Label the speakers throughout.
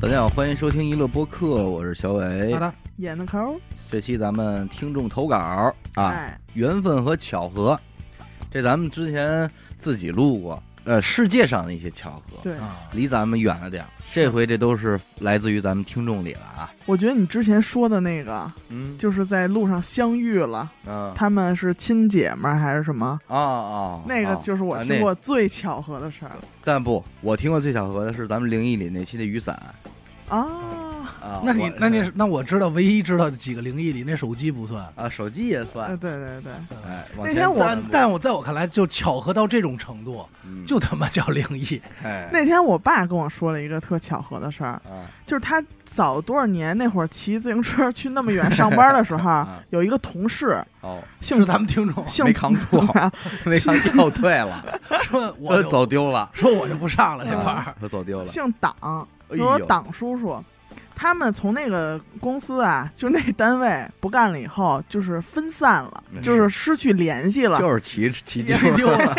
Speaker 1: 大家好，欢迎收听一乐播客，我是小伟。
Speaker 2: 好的，
Speaker 3: 演的抠，
Speaker 1: 这期咱们听众投稿啊，
Speaker 3: 哎，
Speaker 1: 缘分和巧合，这咱们之前自己录过。呃，世界上的一些巧合，
Speaker 3: 对，
Speaker 2: 啊，
Speaker 1: 离咱们远了点儿。这回这都是来自于咱们听众里了啊。
Speaker 3: 我觉得你之前说的那个，
Speaker 1: 嗯，
Speaker 3: 就是在路上相遇了，
Speaker 1: 啊
Speaker 3: 他们是亲姐们儿还是什么？
Speaker 1: 啊啊，
Speaker 3: 那个
Speaker 1: 啊
Speaker 3: 就是我
Speaker 1: 啊
Speaker 3: 听
Speaker 1: 那
Speaker 3: 过最巧合的事儿了
Speaker 1: 但不，我听过最巧合的是咱们灵异里那期的雨伞
Speaker 3: 啊！
Speaker 1: 啊。
Speaker 2: 那你
Speaker 1: 我
Speaker 2: 那你那我知道唯一知道的几个灵异里，那手机不算。
Speaker 1: 啊，手机也算
Speaker 3: 对。对对对，
Speaker 1: 哎，往
Speaker 3: 那
Speaker 1: 前
Speaker 3: 天我
Speaker 1: 算
Speaker 2: 但
Speaker 1: 不
Speaker 2: 但我在我看来，就巧合到这种程度，
Speaker 1: 嗯
Speaker 2: 就他妈叫灵异。
Speaker 1: 哎
Speaker 3: 那天我爸跟我说了一个特巧合的事儿，
Speaker 1: 啊
Speaker 3: 就是他早多少年那会儿骑自行车去那么远上班的时 候
Speaker 1: 啊，
Speaker 3: 有一个同事
Speaker 1: 哦，
Speaker 3: 姓
Speaker 2: 是咱们听 众
Speaker 3: 姓啊
Speaker 1: 没扛住，没扛掉队 了，
Speaker 2: 说，我
Speaker 1: 我
Speaker 2: 就
Speaker 1: 走丢 了。
Speaker 2: 说我就不上了这块
Speaker 1: 啊
Speaker 2: 儿。
Speaker 1: 我走丢了，
Speaker 3: 姓党，
Speaker 1: 哎
Speaker 3: 有
Speaker 1: 呦
Speaker 3: 党叔叔，他们从那个公司啊，就那单位不干了以后，就是分散了
Speaker 1: 嗯，
Speaker 3: 就是失去联系了，
Speaker 1: 就是骑 骑
Speaker 2: 也
Speaker 1: 机车
Speaker 2: 丢了，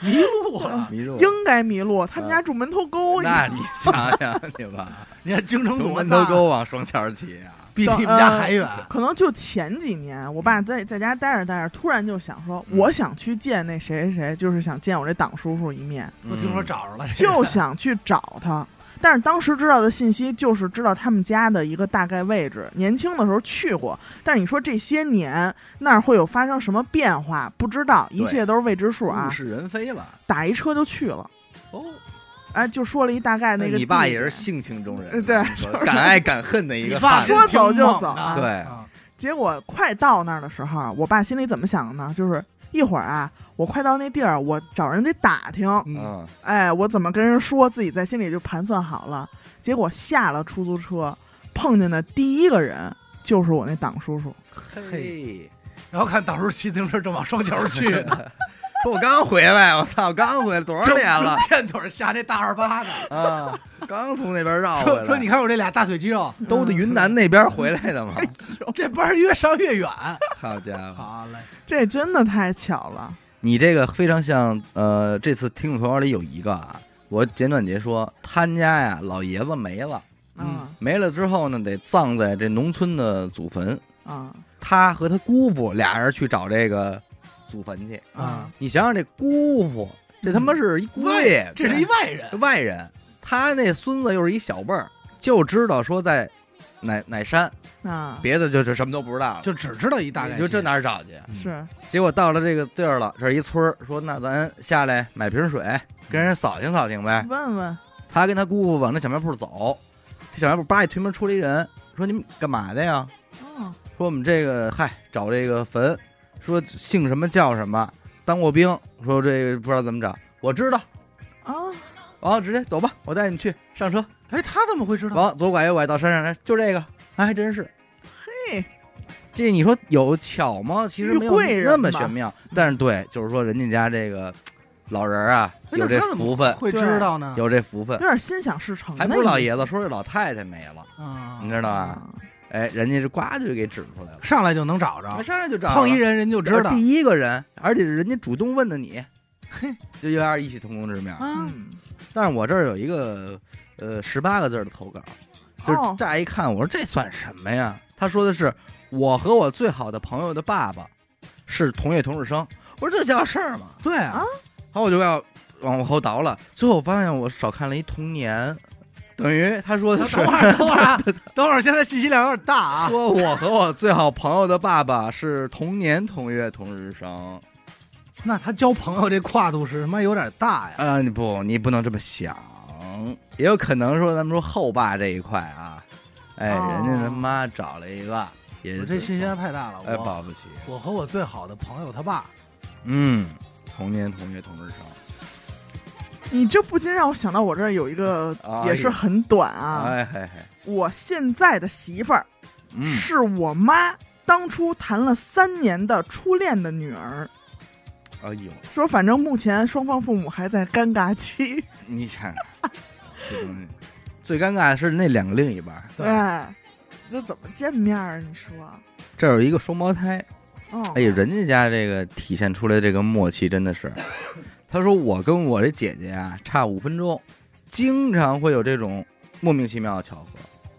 Speaker 2: 迷路 了。
Speaker 1: 迷路了。
Speaker 3: 应该迷路。他们家住门头沟，你
Speaker 1: 啊那你想想你吧，
Speaker 2: 你看京城
Speaker 1: 从
Speaker 2: 多
Speaker 1: 门头
Speaker 2: 大，
Speaker 1: 沟往双桥骑啊，
Speaker 2: 比你们家还远。
Speaker 3: 可能就前几年，我爸在在家待着待着，突然就想说，
Speaker 1: 嗯
Speaker 3: 我想去见那谁谁谁，就是想见我这党叔叔一面，
Speaker 1: 嗯
Speaker 2: 我听说找着了，这个
Speaker 3: 就想去找他。但是当时知道的信息就是知道他们家的一个大概位置，年轻的时候去过，但是你说这些年那儿会有发生什么变化，不知道，一切都是未知数
Speaker 1: 物
Speaker 3: 啊。
Speaker 1: 是人非了。
Speaker 3: 打一车就去了，
Speaker 1: 哦，
Speaker 3: 哎，就说了一大概那个。
Speaker 1: 你爸也是，性情中人，啊
Speaker 3: 呃对
Speaker 1: 你说敢爱敢恨的一
Speaker 2: 你
Speaker 1: 个
Speaker 2: 爸
Speaker 1: 汉子
Speaker 3: 说走就走
Speaker 2: 啊
Speaker 3: 啊！
Speaker 1: 对
Speaker 2: 啊
Speaker 3: 结果快到那儿的时候，我爸心里怎么想的呢？就是一会儿啊，我快到那地儿，我找人得打听，
Speaker 2: 嗯，
Speaker 1: 嗯，
Speaker 3: 哎，我怎么跟人说，自己在心里就盘算好了。结果下了出租车，碰见的第一个人就是我那党叔叔。
Speaker 1: 嘿，
Speaker 2: 然后看到时候骑自行车正往 双桥去呢，
Speaker 1: 说我刚回来，我操，我刚回来多少年了
Speaker 2: 正片腿下那大二八呢，
Speaker 1: 啊？刚从那边绕回
Speaker 2: 说
Speaker 1: 来，
Speaker 2: 说你看我这俩大腿肌肉，
Speaker 1: 都的云南那边回来的嘛？
Speaker 2: 这班越上越远。
Speaker 1: 好家伙，
Speaker 2: 好嘞，
Speaker 3: 这真的太巧了，
Speaker 1: 你这个非常像呃，这次听众投稿里有一个啊，我简短截说，他家呀老爷子没了，
Speaker 3: 啊
Speaker 1: 没了之后呢，得葬在这农村的祖坟，
Speaker 3: 啊
Speaker 1: 他和他姑父俩人去找这个祖坟去。
Speaker 3: 啊！
Speaker 1: 你想想这姑父，这他妈是一姑
Speaker 2: 外
Speaker 1: 爷，
Speaker 2: 这是一外人，
Speaker 1: 外人，他那孙子又是一小辈儿，就知道说在哪哪山，
Speaker 3: 啊，
Speaker 1: 别的就是什么都不知道了，
Speaker 2: 就只知道一大概，
Speaker 1: 你就这哪儿找去？啊
Speaker 3: 是
Speaker 1: 结果到了这个地儿了，这儿一村儿，说那咱下来买瓶水，跟人扫听扫听呗。
Speaker 3: 问问
Speaker 1: 他跟他姑父往那小卖部走，这小卖部叭一推门出来一人，说你们干嘛的呀？
Speaker 3: 哦
Speaker 1: 说我们这个嗨找这个坟，说姓什么叫什么，当过兵，说这个不知道怎么找，我知道。
Speaker 3: 啊
Speaker 1: 完了直接走吧，我带你去上车。
Speaker 2: 哎，他怎么会知道？
Speaker 1: 往左拐右拐到山上来，就这个，哎，还真是。
Speaker 3: 嘿，
Speaker 1: 这你说有巧吗？其实没有
Speaker 3: 遇贵人
Speaker 1: 那么
Speaker 3: 嘛
Speaker 1: 玄妙，
Speaker 2: 嗯
Speaker 1: 但是对，就是说人家家这个老人儿啊，
Speaker 2: 哎
Speaker 1: 有这福分，
Speaker 2: 会知道呢？
Speaker 1: 有这福分
Speaker 3: 有，点心想事成的
Speaker 1: 还
Speaker 3: 意思，
Speaker 1: 不是老爷子说是老太太没了，
Speaker 2: 啊，
Speaker 1: 你知道吧？
Speaker 3: 啊
Speaker 1: 哎，人家是呱就给指出来了，
Speaker 2: 上来就能找着
Speaker 1: 哎，上来就找
Speaker 2: 哦碰一
Speaker 1: 人
Speaker 2: 人人就知道
Speaker 1: 第一个人，而且是人家主动问的你，就有点异曲同工之妙。
Speaker 2: 啊。
Speaker 3: 嗯，
Speaker 1: 但是我这儿有一个呃十八个字儿的投稿，就是
Speaker 3: 哦
Speaker 1: 乍一看，我说这算什么呀？他说的是我和我最好的朋友的爸爸是同月同日生，我说这叫事儿吗？
Speaker 2: 对啊，
Speaker 1: 然后我就要往后倒了，最后我发现我少看了一童年，等于他说的
Speaker 2: 等
Speaker 1: 是
Speaker 2: 会儿，等会儿啊， 等会儿，现在信息量有点大啊。
Speaker 1: 说我和我最好朋友的爸爸是同年同月同日生。
Speaker 2: 那他交朋友这跨度是他妈有点大呀。
Speaker 1: 啊、你不，你不能这么想，也有可能说咱们说后爸这一块啊，哎，人家他
Speaker 3: 哦
Speaker 1: 妈找了一个，也
Speaker 2: 哦我这信息
Speaker 1: 是
Speaker 2: 量太大了，
Speaker 1: 哎
Speaker 2: 我
Speaker 1: 保不齐，
Speaker 2: 我和我最好的朋友他爸，
Speaker 1: 嗯，同年同月同日生
Speaker 3: 你这不禁让我想到我这儿有一个
Speaker 1: 哎
Speaker 3: 也是很短啊，
Speaker 1: 哎嘿嘿，
Speaker 3: 我现在的媳妇儿
Speaker 1: 嗯，
Speaker 3: 是我妈当初谈了三年的初恋的女儿，
Speaker 1: 哎呦，
Speaker 3: 说反正目前双方父母还在尴尬期。
Speaker 1: 你看看这东西，最尴尬的是那两个另一半儿，
Speaker 2: 对
Speaker 3: 哎，这怎么见面啊？你说，
Speaker 1: 这儿有一个双胞胎，
Speaker 3: 嗯，
Speaker 1: 哎呦，人家家这个体现出来这个默契真的是，他说我跟我这姐姐啊差五分钟，经常会有这种莫名其妙的巧合，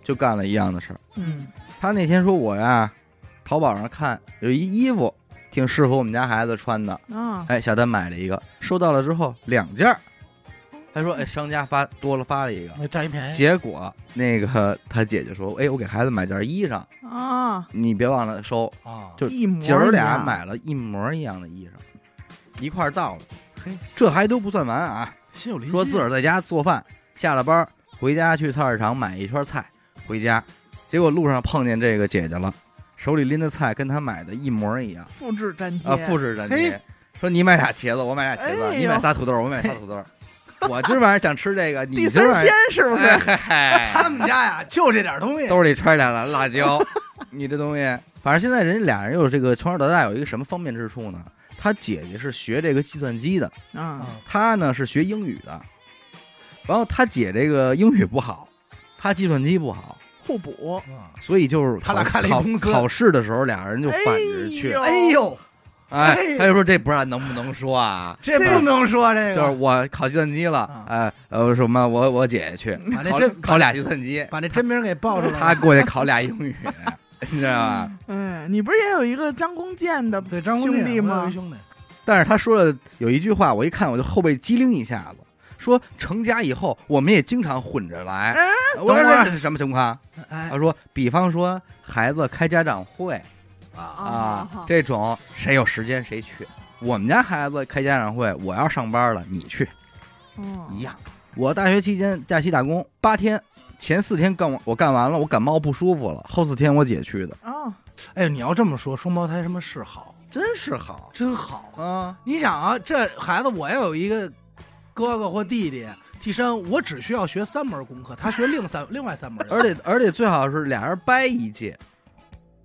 Speaker 1: 就干了一样的事儿。
Speaker 3: 嗯
Speaker 1: 他那天说我呀，淘宝上看有一衣服挺适合我们家孩子穿的，
Speaker 3: 啊，
Speaker 1: 哎，下单买了一个，收到了之后两件儿，他说哎，商家发多了发了一个，
Speaker 2: 那占一便宜，
Speaker 1: 结果那个他姐姐说，哎，我给孩子买件衣裳，
Speaker 3: 啊，
Speaker 1: 你别忘了收，
Speaker 2: 啊，
Speaker 1: 就
Speaker 3: 一模
Speaker 1: 姐儿
Speaker 3: 一
Speaker 1: 俩
Speaker 3: 样
Speaker 1: 买了一模一样的衣裳，一块儿到了
Speaker 2: 嘿，
Speaker 1: 这还都不算完啊，
Speaker 2: 心有灵犀。
Speaker 1: 说自个儿在家做饭，下了班儿回家去菜市场买一圈菜回家，结果路上碰见这个姐姐了，手里拎的菜跟她买的一模一样
Speaker 3: 复制粘贴
Speaker 1: 啊，复制粘贴。说你买俩茄子，我买俩茄子，
Speaker 3: 哎呦
Speaker 1: 你买仨土豆，我买仨土 豆。我今儿晚上想吃这个，你
Speaker 3: 地
Speaker 1: 今儿
Speaker 3: 三
Speaker 1: 晚
Speaker 3: 鲜
Speaker 1: 上
Speaker 3: 是不是？
Speaker 1: 哎嗨
Speaker 2: 他们家呀，就这点东 西。
Speaker 1: 兜里揣两篮辣椒，你这东西，反正现在人家俩人有这个从小到大有一个什么方便之处呢？他姐姐是学这个计算机的，
Speaker 3: 啊，
Speaker 2: 啊
Speaker 1: 他呢是学英语的，然后他姐这个英语不好，他计算机不好，
Speaker 3: 互补。
Speaker 2: 啊
Speaker 1: 所以就是
Speaker 2: 他俩
Speaker 1: 考
Speaker 2: 看了一
Speaker 1: 考
Speaker 2: 公司
Speaker 1: 考试的时候俩人就反着去，
Speaker 3: 哎
Speaker 2: 哎呦，
Speaker 1: 哎，
Speaker 2: 哎呦
Speaker 1: 他就说这不知道能不能说啊？
Speaker 2: 这不能说这
Speaker 1: 就
Speaker 2: 个，
Speaker 1: 是我考计算机了
Speaker 2: 啊，
Speaker 1: 哎，呃什么我我姐姐去
Speaker 2: 把那
Speaker 1: 考
Speaker 2: 真
Speaker 1: 考俩计算机，
Speaker 2: 把那真名给报出来。
Speaker 1: 他过去考俩英语， 你知道吧？
Speaker 3: 嗯，你不是也有一个张公健的
Speaker 2: 对张啊
Speaker 3: 兄弟
Speaker 2: 吗？我有
Speaker 3: 吗
Speaker 2: 一？兄弟
Speaker 1: 但是他说了有一句话，我一看我就后背机灵一下子。说成家以后，我们也经常混着
Speaker 3: 哎
Speaker 1: 来。嗯我说
Speaker 2: 等会儿
Speaker 1: 这是什么情况？
Speaker 2: 哎
Speaker 1: 他说，比方说孩子开家长会
Speaker 2: 啊，
Speaker 1: 啊
Speaker 3: 好好，
Speaker 1: 这种，谁有时间谁去。我们家孩子开家长会，我要上班了，你去一
Speaker 3: 嗯
Speaker 1: 样。我大学期间假期打工八天，前四天干我我干完了，我感冒不舒服了，后四天我姐去的，
Speaker 3: 哦，
Speaker 2: 哎，你要这么说，双胞胎什么是好，
Speaker 1: 真是好
Speaker 2: 真好。
Speaker 1: 啊！
Speaker 2: 你想啊，这孩子我要有一个哥哥或弟弟替身，我只需要学三门功课，他学另三另外三门。
Speaker 1: 而且而且最好是俩人掰一届，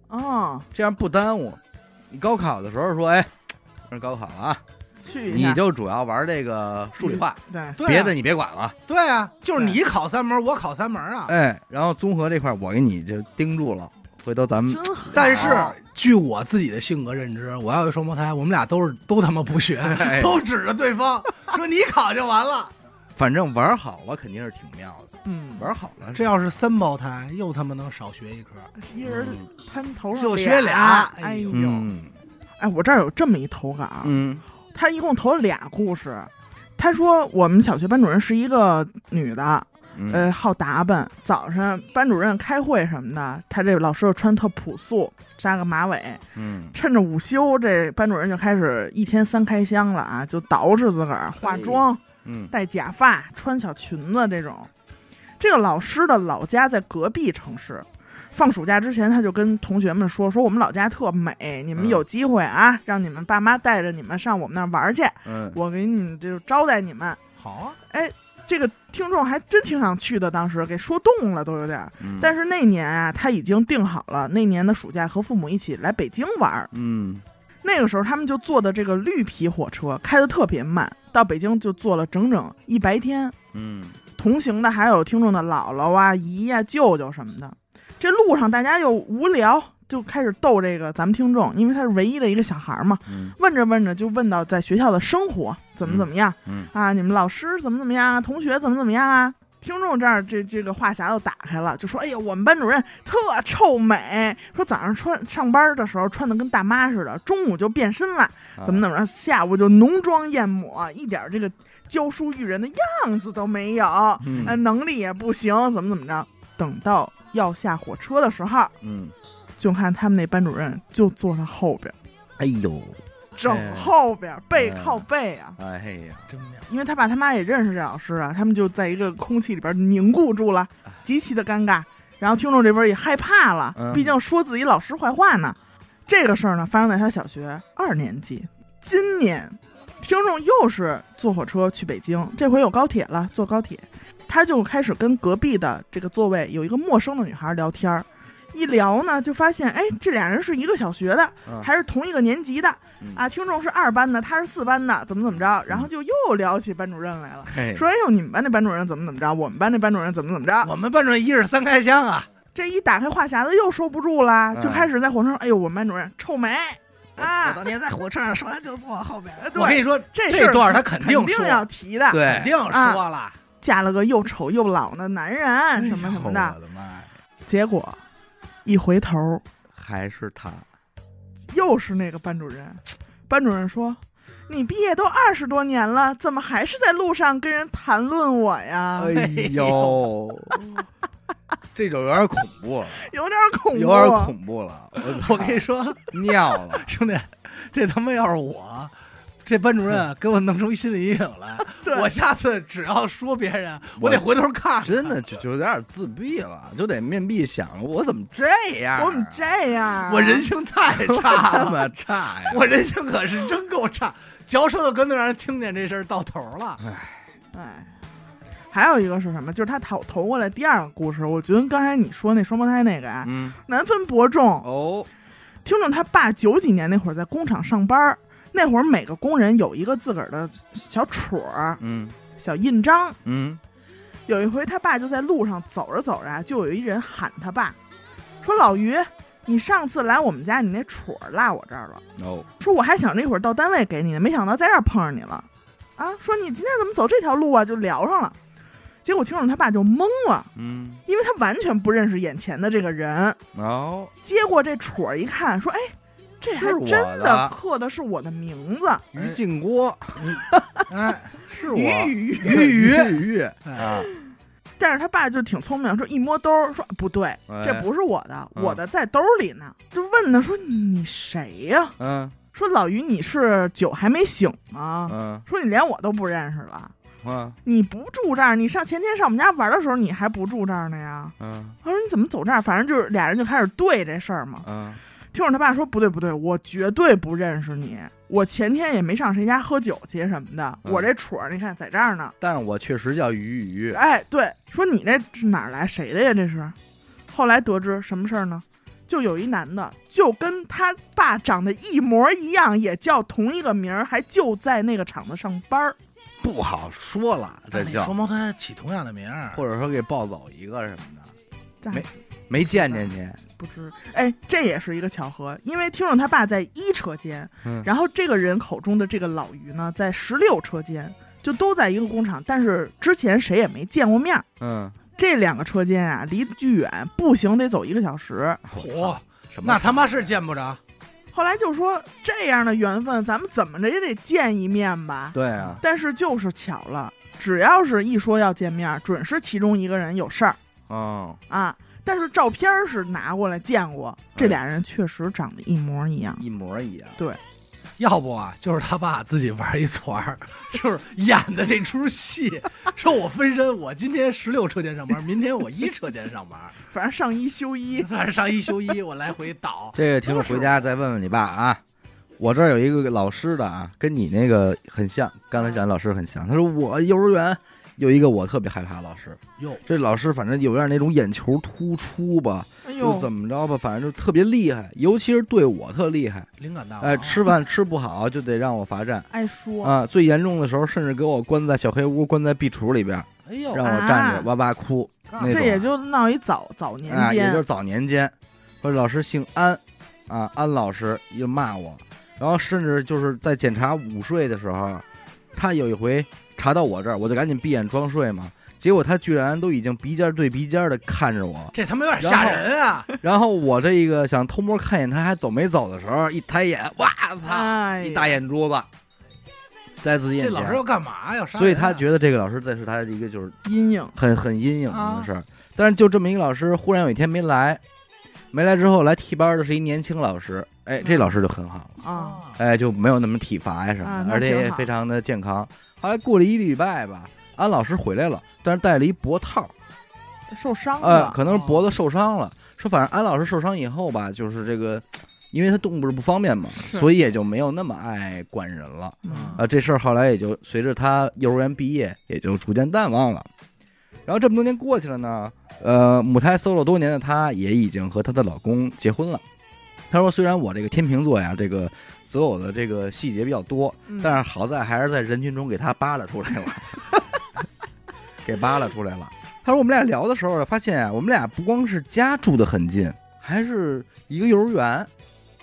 Speaker 3: 哦，
Speaker 1: 这样不耽误。你高考的时候说，哎，这高考啊，
Speaker 3: 去一下
Speaker 1: 你就嗯主要玩这个数理化，
Speaker 3: 对，
Speaker 2: 对啊
Speaker 1: 别的你别管了。
Speaker 2: 对啊，就是
Speaker 3: 对
Speaker 2: 你考三门，我考三门啊。
Speaker 1: 哎，然后综合这块儿我给你就盯住了，回头咱们
Speaker 3: 真好。
Speaker 2: 但是据我自己的性格认知，我要有双胞胎，我们俩都是都他妈不学，
Speaker 1: 哎
Speaker 2: 都指着对方说你考就完了。
Speaker 1: 反正玩好了肯定是挺妙的，
Speaker 3: 嗯，
Speaker 1: 玩好了
Speaker 2: 哎这要是三胞胎，又他妈能少学一科。
Speaker 3: 一人
Speaker 1: 嗯
Speaker 3: 摊头上
Speaker 2: 就学俩
Speaker 3: 哎
Speaker 2: 哎
Speaker 3: 呦
Speaker 2: 呦，
Speaker 1: 嗯
Speaker 3: 哎，我这儿有这么一投稿，啊
Speaker 1: 嗯
Speaker 3: 他一共投了俩故事。他说我们小学班主任是一个女的，
Speaker 1: 嗯
Speaker 3: 呃，好打扮。早上班主任开会什么的，他这老师又穿特朴素，扎个马尾，
Speaker 1: 嗯，
Speaker 3: 趁着午休，这班主任就开始一天三开箱了啊，就捯饬自个儿，化妆、
Speaker 1: 嗯
Speaker 3: 戴假发、穿小裙子这种。这个老师的老家在隔壁城市，放暑假之前他就跟同学们说：“说我们老家特美，你们
Speaker 1: 嗯
Speaker 3: 有机会啊，让你们爸妈带着你们上我们那儿玩去，
Speaker 1: 嗯，
Speaker 3: 我给你们就是招待你们。
Speaker 2: 好啊，”
Speaker 3: 这个听众还真挺想去的，当时给说动了都有点儿。
Speaker 1: 嗯
Speaker 3: 但是那年啊，他已经定好了，那年的暑假和父母一起来北京玩儿。
Speaker 1: 嗯
Speaker 3: 那个时候他们就坐的这个绿皮火车，开的特别慢，到北京就坐了整整一白天。
Speaker 1: 嗯
Speaker 3: 同行的还有听众的姥姥啊、姨呀、舅舅什么的。这路上大家又无聊，就开始逗这个咱们听众，因为他是唯一的一个小孩嘛。
Speaker 1: 嗯
Speaker 3: 问着问着就问到在学校的生活怎么怎么样、
Speaker 1: 嗯
Speaker 3: 啊，你们老师怎么怎么样啊，同学怎么怎么样啊。听众这儿这这个话匣又打开了，就说：“哎呀，我们班主任特臭美，说早上穿上班的时候穿的跟大妈似的，中午就变身了，
Speaker 1: 啊
Speaker 3: 怎么怎么着，下午就浓妆艳抹，一点这个娇淑育人的样子都没有，
Speaker 1: 嗯
Speaker 3: 呃，能力也不行，怎么怎么着。等到要下火车的时候，
Speaker 1: 嗯，
Speaker 3: 就看他们那班主任就坐他后边。”
Speaker 1: 哎呦，
Speaker 3: 整
Speaker 1: 哎
Speaker 3: 后边儿背靠背啊，
Speaker 1: 哎呀，
Speaker 2: 真妙。
Speaker 3: 因为他爸他妈也认识这老师啊，他们就在一个空气里边凝固住了，极其的尴尬。然后听众这边也害怕了
Speaker 1: 哎嗯，
Speaker 3: 毕竟说自己老师坏话呢。这个事儿呢，发生在他小学二年级。今年，听众又是坐火车去北京，这回有高铁了，坐高铁，他就开始跟隔壁的这个座位有一个陌生的女孩聊天儿。一聊呢，就发现哎，这俩人是一个小学的，
Speaker 1: 嗯
Speaker 3: 还是同一个年级的
Speaker 1: 嗯
Speaker 3: 啊。听众是二班的，他是四班的，怎么怎么着，然后就又聊起班主任来了，
Speaker 1: 嘿
Speaker 3: 说哎呦，你们班那班主任怎么怎么着，我们班那班主任怎么怎么着。
Speaker 1: 嗯
Speaker 2: 我们班主任一日三开箱啊，
Speaker 3: 这一打开话匣子又收不住了，
Speaker 1: 嗯
Speaker 3: 就开始在火车上，哎呦，我们班主任臭美啊，
Speaker 2: 当年在火车上说他就坐后边
Speaker 3: 呃
Speaker 2: 哎我跟
Speaker 3: 对，
Speaker 2: 你说，
Speaker 3: 这事
Speaker 2: 这
Speaker 3: 儿
Speaker 2: 段他肯啊
Speaker 3: 肯
Speaker 2: 说，
Speaker 3: 要提的。
Speaker 1: 对
Speaker 2: 肯定说了。
Speaker 3: 嫁了个又丑又老的男人什么什
Speaker 1: 哎
Speaker 3: 么
Speaker 1: 呦
Speaker 3: 的。
Speaker 1: 我的妈呀，
Speaker 3: 结果一回头，
Speaker 1: 还是他，
Speaker 3: 又是那个班主任。班主任说：“你毕业都二十多年了，怎么还是在路上跟人谈论我呀？
Speaker 1: 哎呦， 这种有点恐怖了，啊
Speaker 3: 有点恐怖，，
Speaker 1: 有点恐怖了，我操
Speaker 2: 我跟你说，
Speaker 1: 尿了，
Speaker 2: 兄弟，这他妈要是我，这班主任给我弄出一心理阴影来
Speaker 3: 对
Speaker 2: 我下次只要说别人，嗯我
Speaker 1: 我
Speaker 2: 得回头看看。
Speaker 1: 真的就就有点自闭了，就得面壁想我怎么这样啊，
Speaker 3: 我怎么这样啊？
Speaker 2: 我人性太差
Speaker 1: 差
Speaker 2: 了，
Speaker 1: 么差呀？
Speaker 2: 我人性可是真够差，嚼舌头根子让人听见这事儿到头了。
Speaker 3: 哎，还有一个是什么？就是他投投过来第二个故事，我觉得刚才你说那双胞胎那个啊，
Speaker 1: 嗯
Speaker 3: 难分伯仲。
Speaker 1: 哦，
Speaker 3: 听众他爸九几年那会儿在工厂上班儿，那会儿每个工人有一个自个儿的小戳儿、
Speaker 1: 嗯
Speaker 3: 小印章。
Speaker 1: 嗯，
Speaker 3: 有一回他爸就在路上走着走着啊，就有一人喊他爸，说老于，你上次来我们家，你那戳儿落我这儿了。
Speaker 1: 哦，
Speaker 3: 说我还想着一会儿到单位给你呢，没想到在这儿碰上你了，啊，说你今天怎么走这条路啊？就聊上了，结果听众他爸就懵了，
Speaker 1: 嗯，
Speaker 3: 因为他完全不认识眼前的这个人。
Speaker 1: 哦，
Speaker 3: 接过这杵儿一看，说：“哎，这还
Speaker 1: 是我
Speaker 3: 真
Speaker 1: 的
Speaker 3: 刻的是我的名字，
Speaker 1: 于禁锅
Speaker 2: 哎，
Speaker 1: 是
Speaker 3: 于
Speaker 1: 我
Speaker 3: 雨雨。
Speaker 1: 于
Speaker 2: 于
Speaker 1: 于啊，”
Speaker 3: 但是他爸就挺聪明，说一摸兜儿，说不对，
Speaker 1: 哎
Speaker 3: 这不是我的，
Speaker 1: 嗯
Speaker 3: 我的在兜里呢。就问他说：“你谁呀、
Speaker 1: 嗯
Speaker 3: 说老于，你是酒还没醒吗？
Speaker 1: 嗯
Speaker 3: 说你连我都不认识了。”
Speaker 1: 嗯
Speaker 3: 你不住这儿，你上前天上我们家玩的时候，你还不住这儿呢呀？
Speaker 1: 嗯
Speaker 3: 他说你怎么走这儿？反正就是俩人就开始对这事儿嘛。
Speaker 1: 嗯，
Speaker 3: 听着他爸说不对不对，我绝对不认识你，我前天也没上谁家喝酒去什么的，
Speaker 1: 嗯
Speaker 3: 我这杵儿你看在这儿呢。
Speaker 1: 但是我确实叫于于，
Speaker 3: 哎，对，说你这是哪儿来谁的呀？这是。后来得知什么事儿呢？就有一男的，就跟他爸长得一模一样，也叫同一个名儿，还就在那个厂子上班儿。
Speaker 1: 不好说了，这
Speaker 2: 你
Speaker 1: 叫
Speaker 2: 双胞胎起同样的名儿，
Speaker 1: 或者说给抱走一个什么的，
Speaker 3: 但
Speaker 1: 没没见见你，
Speaker 3: 不知，哎，这也是一个巧合，因为听众他爸在一车间，
Speaker 1: 嗯
Speaker 3: 然后这个人口中的这个老于呢，在十六车间，就都在一个工厂，但是之前谁也没见过面儿。
Speaker 1: 嗯，
Speaker 3: 这两个车间啊，离巨远，步行得走一个小时。
Speaker 1: 我
Speaker 2: 嚯
Speaker 1: 操，，什么
Speaker 2: 那他妈是见不着。
Speaker 3: 后来就说这样的缘分，咱们怎么着也得见一面吧。
Speaker 1: 对啊，
Speaker 3: 但是就是巧了，只要是一说要见面儿，准是其中一个人有事儿
Speaker 1: 嗯。
Speaker 3: 啊。但是照片儿是拿过来见过，这俩人确实长得一模一样。
Speaker 1: 一模一样。
Speaker 2: 要不啊，就是他爸自己玩一撮儿， 就是演的这出戏。 说我分身，我今天十六车间上班，明天我一车间上班，
Speaker 3: 反正上一休一，
Speaker 2: 反正上一休一，我来回倒。
Speaker 1: 这个听众回家再问问你爸啊。我这儿有一个老师的啊，跟你那个很像，刚才讲的老师很像。他说我幼儿园有一个我特别害怕的老师，
Speaker 2: 哟，
Speaker 1: 这老师反正有点那种眼球突出吧，嗯
Speaker 3: 哎
Speaker 1: 就
Speaker 3: 呦，
Speaker 1: 怎么着吧，反正就特别厉害，尤其是对我特厉害。
Speaker 2: 灵感
Speaker 3: 哦
Speaker 2: 大王，啊
Speaker 1: 哎，吃饭吃不好就得让我罚站
Speaker 3: 爱说，
Speaker 1: 啊，最严重的时候甚至给我关在小黑屋，关在壁橱里边，
Speaker 2: 哎呦，
Speaker 1: 让我站
Speaker 3: 啊
Speaker 1: 着哇哇哭。
Speaker 2: 啊，
Speaker 1: 那种
Speaker 3: 这也就闹一早早年
Speaker 1: 啊，也
Speaker 3: 间，
Speaker 1: 就是早年间，说老师姓安，啊，安老师又骂我，然后甚至就是在检查午睡的时候，他有一回查到我这儿，我就赶紧闭眼装睡嘛，结果他居然都已经鼻尖儿对鼻尖儿的看着我
Speaker 2: 这他妈有点吓人啊！
Speaker 1: 然后我这一个想偷摸看一眼他还走没走的时候，一抬眼，哇操，
Speaker 3: 哎呀，
Speaker 1: 一大眼珠子在自己
Speaker 2: 这
Speaker 1: 眼
Speaker 2: 老师
Speaker 1: 前
Speaker 2: 要，干嘛呀？杀人啊
Speaker 1: 所以他觉得这个老师这是他的一个就是
Speaker 3: 阴影，
Speaker 1: 很很阴影
Speaker 3: 啊
Speaker 1: 的事儿。但是就这么一个老师，忽然有一天没来，没来之后来替班的是一年轻老师，哎，
Speaker 3: 嗯
Speaker 1: 这老师就很好了，
Speaker 3: 啊，
Speaker 1: 哎，就没有那么体罚呀什么的，
Speaker 3: 啊那
Speaker 1: 而且
Speaker 3: 挺
Speaker 1: 也
Speaker 3: 好
Speaker 1: 非常的健康。后来过了一礼拜吧，安老师回来了，但是带了一脖套，
Speaker 3: 受伤
Speaker 1: 呃，
Speaker 3: 了，
Speaker 1: 可能是脖子受伤了。说反正安老师受伤以后吧，就是这个，因为他动作不方便嘛，
Speaker 3: 是
Speaker 1: 所以也就没有那么爱管人了。
Speaker 3: 嗯
Speaker 1: 啊，这事儿后来也就随着他幼儿园毕业，也就逐渐淡忘了。然后这么多年过去了呢，呃，母胎 solo 多年的她也已经和她的老公结婚了。她说：“虽然我这个天秤座呀，这个择偶的这个细节比较多，
Speaker 3: 嗯
Speaker 1: 但是好在还是在人群中给他扒拉出来了， 给扒拉出来了。”她说：“我们俩聊的时候发现啊，我们俩不光是家住得很近，还是一个幼儿园。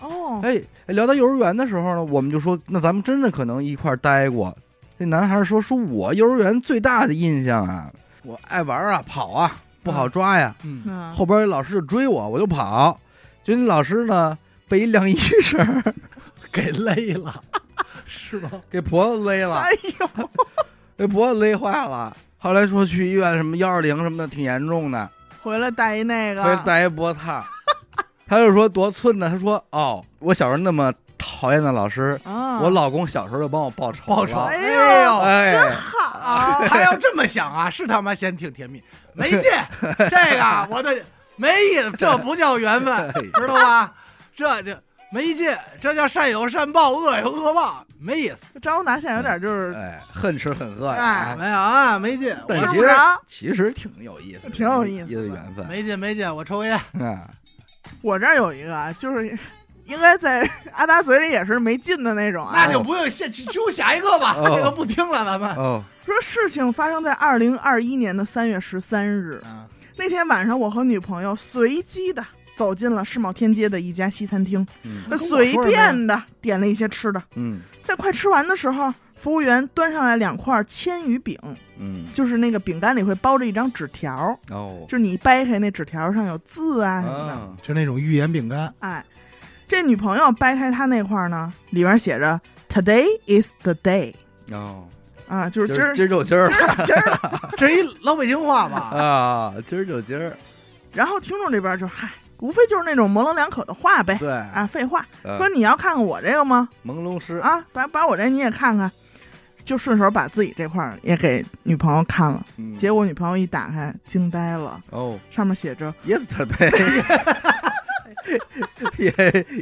Speaker 3: 哦，
Speaker 1: 哎哎，聊到幼儿园的时候呢，我们就说，那咱们真的可能一块儿待过，那男孩说：“说我幼儿园最大的印象啊，我爱玩啊，跑啊，不好抓呀。
Speaker 2: 嗯，
Speaker 3: 嗯，
Speaker 1: 后边老师就追我，我就跑。就那老师呢，被一晾衣绳儿
Speaker 2: 给勒了， 是吗？
Speaker 1: 给脖子勒了
Speaker 3: 哎，呦，
Speaker 1: 给脖子勒坏了。后来说去医院什么幺二零什么的，挺严重的，
Speaker 3: 回来带一那个，
Speaker 1: 回来戴一脖子套。他就说多寸呢？他说哦，我小时候那么讨厌的老师，
Speaker 3: 啊，
Speaker 1: 我老公小时候就帮我报仇了，
Speaker 2: 报仇
Speaker 3: 哎
Speaker 2: 哎
Speaker 3: 呦，
Speaker 1: 哎
Speaker 3: 真好，
Speaker 2: 他啊要这么想啊，是他妈先挺甜蜜，没劲，这个我的没意思，这不叫缘分，
Speaker 3: 哎
Speaker 2: 知道吧？这这没劲，这叫善有善报，恶有恶报，没意思，
Speaker 3: 张宏达现在有点就是
Speaker 1: 哎，恨吃恨喝
Speaker 3: 哎
Speaker 1: 呀。
Speaker 2: 没有啊，没劲，
Speaker 1: 但
Speaker 2: 我
Speaker 1: 其
Speaker 3: 吃
Speaker 1: 实
Speaker 3: 不着。
Speaker 1: 其实挺有意思的，
Speaker 3: 挺有意思的
Speaker 1: 一个缘分。
Speaker 2: 没劲没劲，我抽
Speaker 3: 哎
Speaker 2: 烟，
Speaker 1: 啊，
Speaker 3: 我这儿有一个啊，就是 应该在阿达嘴里也是没劲的那种啊
Speaker 2: 那。就不用先去揪下一个吧，
Speaker 1: 哦
Speaker 2: 这个不听了，咱们。
Speaker 1: 哦，
Speaker 3: 说事情发生在二零二一年的三月十三日
Speaker 2: 啊
Speaker 3: 那天晚上，我和女朋友随机的走进了世贸天街的一家西餐厅，
Speaker 1: 嗯
Speaker 2: 跟我说
Speaker 3: 随
Speaker 2: 什么呀
Speaker 3: 便的点了一些吃的。
Speaker 1: 嗯
Speaker 3: 在快吃完的时候，服务员端上来两块千鱼饼，
Speaker 1: 嗯，
Speaker 3: 就是那个饼干里会包着一张纸条，
Speaker 1: 哦
Speaker 3: 就，是你一掰开那纸条上有字啊什么的。
Speaker 1: 啊
Speaker 2: 就那种预言饼干，
Speaker 3: 哎，这女朋友掰开它那块儿呢，里边写着 “Today is the day”
Speaker 1: 哦，
Speaker 3: 啊，就是今
Speaker 1: 今儿
Speaker 3: 儿
Speaker 1: 今儿就今儿
Speaker 3: 今儿今儿。
Speaker 2: 这一老北京话吧？
Speaker 1: 啊，今儿就今儿，
Speaker 3: 然后听众这边就嗨，无非就是那种模棱两可的话呗。
Speaker 1: 对，
Speaker 3: 啊，废话，
Speaker 1: 嗯
Speaker 3: 说你要看看我这个吗？
Speaker 1: 朦胧诗，
Speaker 3: 啊，把把我这你也看看，就顺手把自己这块儿也给女朋友看了。
Speaker 1: 嗯
Speaker 3: 结果女朋友一打开，惊呆了，
Speaker 1: 哦
Speaker 3: 上面写着
Speaker 1: ，yesterday，也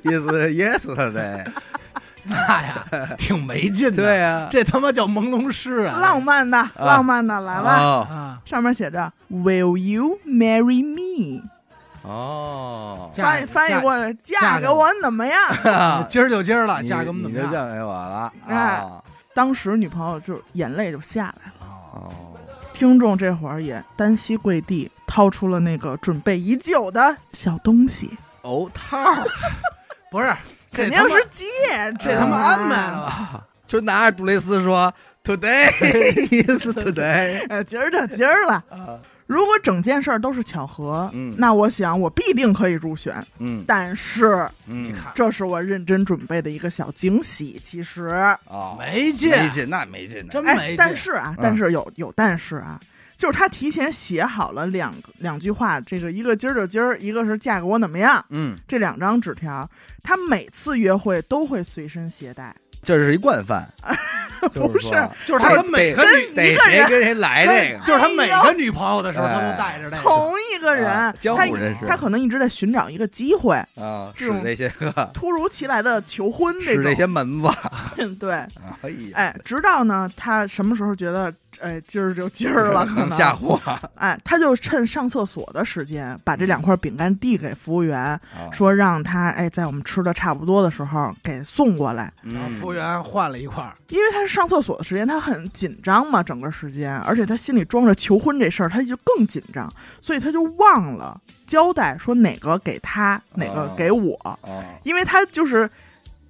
Speaker 1: is yesterday，
Speaker 2: 那呀，挺没劲的。
Speaker 1: 对呀，
Speaker 2: 这他妈叫朦胧诗啊！
Speaker 3: 啊浪漫的，浪漫的来了，
Speaker 1: 哦
Speaker 2: 啊，
Speaker 3: 上面写着 “Will you marry me”，
Speaker 1: 哦，
Speaker 2: 嫁啊
Speaker 3: 翻译翻译过来，嫁给我怎么样？
Speaker 2: 今儿就今儿了，
Speaker 1: 你
Speaker 2: 价格怎么
Speaker 1: 你
Speaker 2: 怎
Speaker 1: 就
Speaker 2: 么样？
Speaker 1: 嫁给我了
Speaker 3: 哎
Speaker 1: 啊，
Speaker 3: 当时女朋友就眼泪就下来了，
Speaker 1: 哦，
Speaker 3: 听众这会儿也单膝跪地，掏出了那个准备已久的小东西，
Speaker 1: 哦套儿，
Speaker 2: 不是，这
Speaker 3: 肯定
Speaker 2: 他妈
Speaker 3: 是戒指，啊
Speaker 2: 这他妈安排了
Speaker 1: 哎
Speaker 2: 吧？
Speaker 1: 就拿着杜蕾斯说 today is today，
Speaker 3: 呃， 今儿就今儿了。
Speaker 1: 啊
Speaker 3: 如果整件事儿都是巧合，
Speaker 1: 嗯
Speaker 3: 那我想我必定可以入选。
Speaker 1: 嗯
Speaker 3: 但是
Speaker 1: 嗯，
Speaker 2: 你看
Speaker 3: 这是我认真准备的一个小惊喜，其实，
Speaker 1: 哦，
Speaker 2: 没劲，
Speaker 1: 没劲，那没劲呢，
Speaker 2: 真没
Speaker 3: 哎
Speaker 2: 劲，。
Speaker 3: 但是啊
Speaker 1: 嗯，
Speaker 3: 但是有有但是啊，就是他提前写好了两个两句话，这个一个今儿就今儿，一个是嫁给我怎么样，
Speaker 1: 嗯，
Speaker 3: 这两张纸条，他每次约会都会随身携带。
Speaker 1: 这是一惯犯，
Speaker 3: 不
Speaker 1: 就是说
Speaker 2: 就是他跟每个女，
Speaker 3: 一
Speaker 1: 得
Speaker 3: 个
Speaker 1: 谁
Speaker 3: 人
Speaker 1: 跟谁来这个，
Speaker 2: 就是他每个女朋友的时候，他
Speaker 1: 哎
Speaker 2: 都带着这个。
Speaker 3: 同一个人，
Speaker 1: 啊江
Speaker 3: 他
Speaker 1: 湖人士
Speaker 3: 他可能一直在寻找一个机会，
Speaker 1: 啊，
Speaker 3: 这
Speaker 1: 使
Speaker 3: 种
Speaker 1: 这些个，
Speaker 3: 突如其来的求婚
Speaker 1: 使这
Speaker 3: 种。
Speaker 1: 些门子，
Speaker 3: 对，
Speaker 1: 哎呀，
Speaker 3: 哎，直到呢，他什么时候觉得，哎，今儿就今儿了，可 能
Speaker 1: 吓唬我啊
Speaker 3: 哎，他就趁上厕所的时间，把这两块饼干递给服务员，
Speaker 1: 啊，
Speaker 3: 说让他哎，在我们吃的差不多的时候给送过来。
Speaker 1: 嗯
Speaker 2: 然后服务员换了一块儿，
Speaker 3: 因为他是上厕所的时间，他很紧张嘛，整个时间，而且他心里装着求婚这事儿，他就更紧张，所以他就忘了交代说哪个给他，哪个给我，
Speaker 1: 啊，
Speaker 3: 因为他就是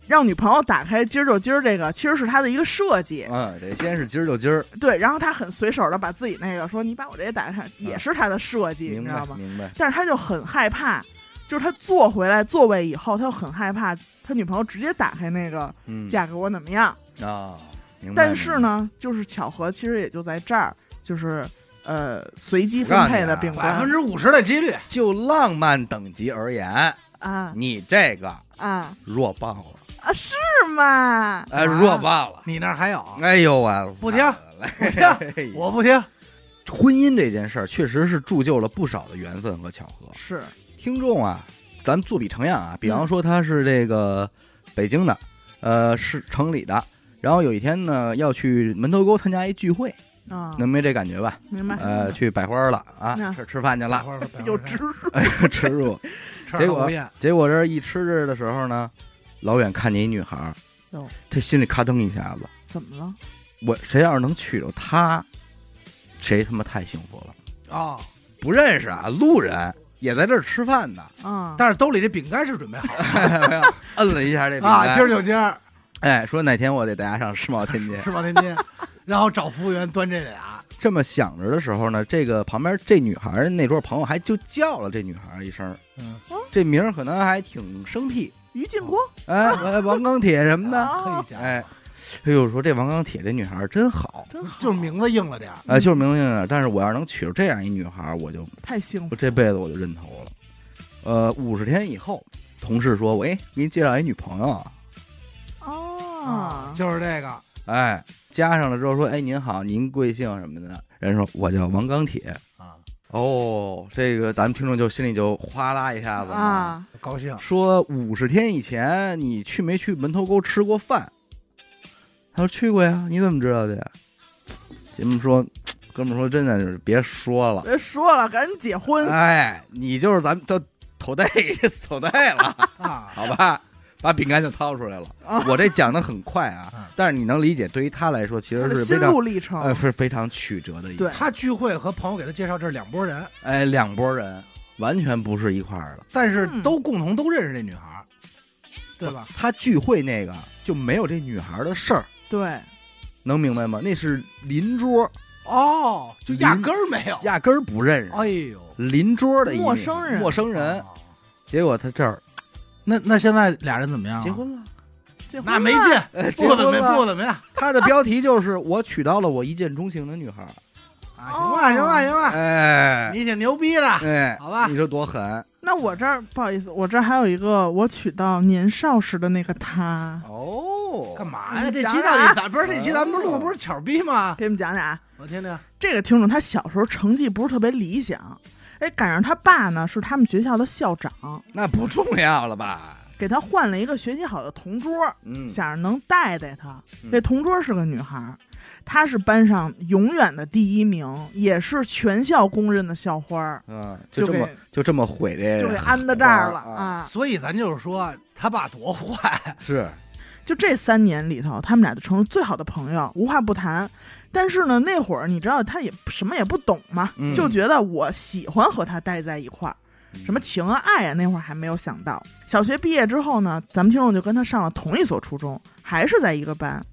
Speaker 3: 让女朋友打开今儿就今儿这个，其实是他的一个设计，
Speaker 1: 嗯，得先是今儿就今儿，
Speaker 3: 对，然后他很随手的把自己那个说你把我这打开，也是他的设计，
Speaker 1: 嗯明
Speaker 3: 你知道
Speaker 1: 白
Speaker 3: 吗？
Speaker 1: 明白，
Speaker 3: 但是他就很害怕，就是他坐回来座位以后，他就很害怕他女朋友直接打开那个
Speaker 1: 嗯，
Speaker 3: 嫁给我怎么样？
Speaker 1: 啊，明白
Speaker 3: 但是，呢，就是巧合，其实也就在这儿，就是呃随机
Speaker 1: 我
Speaker 3: 分
Speaker 1: 告诉
Speaker 3: 配
Speaker 1: 你
Speaker 3: 的
Speaker 1: 啊
Speaker 3: 饼
Speaker 2: 百分
Speaker 3: 干
Speaker 2: 之五十的几率，
Speaker 1: 明白就浪漫等级而言，
Speaker 3: 啊
Speaker 1: 你这个
Speaker 3: 啊
Speaker 1: 弱爆了，
Speaker 3: 啊，是吗？
Speaker 1: 哎，弱爆了，
Speaker 2: 你那儿还有？
Speaker 1: 哎呦我
Speaker 2: 不听不听
Speaker 1: 听
Speaker 2: 我不听，
Speaker 1: 婚姻这件事儿确实是铸就了不少的缘分和巧合。
Speaker 3: 啊是
Speaker 1: 听众啊，咱们作比成样啊，比方说他是这个北京的，呃，是城里的，然后有一天呢要去门头沟参加一聚会，
Speaker 3: 啊，
Speaker 1: 能没这感觉吧？
Speaker 3: 明白。
Speaker 1: 呃，去百花了啊，
Speaker 3: 嗯
Speaker 1: 吃吃饭去了，
Speaker 3: 有植入
Speaker 1: 哎呦，吃住。
Speaker 2: 吃了咽，
Speaker 1: 结果这一吃着的时候呢，老远看见一女孩儿
Speaker 3: 哟，
Speaker 1: 他心里咔噔一下子，
Speaker 3: 怎么了？
Speaker 1: 我谁要是能娶着她，谁他妈太幸福了。
Speaker 2: 哦，
Speaker 1: 不认识啊，路人也在这儿吃饭呢，
Speaker 3: 啊，
Speaker 2: 但是兜里这饼干是准备好了
Speaker 1: 摁了一下这饼
Speaker 2: 啊，
Speaker 1: 干
Speaker 2: 今儿就今儿，
Speaker 1: 哎，说哪天我得带他上世贸天街，
Speaker 2: 是吧，天津？然后找服务员端这俩，
Speaker 1: 这么想着的时候呢，这个旁边这女孩儿那桌朋友还就叫了这女孩儿一声儿，
Speaker 2: 嗯，
Speaker 1: 这名儿可能还挺生僻，
Speaker 3: 于建国
Speaker 1: 哎，王王钢铁什么的，
Speaker 2: 可
Speaker 3: 哦
Speaker 2: 以讲，
Speaker 1: 哎，哎呦，说这王钢铁这女孩儿真好，
Speaker 3: 真好，
Speaker 2: 就是名字硬了点儿，
Speaker 1: 哎，就是明明了。但是我要是能娶着这样一女孩儿，我就
Speaker 3: 太幸
Speaker 1: 我
Speaker 3: 福，
Speaker 1: 这辈子我就认头了。呃，五十天以后，同事说我哎，给你介绍一女朋友啊，
Speaker 3: 哦，
Speaker 2: 啊就是这个，
Speaker 1: 哎，加上了之后说哎您好，您贵姓什么的，人说我叫王钢铁。
Speaker 2: 啊，
Speaker 1: 哦，这个咱们听众就心里就哗啦一下子嘛
Speaker 3: 啊，
Speaker 2: 高兴，
Speaker 1: 说五十天以前你去没去门头沟吃过饭？他说去过呀，你怎么知道的呀？节目说，哥们儿说真的就是别说了，
Speaker 3: 别说了，赶紧结婚，
Speaker 1: 哎，你就是咱们都头戴头戴了，
Speaker 2: 啊，
Speaker 1: 好吧？把饼干就掏出来了。
Speaker 3: 啊
Speaker 1: 我这讲的很快
Speaker 2: 嗯
Speaker 1: 啊，但是你能理解，对于他来说其
Speaker 3: 他
Speaker 1: 实
Speaker 3: 的
Speaker 1: 是
Speaker 3: 心
Speaker 1: 非常
Speaker 3: 路历程，
Speaker 1: 呃是非常曲折的一
Speaker 3: 啊对
Speaker 2: 他聚会和朋友给他介绍这是两拨人，
Speaker 1: 哎两拨人完全不是一块儿的。
Speaker 2: 但是
Speaker 3: 嗯
Speaker 2: 都共同都认识这女孩儿，对吧？
Speaker 1: 他聚会那个就没有这女孩的事儿，
Speaker 3: 对，
Speaker 1: 能明白吗？那是邻桌，
Speaker 2: 哦，就压根儿没有，
Speaker 1: 压根儿不认识，
Speaker 2: 哎呦，
Speaker 1: 邻桌的一
Speaker 3: 陌
Speaker 1: 女
Speaker 3: 生
Speaker 1: 孩
Speaker 3: 人
Speaker 1: 陌生人。
Speaker 2: 哦
Speaker 1: 结果他这儿
Speaker 2: 那那现在俩人怎么样？
Speaker 1: 结，婚了，
Speaker 3: 结婚
Speaker 2: 那没
Speaker 3: 了
Speaker 2: 劲，
Speaker 1: 呃结
Speaker 2: 啊不
Speaker 1: 婚
Speaker 2: 怎么
Speaker 1: 了。
Speaker 2: 不怎么样
Speaker 1: 他的标题就是我娶到了我一见钟情的女孩，
Speaker 2: 啊？行吧，行吧，行吧，
Speaker 1: 哎
Speaker 2: 你挺牛逼的，
Speaker 1: 哎，
Speaker 2: 好吧
Speaker 1: 你说多狠
Speaker 3: 那我这儿不好意思，我这儿还有一个我娶到年少时的那个他，
Speaker 1: 哦
Speaker 2: 干？嘛呀？
Speaker 3: 你
Speaker 2: 这
Speaker 3: 讲
Speaker 2: 期到
Speaker 3: 啊
Speaker 2: 底咱不是这期咱们录不是巧逼吗？
Speaker 3: 给你们讲讲啊，
Speaker 2: 我听听，
Speaker 3: 这个听众他小时候成绩不是特别理想，哎，赶上他爸呢是他们学校的校长，
Speaker 1: 那不重要了吧？
Speaker 3: 给他换了一个学习好的同桌，
Speaker 1: 嗯，
Speaker 3: 想着能带带他。
Speaker 1: 嗯
Speaker 3: 这同桌是个女孩儿，她是班上永远的第一名，也是全校公认的校花儿，
Speaker 1: 嗯，就这么
Speaker 3: 就给
Speaker 1: 就这么毁这，
Speaker 3: 就给安到这儿了
Speaker 1: 啊
Speaker 3: 啊！
Speaker 2: 所以咱就是说他爸多坏，
Speaker 1: 是
Speaker 3: 就这三年里头，他们俩就成了最好的朋友，无话不谈。但是呢，那会儿你知道，他也什么也不懂嘛，
Speaker 1: 嗯
Speaker 3: 就觉得我喜欢和他待在一块儿，什么情啊爱啊，那会儿还没有想到。小学毕业之后呢，咱们听众就跟他上了同一所初中，还是在一个班，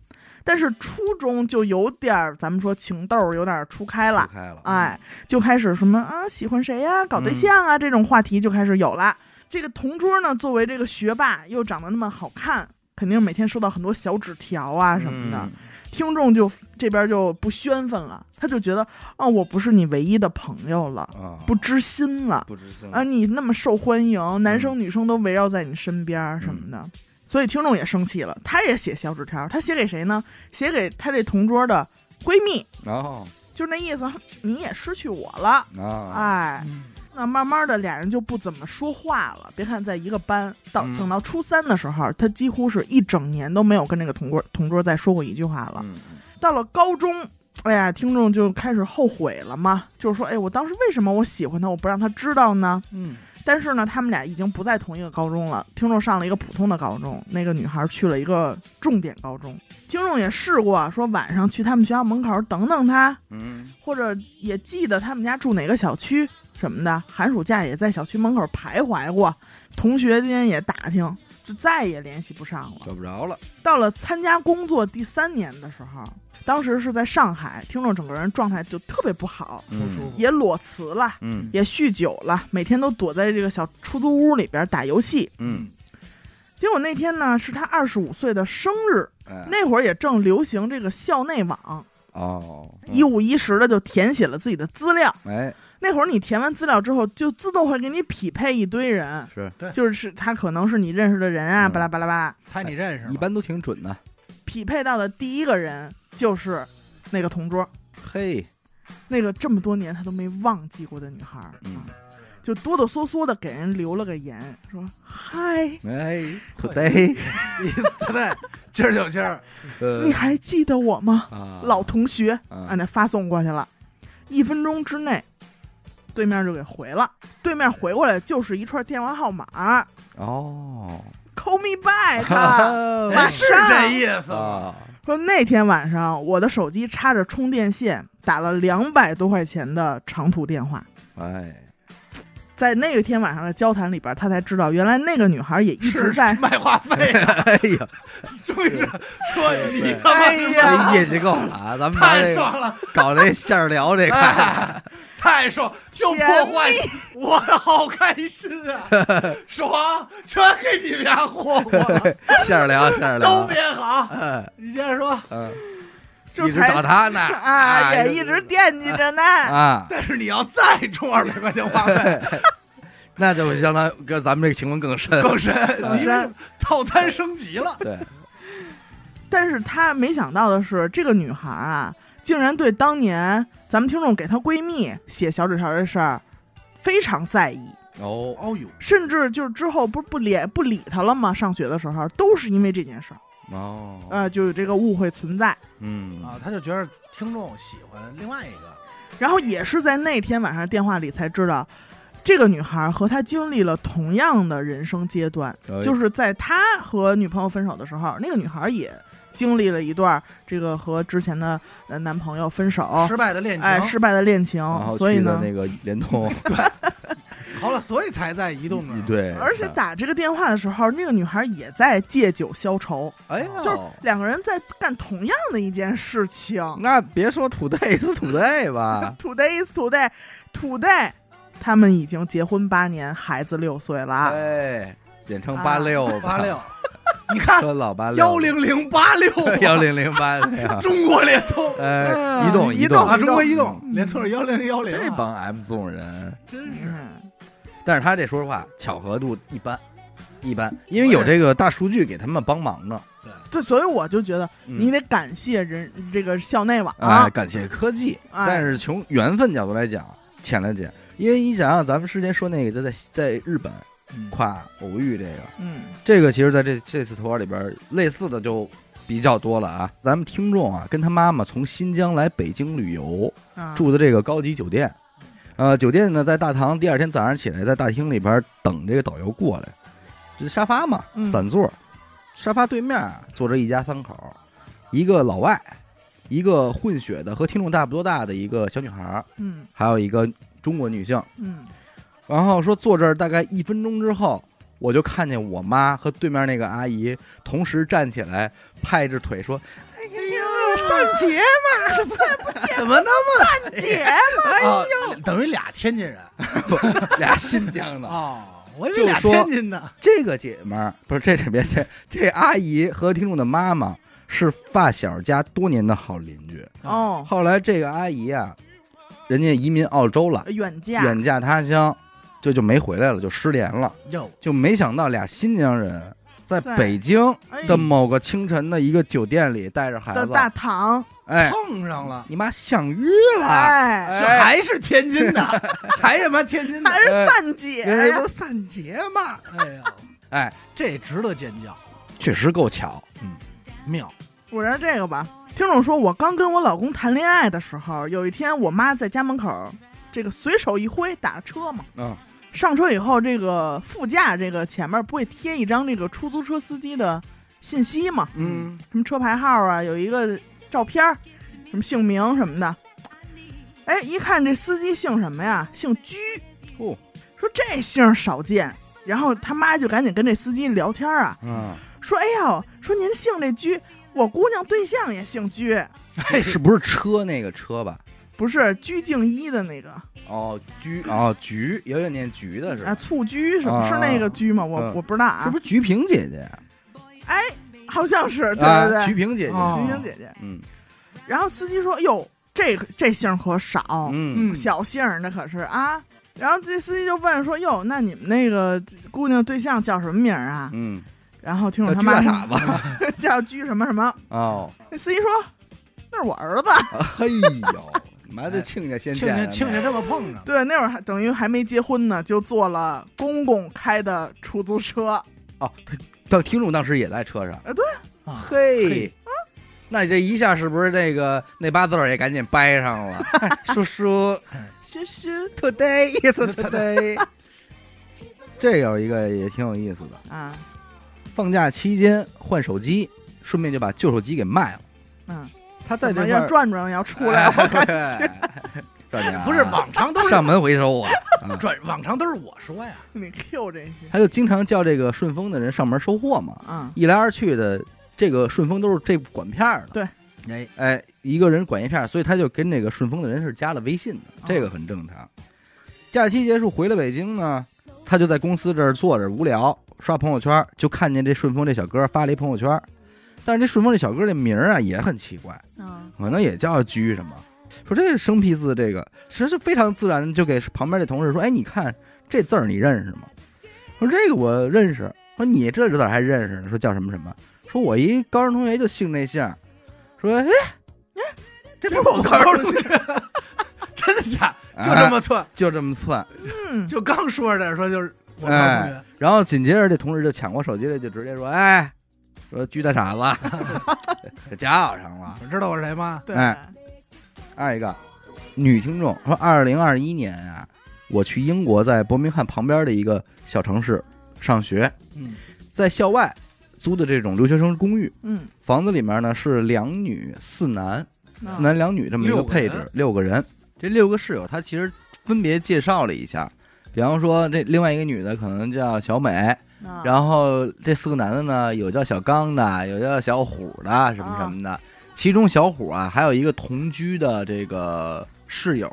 Speaker 3: 但是初中就有点儿，咱们说情窦儿有点儿初开了
Speaker 1: 不，开了，
Speaker 3: 哎，就开始什么啊，喜欢谁呀、搞对象啊、这种话题就开始有了。这个同桌呢，作为这个学霸，又长得那么好看，肯定每天收到很多小纸条啊什么的。
Speaker 1: 嗯
Speaker 3: 听众就这边就不宣愤了，他就觉得，哦，我不是你唯一的朋友了，
Speaker 1: 啊，
Speaker 3: 不知心了
Speaker 1: 不知情
Speaker 3: 啊！你那么受欢迎，男生女生都围绕在你身边儿什么的。所以听众也生气了，他也写小纸条，他写给谁呢？写给他这同桌的闺蜜，
Speaker 1: 然后
Speaker 3: 就那意思，你也失去我了，
Speaker 1: 啊，
Speaker 3: 哎，
Speaker 2: 嗯
Speaker 3: 那慢慢的俩人就不怎么说话了。别看在一个班，到
Speaker 1: 嗯
Speaker 3: 等到初三的时候，他几乎是一整年都没有跟这个同桌同桌再说过一句话了。
Speaker 1: 嗯
Speaker 3: 到了高中，哎呀，听众就开始后悔了嘛，就是说，哎，我当时为什么我喜欢他，我不让他知道呢？
Speaker 2: 嗯，
Speaker 3: 但是呢，他们俩已经不在同一个高中了。听众上了一个普通的高中，那个女孩去了一个重点高中。听众也试过说晚上去他们学校门口等等他，
Speaker 1: 嗯
Speaker 3: 或者也记得他们家住哪个小区什么的，寒暑假也在小区门口徘徊过，同学间也打听，就再也联系不上了。
Speaker 1: 找不着了，
Speaker 3: 到了参加工作第三年的时候，当时是在上海，听众整个人状态就特别不好，
Speaker 2: 不舒
Speaker 1: 嗯
Speaker 2: 服，
Speaker 3: 也裸辞了，
Speaker 1: 嗯
Speaker 3: 也酗酒了，每天都躲在这个小出租屋里边打游戏。
Speaker 1: 嗯，
Speaker 3: 结果那天呢，是他二十五岁的生日，
Speaker 1: 哎
Speaker 3: 那会儿也正流行这个校内网，
Speaker 1: 哦，
Speaker 3: 一五一十的就填写了自己的资料。
Speaker 1: 哎
Speaker 3: 那会儿你填完资料之后，就自动会给你匹配一堆人，
Speaker 1: 是
Speaker 3: 就是他可能是你认识的人啊，
Speaker 1: 嗯
Speaker 3: 巴拉巴拉巴拉，
Speaker 2: 猜你认识吗
Speaker 1: 一般都挺准的，
Speaker 3: 匹配到的第一个人就是那个同桌，
Speaker 1: 嘿，
Speaker 3: 那个这么多年他都没忘记过的女孩儿，
Speaker 1: 嗯
Speaker 3: 啊就哆哆嗦嗦的给人留了个言，说嗨。
Speaker 1: 哎
Speaker 2: 会
Speaker 1: ，today，
Speaker 2: 对，今儿就今儿，
Speaker 1: 呃
Speaker 3: 你还记得我吗，
Speaker 1: 啊
Speaker 3: 老同学？
Speaker 1: 啊
Speaker 3: 按那发送过去了，一分钟之内，对面就给回了。对面回过来就是一串电话号码
Speaker 1: 哦
Speaker 3: ，call me back。 啊
Speaker 2: 哎
Speaker 3: 马
Speaker 2: 是
Speaker 3: 呃上
Speaker 2: 这意思吗？
Speaker 1: 啊，
Speaker 3: 说那天晚上我的手机插着充电线，打了两百多块钱的长途电话，
Speaker 1: 哎，
Speaker 3: 在那个天晚上的交谈里边，他才知道原来那个女孩也一直
Speaker 2: 是
Speaker 3: 在
Speaker 2: 哎卖话费 的，
Speaker 1: 哎呀，
Speaker 2: 终于是说你他妈
Speaker 3: 哎
Speaker 2: 是
Speaker 3: 呀
Speaker 1: 这业绩够了啊！咱们拿
Speaker 2: 太
Speaker 1: 这
Speaker 2: 爽
Speaker 1: 个
Speaker 2: 了，
Speaker 1: 搞这馅儿聊这个，
Speaker 2: 哎，太爽，就破坏，我好开心啊！爽，全给你们俩霍霍了，
Speaker 1: 馅儿聊馅儿
Speaker 2: 都
Speaker 1: 聊，
Speaker 2: 别好。
Speaker 1: 哎
Speaker 2: 你接着说，
Speaker 1: 嗯，
Speaker 3: 就
Speaker 1: 一直
Speaker 3: 才
Speaker 1: 打他呢， 哎
Speaker 3: 啊，
Speaker 2: 哎
Speaker 3: 也一直惦记着呢。
Speaker 1: 啊，
Speaker 2: 但是你要再充二百块钱话费，
Speaker 1: 那就相当于跟咱们这个情况更深。
Speaker 2: 更深，
Speaker 3: 更
Speaker 2: 因为
Speaker 3: 深
Speaker 2: 套餐升级了。
Speaker 1: 对，
Speaker 3: 但是他没想到的是，这个女孩啊，竟然对当年咱们听众给她闺蜜写小纸条的事儿非常在意，
Speaker 1: 哦，
Speaker 2: 哦呦，
Speaker 3: 甚至就是之后不是不理不理她了吗？上学的时候都是因为这件事儿，
Speaker 1: 哦，
Speaker 3: 呃，就有这个误会存在。
Speaker 1: 嗯
Speaker 2: 啊，他就觉得听众喜欢另外一个，
Speaker 3: 然后也是在那天晚上电话里才知道，这个女孩和她经历了同样的人生阶段，
Speaker 1: 哎
Speaker 3: 就是在他和女朋友分手的时候，那个女孩也经历了一段这个和之前的呃男朋友分手，
Speaker 2: 失败的恋
Speaker 3: 哎，
Speaker 2: 情。
Speaker 3: 失败的恋情
Speaker 1: 然后，
Speaker 3: 所以
Speaker 1: 去的
Speaker 3: 呢，
Speaker 1: 那个联通，
Speaker 2: 好了，所以才在移动
Speaker 1: 一
Speaker 2: 呢。
Speaker 1: 对，
Speaker 3: 而且打这个电话的时候，那个女孩也在借酒消愁，
Speaker 1: 哎呦，
Speaker 3: 就是两个人在干同样的一件事情。，
Speaker 1: 那别说土 o 是土 o 吧
Speaker 3: Today is today, today，他们已经结婚八年，孩子六岁了 啊。
Speaker 1: 哎，简称八六
Speaker 2: 啊八六，你看
Speaker 1: 说老八六
Speaker 2: 幺零零八六啊
Speaker 1: 幺零零八 六，
Speaker 2: 中国联通
Speaker 1: 哎，移动
Speaker 3: 移动
Speaker 1: 动嗯
Speaker 2: 啊，
Speaker 3: 移
Speaker 2: 中国移动联通是幺零零幺零，啊
Speaker 1: 这帮 M 纵人，
Speaker 2: 真是
Speaker 3: 嗯，
Speaker 1: 但是他这说实话巧合度一般，一般，因为有这个大数据给他们帮忙呢。
Speaker 3: 对，所以我就觉得
Speaker 1: 嗯
Speaker 3: 你得感谢人这个校内网啊
Speaker 1: 哎，感谢科技，
Speaker 3: 哎
Speaker 1: 但是从缘分角度来讲，浅了解，因为你想啊想咱们之前说那个就在在日本
Speaker 2: 嗯
Speaker 1: 跨偶遇这个，
Speaker 3: 嗯，
Speaker 1: 这个其实在这这次投稿里边，类似的就比较多了啊。咱们听众啊，跟他妈妈从新疆来北京旅游，
Speaker 3: 啊
Speaker 1: 住的这个高级酒店，呃，酒店呢在大堂，第二天早上起来在大厅里边等这个导游过来，这沙发嘛
Speaker 3: 嗯，
Speaker 1: 散座，沙发对面啊坐着一家三口，一个老外，一个混血的和听众大不多大的一个小女孩，
Speaker 3: 嗯
Speaker 1: 还有一个中国女性。
Speaker 3: 嗯
Speaker 1: 然后说坐这儿大概一分钟之后，我就看见我妈和对面那个阿姨同时站起来，拍着腿说：“ 哎呦，三姐
Speaker 2: 怎么那么
Speaker 3: 姐，
Speaker 2: 啊？等于俩天津人
Speaker 1: 夫，俩新疆的。
Speaker 2: 哦，我以
Speaker 1: 就
Speaker 2: 为俩
Speaker 1: 说
Speaker 2: 天津的”
Speaker 1: 这个姐们儿不是这这别这这阿姨和听众的妈妈是发小加多年的好邻居。
Speaker 3: 哦，
Speaker 1: 后来这个阿姨啊，人家移民澳洲了，
Speaker 3: 远嫁，
Speaker 1: 远嫁他乡，就就没回来了，就失联了，
Speaker 2: 哟，
Speaker 1: 就没想到俩新疆人在
Speaker 3: 在
Speaker 1: 北京。
Speaker 3: 哎
Speaker 1: 的某个清晨的一个酒店里带着孩
Speaker 3: 的
Speaker 1: 子，
Speaker 3: 大堂，
Speaker 1: 哎，
Speaker 2: 碰上了，
Speaker 1: 你妈相遇了，
Speaker 3: 哎，
Speaker 1: 哎
Speaker 2: 这还是天津的，还是他妈天津的
Speaker 3: 还，是哎三姐
Speaker 1: 原来
Speaker 3: 呀
Speaker 1: 不，三姐嘛，
Speaker 2: 哎呀，
Speaker 1: 哎，
Speaker 2: 这值得尖叫，
Speaker 1: 确实够巧，嗯
Speaker 2: 妙，
Speaker 3: 我说这个吧，听众说，我刚跟我老公谈恋爱的时候，有一天我妈在家门口，这个随手一挥，打着车嘛，
Speaker 1: 嗯，
Speaker 3: 上车以后，这个副驾这个前面不会贴一张这个出租车司机的信息嘛，
Speaker 1: 嗯，
Speaker 3: 什么车牌号啊，有一个照片儿，什么姓名什么的。哎，一看这司机姓什么呀？姓居。
Speaker 1: 哦，
Speaker 3: 说这姓儿少见。然后他妈就赶紧跟这司机聊天儿啊，
Speaker 1: 嗯，
Speaker 3: 说：“哎呦，说您姓这居，我姑娘对象也姓居，
Speaker 2: 哎，
Speaker 1: 是不是车那个车吧？
Speaker 3: 不是鞠婧祎的那个
Speaker 1: 哦，菊，哦，菊，有点念菊的是
Speaker 3: 啊，
Speaker 1: 吧，
Speaker 3: 蹴鞠是
Speaker 1: 啊
Speaker 3: 不是那个鞠吗？我
Speaker 1: 嗯
Speaker 3: 我不知道啊，
Speaker 1: 是不是菊萍姐姐呀？
Speaker 3: 哎，好像是，对
Speaker 1: 啊
Speaker 3: 对
Speaker 1: 菊
Speaker 3: 对，
Speaker 1: 萍姐姐，
Speaker 2: 哦
Speaker 3: 鞠婧姐姐。
Speaker 1: 嗯
Speaker 3: 然后司机说：哟，这个这姓儿可少，
Speaker 1: 嗯，
Speaker 3: 小姓儿，那可是啊。然后这司机就问说：“哟，那你们那个姑娘对象叫什么名儿啊
Speaker 1: 嗯，？”
Speaker 3: 然后听
Speaker 1: 叫啊
Speaker 3: 众他
Speaker 1: 菊
Speaker 3: 妈
Speaker 1: 大傻吧？
Speaker 3: 说 叫居什么什么。
Speaker 1: 哦，
Speaker 3: 那司机说：“那是我儿子。
Speaker 1: 哎呦，妈的，亲家先
Speaker 2: 亲
Speaker 1: 见
Speaker 2: 家
Speaker 1: 了
Speaker 2: 亲家这么碰上”，
Speaker 3: 对，那会儿还等于还没结婚呢，就坐了公公开的出租车。
Speaker 1: 哦，他当听众当时也在车上，
Speaker 3: 啊对
Speaker 2: 啊
Speaker 1: 嘿
Speaker 2: 嘿，
Speaker 1: 那你这一下是不是那个那八字儿也赶紧掰上了？叔叔
Speaker 3: 其实
Speaker 1: ，today is today。这有一个也挺有意思的，
Speaker 3: 啊，
Speaker 1: 放假期间换手机，顺便就把旧手机给卖了。
Speaker 3: 嗯，
Speaker 1: 他在这
Speaker 3: 怎么
Speaker 1: 块
Speaker 3: 要
Speaker 1: 儿
Speaker 3: 转转要出来，我
Speaker 1: 哎少年啊
Speaker 2: 不是往常都是
Speaker 1: 上门回收啊，啊
Speaker 2: 转，往常都是我说呀，
Speaker 3: 你 Q 这些，
Speaker 1: 他就经常叫这个顺丰的人上门收货嘛。
Speaker 3: 嗯，
Speaker 1: 一来二去的，这个顺丰都是这管片儿的。
Speaker 3: 对，
Speaker 1: 哎哎，一个人管一片儿，所以他就跟那个顺丰的人是加了微信的，
Speaker 3: 哦
Speaker 1: 这个很正常。假期结束回了北京呢，他就在公司这儿坐着无聊刷朋友圈儿，就看见这顺丰这小哥发了一朋友圈儿，但是这顺丰这小哥这名儿啊也很奇怪，
Speaker 3: 嗯，
Speaker 1: 可能也叫居什么。说这是生僻字，这个其实非常自然，就给旁边这同事说：“哎，你看这字儿你认识吗？”说这个我认识。说你这字儿还认识呢？说叫什么什么？说我一高中同学就姓这姓儿。说哎，
Speaker 2: 这不是我高中同学，真的假？就这么寸，
Speaker 1: 就这么算。
Speaker 3: 嗯
Speaker 2: 就刚说着说就是我高中同学，
Speaker 1: 然后紧接着这同事就抢过手机来，就直接说：“哎，说居大傻子，给叫上了。”
Speaker 2: 你知道我是谁吗？
Speaker 3: 对，
Speaker 1: 哎二一个女听众说，二零二一年啊，我去英国在伯明翰旁边的一个小城市上学，
Speaker 2: 嗯，
Speaker 1: 在校外租的这种留学生公寓，
Speaker 3: 嗯，
Speaker 1: 房子里面呢是两女四男，
Speaker 3: 嗯
Speaker 1: 四男两女这么一个配置，六个人。这六个室友，他其实分别介绍了一下，比方说这另外一个女的可能叫小美，
Speaker 3: 啊
Speaker 1: 然后这四个男的呢，有叫小刚的，有叫小虎的，什么什么的。其中小虎啊，还有一个同居的这个室友，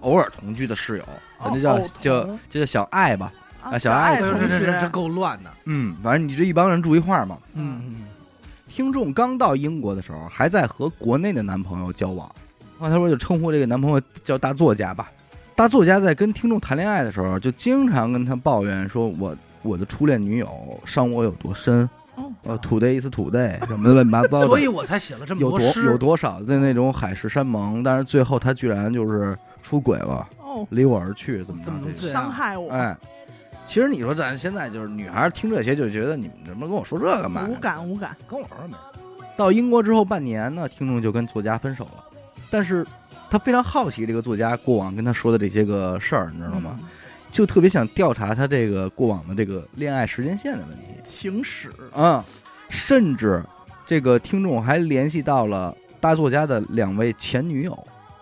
Speaker 1: 偶尔同居的室友，咱就叫、
Speaker 3: 偶同
Speaker 1: 就就叫小爱吧。啊
Speaker 3: 啊，
Speaker 1: 小爱
Speaker 3: 爱
Speaker 1: 同
Speaker 2: 这
Speaker 3: 同
Speaker 2: 这这这
Speaker 3: 学，
Speaker 2: 够乱的，
Speaker 1: 嗯，反正你这一帮人住一块儿嘛。
Speaker 3: 嗯，
Speaker 2: 嗯，
Speaker 1: 听众刚到英国的时候，还在和国内的男朋友交往，后他说就称呼这个男朋友叫大作家吧。大作家在跟听众谈恋爱的时候，就经常跟他抱怨说我：“我的初恋女友伤我有多深，
Speaker 3: 哦
Speaker 1: 呃，土地一次土地什么乱七八糟的。”
Speaker 2: 所以我才写了这么
Speaker 1: 有
Speaker 2: 诗，
Speaker 1: 有多少的那种海誓山盟，但是最后他居然就是出轨了，
Speaker 3: 哦，
Speaker 1: 离我而去，怎么
Speaker 2: 怎么
Speaker 1: 着
Speaker 2: 能
Speaker 1: 这
Speaker 2: 这
Speaker 1: 个
Speaker 2: 样
Speaker 3: 伤害我，
Speaker 1: 哎，其实你说咱现在就是女孩听这些就觉得你们怎么跟我说这干嘛？
Speaker 3: 无感无感，
Speaker 2: 跟我说没？
Speaker 1: 到英国之后半年呢，听众就跟作家分手了，但是他非常好奇这个作家过往跟他说的这些个事儿，你知道吗？
Speaker 3: 嗯？
Speaker 1: 就特别想调查他这个过往的这个恋爱时间线的问题。
Speaker 3: 情史，
Speaker 2: 嗯
Speaker 1: 啊，甚至这个听众还联系到了大作家的两位前女友，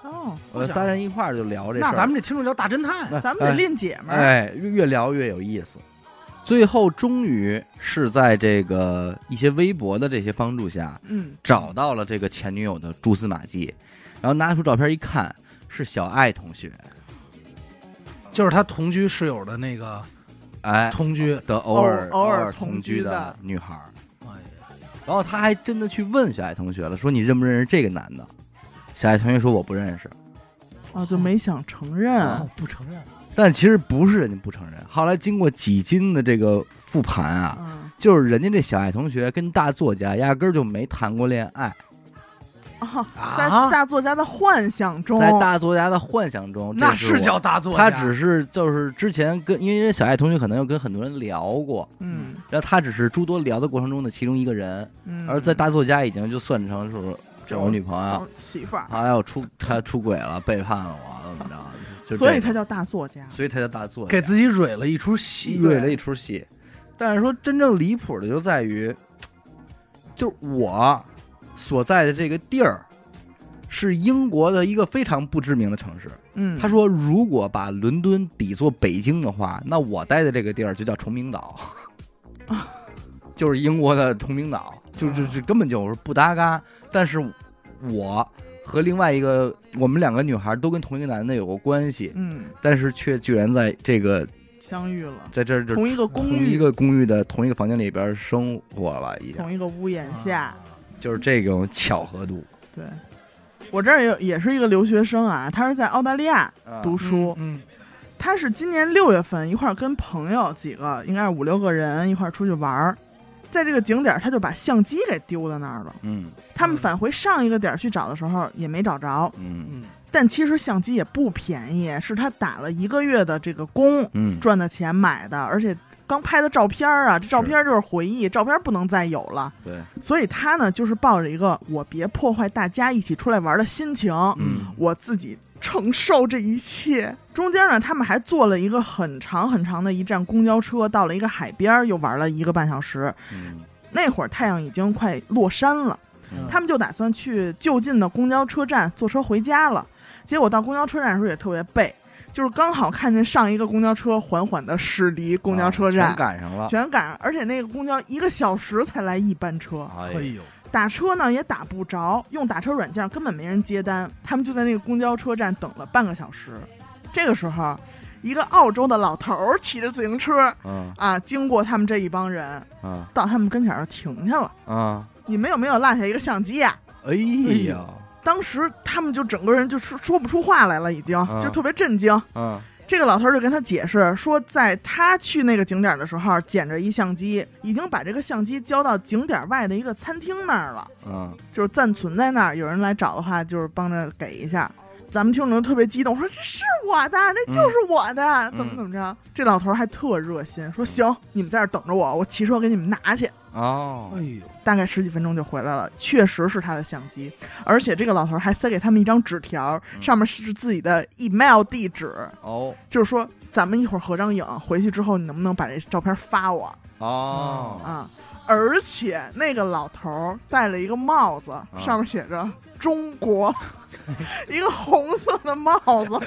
Speaker 3: 哦，
Speaker 1: 呃，仨人一块儿就聊这事儿。
Speaker 2: 那咱们这听众叫大侦探，
Speaker 1: 哎
Speaker 3: 咱们得练姐
Speaker 2: 啊
Speaker 3: 们儿，
Speaker 1: 哎，越聊越有意思。最后，终于是在这个一些微博的这些帮助下，
Speaker 3: 嗯，
Speaker 1: 找到了这个前女友的蛛丝马迹，然后拿出照片一看，是小爱同学，
Speaker 2: 就是他同居室友的那个
Speaker 1: 哎，
Speaker 2: 同居，
Speaker 1: 的偶尔
Speaker 3: 偶偶尔
Speaker 1: 同
Speaker 3: 同居
Speaker 1: 的
Speaker 3: 的
Speaker 1: 女孩儿。然后他还真的去问小爱同学了，说你认不认识这个男的？小爱同学说我不认识，啊
Speaker 3: 哦，就没想承
Speaker 1: 嗯
Speaker 3: 认，
Speaker 2: 哦不承认，
Speaker 1: 但其实不是人家不承认。后来经过几经的这个复盘啊，
Speaker 3: 嗯，
Speaker 1: 就是人家这小爱同学跟大作家压根儿就没谈过恋爱，
Speaker 3: 哦，
Speaker 2: 啊
Speaker 3: 在大作家的幻想中，
Speaker 1: 在大作家的幻想中，
Speaker 2: 那
Speaker 1: 这是
Speaker 2: 是
Speaker 1: 我
Speaker 2: 叫大作
Speaker 1: 他
Speaker 2: 家，
Speaker 1: 只是就是之前跟因为人家小爱同学可能又跟很多人聊过，
Speaker 3: 嗯
Speaker 1: 然后他只是诸多聊的过程中的其中一个人，
Speaker 3: 嗯，
Speaker 1: 而在啊大作家已经就算成是这我女朋友，
Speaker 3: 找媳妇儿，
Speaker 1: 他要出他出轨了，背叛了我，怎么着？就
Speaker 3: 所以
Speaker 1: 这
Speaker 3: 他
Speaker 1: 种
Speaker 3: 叫大作家，
Speaker 1: 所以他叫大作
Speaker 2: 给自己蕊了一出戏，
Speaker 1: 蕊了一出戏。但是说真正离谱的就在于，就是我所在的这个地儿是英国的一个非常不知名的城市。
Speaker 3: 嗯，
Speaker 1: 他说，如果把伦敦比作北京的话，那我待的这个地儿就叫崇明 岛，就是英国的崇明岛，就就就根本就是不搭嘎。但是我和另外一个，我们两个女孩都跟同一个男的有过关系，
Speaker 3: 嗯，
Speaker 1: 但是却居然在这个
Speaker 3: 相遇了，
Speaker 1: 在这儿就
Speaker 3: 同一个公
Speaker 1: 同一
Speaker 3: 寓，
Speaker 1: 个公寓的同一个房间里边生活了，已经
Speaker 3: 同一个屋檐
Speaker 1: 啊
Speaker 3: 下，
Speaker 2: 啊
Speaker 1: 就是这种巧合度。
Speaker 3: 对。我这儿也也是一个留学生啊，他是在澳大利亚
Speaker 1: 啊
Speaker 3: 读书，
Speaker 2: 嗯，
Speaker 3: 他是今年六月份一块儿跟朋友几个，应该是五六个人一块儿出去玩儿，在这个景点儿他就把相机给丢在那儿了。
Speaker 1: 嗯
Speaker 3: 他们
Speaker 2: 嗯
Speaker 3: 返回上一个点儿去找的时候也没找着，
Speaker 1: 嗯
Speaker 2: 嗯，
Speaker 3: 但其实相机也不便宜，是他打了一个月的这个工
Speaker 1: 嗯，
Speaker 3: 赚的钱买的，而且刚拍的照片儿啊，这照片儿就是回忆，照片儿不能再有了。
Speaker 1: 对，
Speaker 3: 所以他呢，就是抱着一个我别破坏大家一起出来玩的心情，
Speaker 1: 嗯
Speaker 3: 我自己承受这一切。中间呢，他们还坐了一个很长很长的一站公交车，到了一个海边儿，又玩了一个半小时。
Speaker 1: 嗯
Speaker 3: 那会儿太阳已经快落山了，
Speaker 1: 嗯
Speaker 3: 他们就打算去就近的公交车站坐车回家了。结果到公交车站的时候也特别背，就是刚好看见上一个公交车缓缓的驶离公交车
Speaker 1: 啊
Speaker 3: 站，
Speaker 1: 全赶上了。
Speaker 3: 全赶上，而且那个公交一个小时才来一班车，
Speaker 1: 哎
Speaker 2: 哎呦，
Speaker 3: 打车呢也打不着，用打车软件根本没人接单，他们就在那个公交车站等了半个小时。这个时候，一个澳洲的老头儿骑着自行车
Speaker 1: 嗯
Speaker 3: 啊，经过他们这一帮人，
Speaker 1: 嗯
Speaker 3: 到他们跟前儿就停下了。
Speaker 1: 嗯，
Speaker 3: 你们有没有落下一个相机呀、
Speaker 1: 哎呀，
Speaker 3: 当时他们就整个人就说说不出话来了，已经
Speaker 1: 啊
Speaker 3: 就特别震惊。
Speaker 1: 嗯
Speaker 3: 这个老头儿就跟他解释说，在他去那个景点的时候捡着一相机，已经把这个相机交到景点外的一个餐厅那儿了。
Speaker 1: 嗯
Speaker 3: 就是暂存在那儿，有人来找的话，就是帮着给一下。咱们听众都特别激动，说这是我的，那就是我的，怎么怎么着？这老头儿还特热心，说行，你们在这儿等着我，我骑车给你们拿去。
Speaker 1: 哦
Speaker 2: 哎，呦，
Speaker 3: 大概十几分钟就回来了，确实是他的相机，而且这个老头儿还塞给他们一张纸条，
Speaker 1: 嗯
Speaker 3: 上面是自己的 email 地址，
Speaker 1: 哦
Speaker 3: 就是说咱们一会儿合张影，回去之后你能不能把这照片发我
Speaker 1: 哦，
Speaker 3: 啊？而且那个老头儿戴了一个帽子，
Speaker 1: 啊
Speaker 3: 上面写着“中国”， 一个红色的帽 子，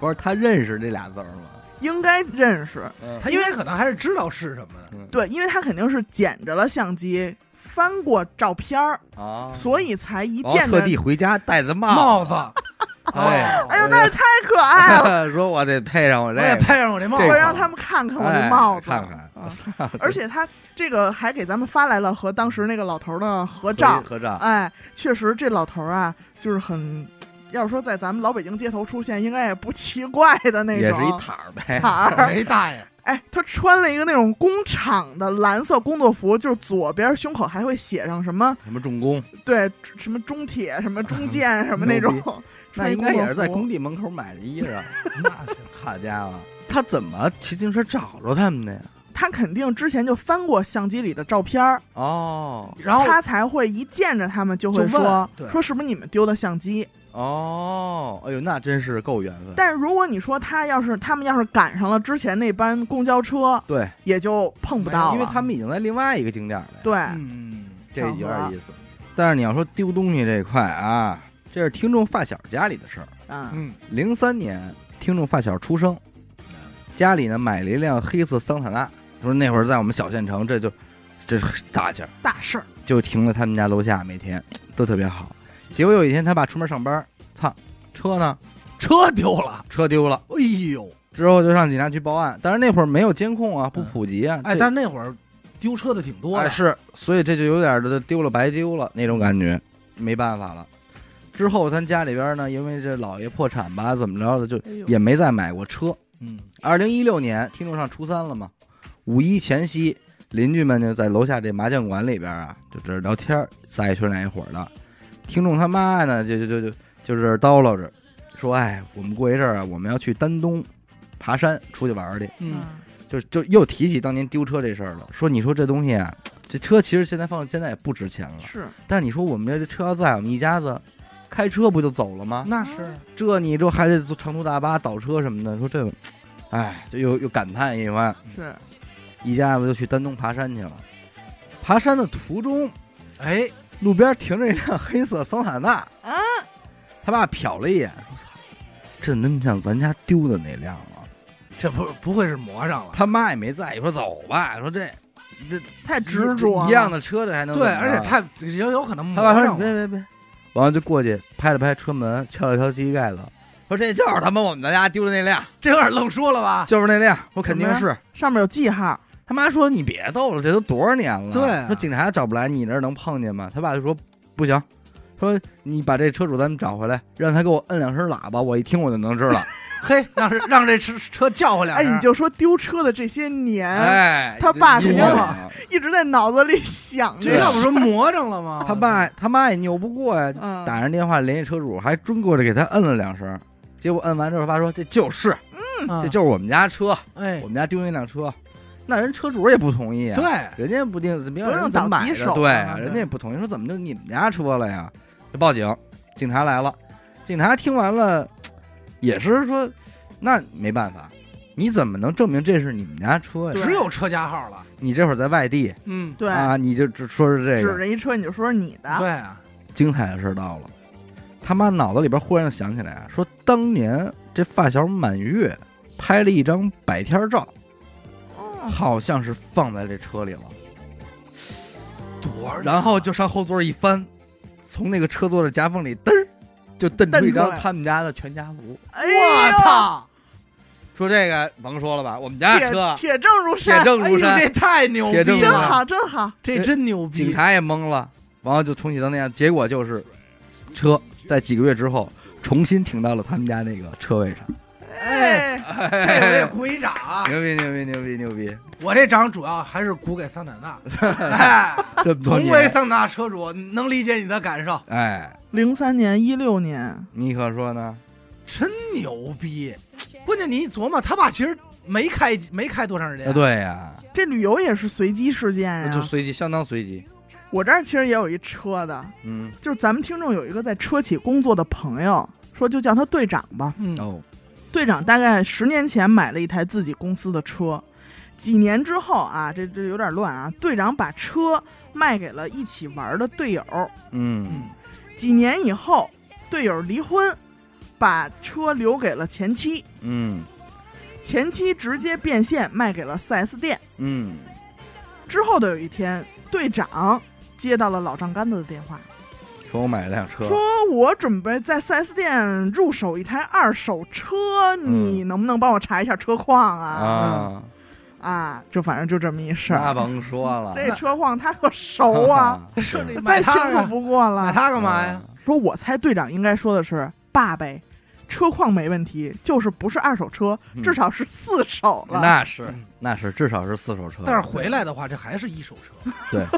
Speaker 1: 不是他认识这俩字儿吗？
Speaker 3: 应该认识。
Speaker 1: 嗯
Speaker 2: 他应该可能还是知道是什么的。
Speaker 3: 对，因为他肯定是捡着了相机，翻过照片儿，
Speaker 1: 啊，
Speaker 3: 所以才一
Speaker 1: 然后
Speaker 3: 见着。
Speaker 1: 哦特地回家戴的帽
Speaker 2: 帽
Speaker 1: 子，
Speaker 2: 子，
Speaker 1: 啊 哎
Speaker 2: 哦
Speaker 3: 哎呦，那也太可爱了！
Speaker 1: 说我得配上我这
Speaker 2: 我也
Speaker 1: 个，
Speaker 2: 配上我这帽
Speaker 1: 这
Speaker 3: 我
Speaker 1: 个
Speaker 2: 子。
Speaker 3: 让他们看看我
Speaker 1: 哎
Speaker 3: 的帽子，
Speaker 1: 看看
Speaker 3: 啊而且他这个还给咱们发来了和当时那个老头儿的合照，
Speaker 1: 合照，
Speaker 3: 哎，确实这老头儿啊，就是很，要是说在咱们老北京街头出现，应该也不奇怪的那种。
Speaker 1: 也是一塔儿呗，
Speaker 3: 塔儿，
Speaker 2: 谁大 爷？
Speaker 3: 哎，他穿了一个那种工厂的蓝色工作服，就是左边胸口还会写上什么，
Speaker 1: 什么重工，
Speaker 3: 对，什么中铁、什么中建、什么那种
Speaker 1: 牛。 那
Speaker 3: 穿一
Speaker 1: 应该也是在
Speaker 3: 工
Speaker 1: 工
Speaker 3: 作
Speaker 1: 地门口买的衣裳。
Speaker 2: 那是
Speaker 1: 好家伙，他怎么骑自行车找着他们的呀？
Speaker 3: 服，他肯定之前就翻过相机里的照片儿，
Speaker 1: 哦
Speaker 2: 然后
Speaker 3: 他才会一见着他们就会
Speaker 2: 就问
Speaker 3: 说
Speaker 2: 对
Speaker 3: 说是不是你们丢的相机？
Speaker 1: 哦，哎呦，那真是够缘分。
Speaker 3: 但是如果你说他要是他们要是赶上了之前那班公交车，
Speaker 1: 对，
Speaker 3: 也就碰不啊到了，
Speaker 1: 因为他们已经在另外一个景点了，
Speaker 3: 对、
Speaker 2: 嗯，
Speaker 1: 这有点意思。但是你要说丢东西这一块啊，这是听众发小家里的事儿。
Speaker 3: 啊，
Speaker 2: 嗯，
Speaker 1: 零三年，听众发小出生，家里呢买了一辆黑色桑塔纳，说那会儿在我们小县城，这就这是大件儿，
Speaker 3: 大事儿，
Speaker 1: 就停在他们家楼下，每天都特别好。结果有一天，他爸出门上班，操，车呢？
Speaker 2: 车丢了。
Speaker 1: 车丢了。
Speaker 2: 哎呦，
Speaker 1: 之后就上警察局报案，但是那会儿没有监控啊，不普及啊。
Speaker 2: 哎，
Speaker 1: 这
Speaker 2: 但那会儿丢车的挺多
Speaker 1: 哎
Speaker 2: 的，
Speaker 1: 是，所以这就有点儿的丢了白丢了那种感觉，没办法了。之后咱家里边呢，因为这姥爷破产吧，怎么着的，就
Speaker 3: 哎呦
Speaker 1: 也没再买过车。
Speaker 2: 嗯，
Speaker 1: 二零一六年，听众上初三了嘛，五一前夕，邻居们就在楼下这麻将馆里边啊，就这聊天儿，仨一群俩一伙儿的。听众他妈呢，就就就就就这叨唠着，说：“哎，我们过一阵儿啊，我们要去丹东爬山，出去玩儿去。”
Speaker 2: 嗯，
Speaker 1: 就就又提起当年丢车这事儿了，说你说这东西啊，这车其实现在放到现在也不值钱了，
Speaker 3: 是
Speaker 1: 但是你说我们这车要在我们一家子开车不就走了吗？
Speaker 2: 那是
Speaker 1: 这你这还得坐长途大巴倒车什么的，说这，哎，就又又感叹一番，
Speaker 3: 是，
Speaker 1: 一家子就去丹东爬山去了。爬山的途中，
Speaker 2: 哎，
Speaker 1: 路边停着一辆 黑色桑塔纳，啊，他爸瞟了一眼，说：“操，这那么像咱家丢的那辆吗？”
Speaker 2: 这不不会是磨上了？
Speaker 1: 他妈也没在意，说走吧，说这这
Speaker 3: 太执着了
Speaker 1: 一样的车这还能
Speaker 2: 对，
Speaker 1: 怎么着啊
Speaker 2: 而且他有有可能啊磨
Speaker 1: 他爸说
Speaker 2: 上
Speaker 1: 你别。
Speaker 2: 了
Speaker 1: 别别，完了就过去拍了拍车门，敲了敲机盖子，说这就是他妈我们咱家丢的那辆，
Speaker 2: 这有点愣说了吧？
Speaker 1: 就是那辆，我肯定是。
Speaker 3: 上面有记号，
Speaker 1: 他妈说你别逗了，这都多少年了，
Speaker 2: 对啊
Speaker 1: 说警察找不来，你那儿能碰见吗？他爸就说不行。说你把这车主咱们找回来，让他给我摁两声喇叭，我一听我就能知道。
Speaker 2: 嘿， 让这让这车车叫唤两
Speaker 3: 哎，
Speaker 2: 声。
Speaker 3: 你就说丢车的这些 年，
Speaker 1: 哎，
Speaker 3: 他爸
Speaker 1: 这
Speaker 2: 肯定
Speaker 1: 了，
Speaker 3: 一直在脑子里想
Speaker 2: 这
Speaker 1: 对
Speaker 2: 要
Speaker 3: 着，
Speaker 2: 不说磨上了吗？
Speaker 1: 他爸他妈也拗不过呀，
Speaker 3: 嗯，
Speaker 1: 打上电话联系车主，还真过去给他摁了两声。结果摁完之后，他说：“这就是，
Speaker 2: 啊，
Speaker 1: 这就是我们家车，
Speaker 2: 哎
Speaker 1: 我，们家丢那辆车。”那人车主也不同意啊，，
Speaker 2: 对，
Speaker 1: 人家不定别让
Speaker 3: 不
Speaker 1: 人
Speaker 3: 用
Speaker 1: 怎么
Speaker 3: 找
Speaker 1: 买
Speaker 3: 棘
Speaker 1: 的，
Speaker 3: 手
Speaker 1: 对啊，
Speaker 3: 啊对
Speaker 1: 人家也不同意，说怎么就你们家车了呀？就报警，警察来了，警察听完了，也是说，那没办法，你怎么能证明这是你们家车呀？
Speaker 3: 对
Speaker 2: 只有车架号了。
Speaker 1: 你这会儿在外地啊
Speaker 2: 嗯，
Speaker 3: 对，
Speaker 1: 啊，你就只说是这
Speaker 3: 指
Speaker 1: 个，
Speaker 3: 着一车你就说是你的，
Speaker 2: 对啊，
Speaker 1: 精彩的事儿到了，他妈脑子里边忽然就想起来啊，说当年这发小满月拍了一张百天照，
Speaker 3: 哦
Speaker 1: 好像是放在这车里了，
Speaker 2: 多少？
Speaker 1: 然后就上后座一翻，从那个车座的夹缝里嘚儿就瞪出一
Speaker 3: 瞪出
Speaker 1: 张
Speaker 3: 来
Speaker 1: 他们家的全家福。
Speaker 3: 哎呦
Speaker 2: 我，操，
Speaker 1: 说这个甭说了吧，我们家
Speaker 3: 铁
Speaker 1: 哎车
Speaker 3: 铁证如
Speaker 1: 铁
Speaker 3: 山，
Speaker 1: 证
Speaker 2: 哎
Speaker 1: 如
Speaker 2: 呦，
Speaker 1: 山，
Speaker 2: 这太牛逼
Speaker 1: 铁证如
Speaker 3: 真
Speaker 1: 山
Speaker 2: 了，
Speaker 3: 好真好，
Speaker 2: 这真牛逼！
Speaker 1: 警察也懵了，完了就重启到那样，结果就是车在几个月之后重新停到了他们家那个车位上。
Speaker 2: 哎
Speaker 3: 哎，
Speaker 2: 这我也鼓一掌啊，
Speaker 1: 牛逼牛逼牛逼牛逼！
Speaker 2: 我这掌主要还是鼓给桑塔 纳。哎，
Speaker 1: 这么多
Speaker 2: 同为
Speaker 1: 年，
Speaker 2: 桑塔纳车主，能理解你的感受，
Speaker 1: 哎，
Speaker 3: 零三年、一六年，
Speaker 1: 你可说呢？
Speaker 2: 真牛逼。关键你一琢磨，他爸其实没开没开多长时
Speaker 1: 啊，
Speaker 2: 间，
Speaker 1: 对呀，
Speaker 3: 这旅游也是随机事件
Speaker 1: 那
Speaker 3: 呀、
Speaker 1: 就随机，相当随机。
Speaker 3: 我这儿其实也有一车的，
Speaker 1: 嗯，
Speaker 3: 就是咱们听众有一个在车企工作的朋友，说就叫他队长吧。
Speaker 2: 嗯，
Speaker 1: 哦，
Speaker 3: 队长大概十年前买了一台自己公司的车，几年之后啊，这这有点乱啊。队长把车卖给了一起玩的队友，
Speaker 1: 嗯
Speaker 2: 嗯，
Speaker 3: 几年以后，队友离婚，把车留给了前妻，
Speaker 1: 嗯
Speaker 3: 前妻直接变现卖给了 4S 店。
Speaker 1: 嗯，
Speaker 3: 之后的有一天，队长接到了老丈杆子的电话，
Speaker 1: 说我买了辆车，
Speaker 3: 说我准备在 4S 店入手一台二手车，你能不能帮我查一下车况啊？
Speaker 1: 啊，
Speaker 3: 啊，就反正就这么一事
Speaker 1: 那
Speaker 3: 儿。
Speaker 1: 甭说了，
Speaker 3: 这车况他可熟 啊，
Speaker 2: 说你
Speaker 3: 再
Speaker 2: 买
Speaker 3: 清
Speaker 2: 它
Speaker 3: 楚
Speaker 2: 干
Speaker 3: 不过
Speaker 2: 买
Speaker 3: 了。
Speaker 2: 它干嘛呀？？
Speaker 3: 说我猜队长应该说的是爸呗，车况没问题，就是不是二手车，
Speaker 1: 嗯
Speaker 3: 至少是四手了。
Speaker 1: 那是那是，至少是四手车。
Speaker 2: 但是回来的话，这还是一手车。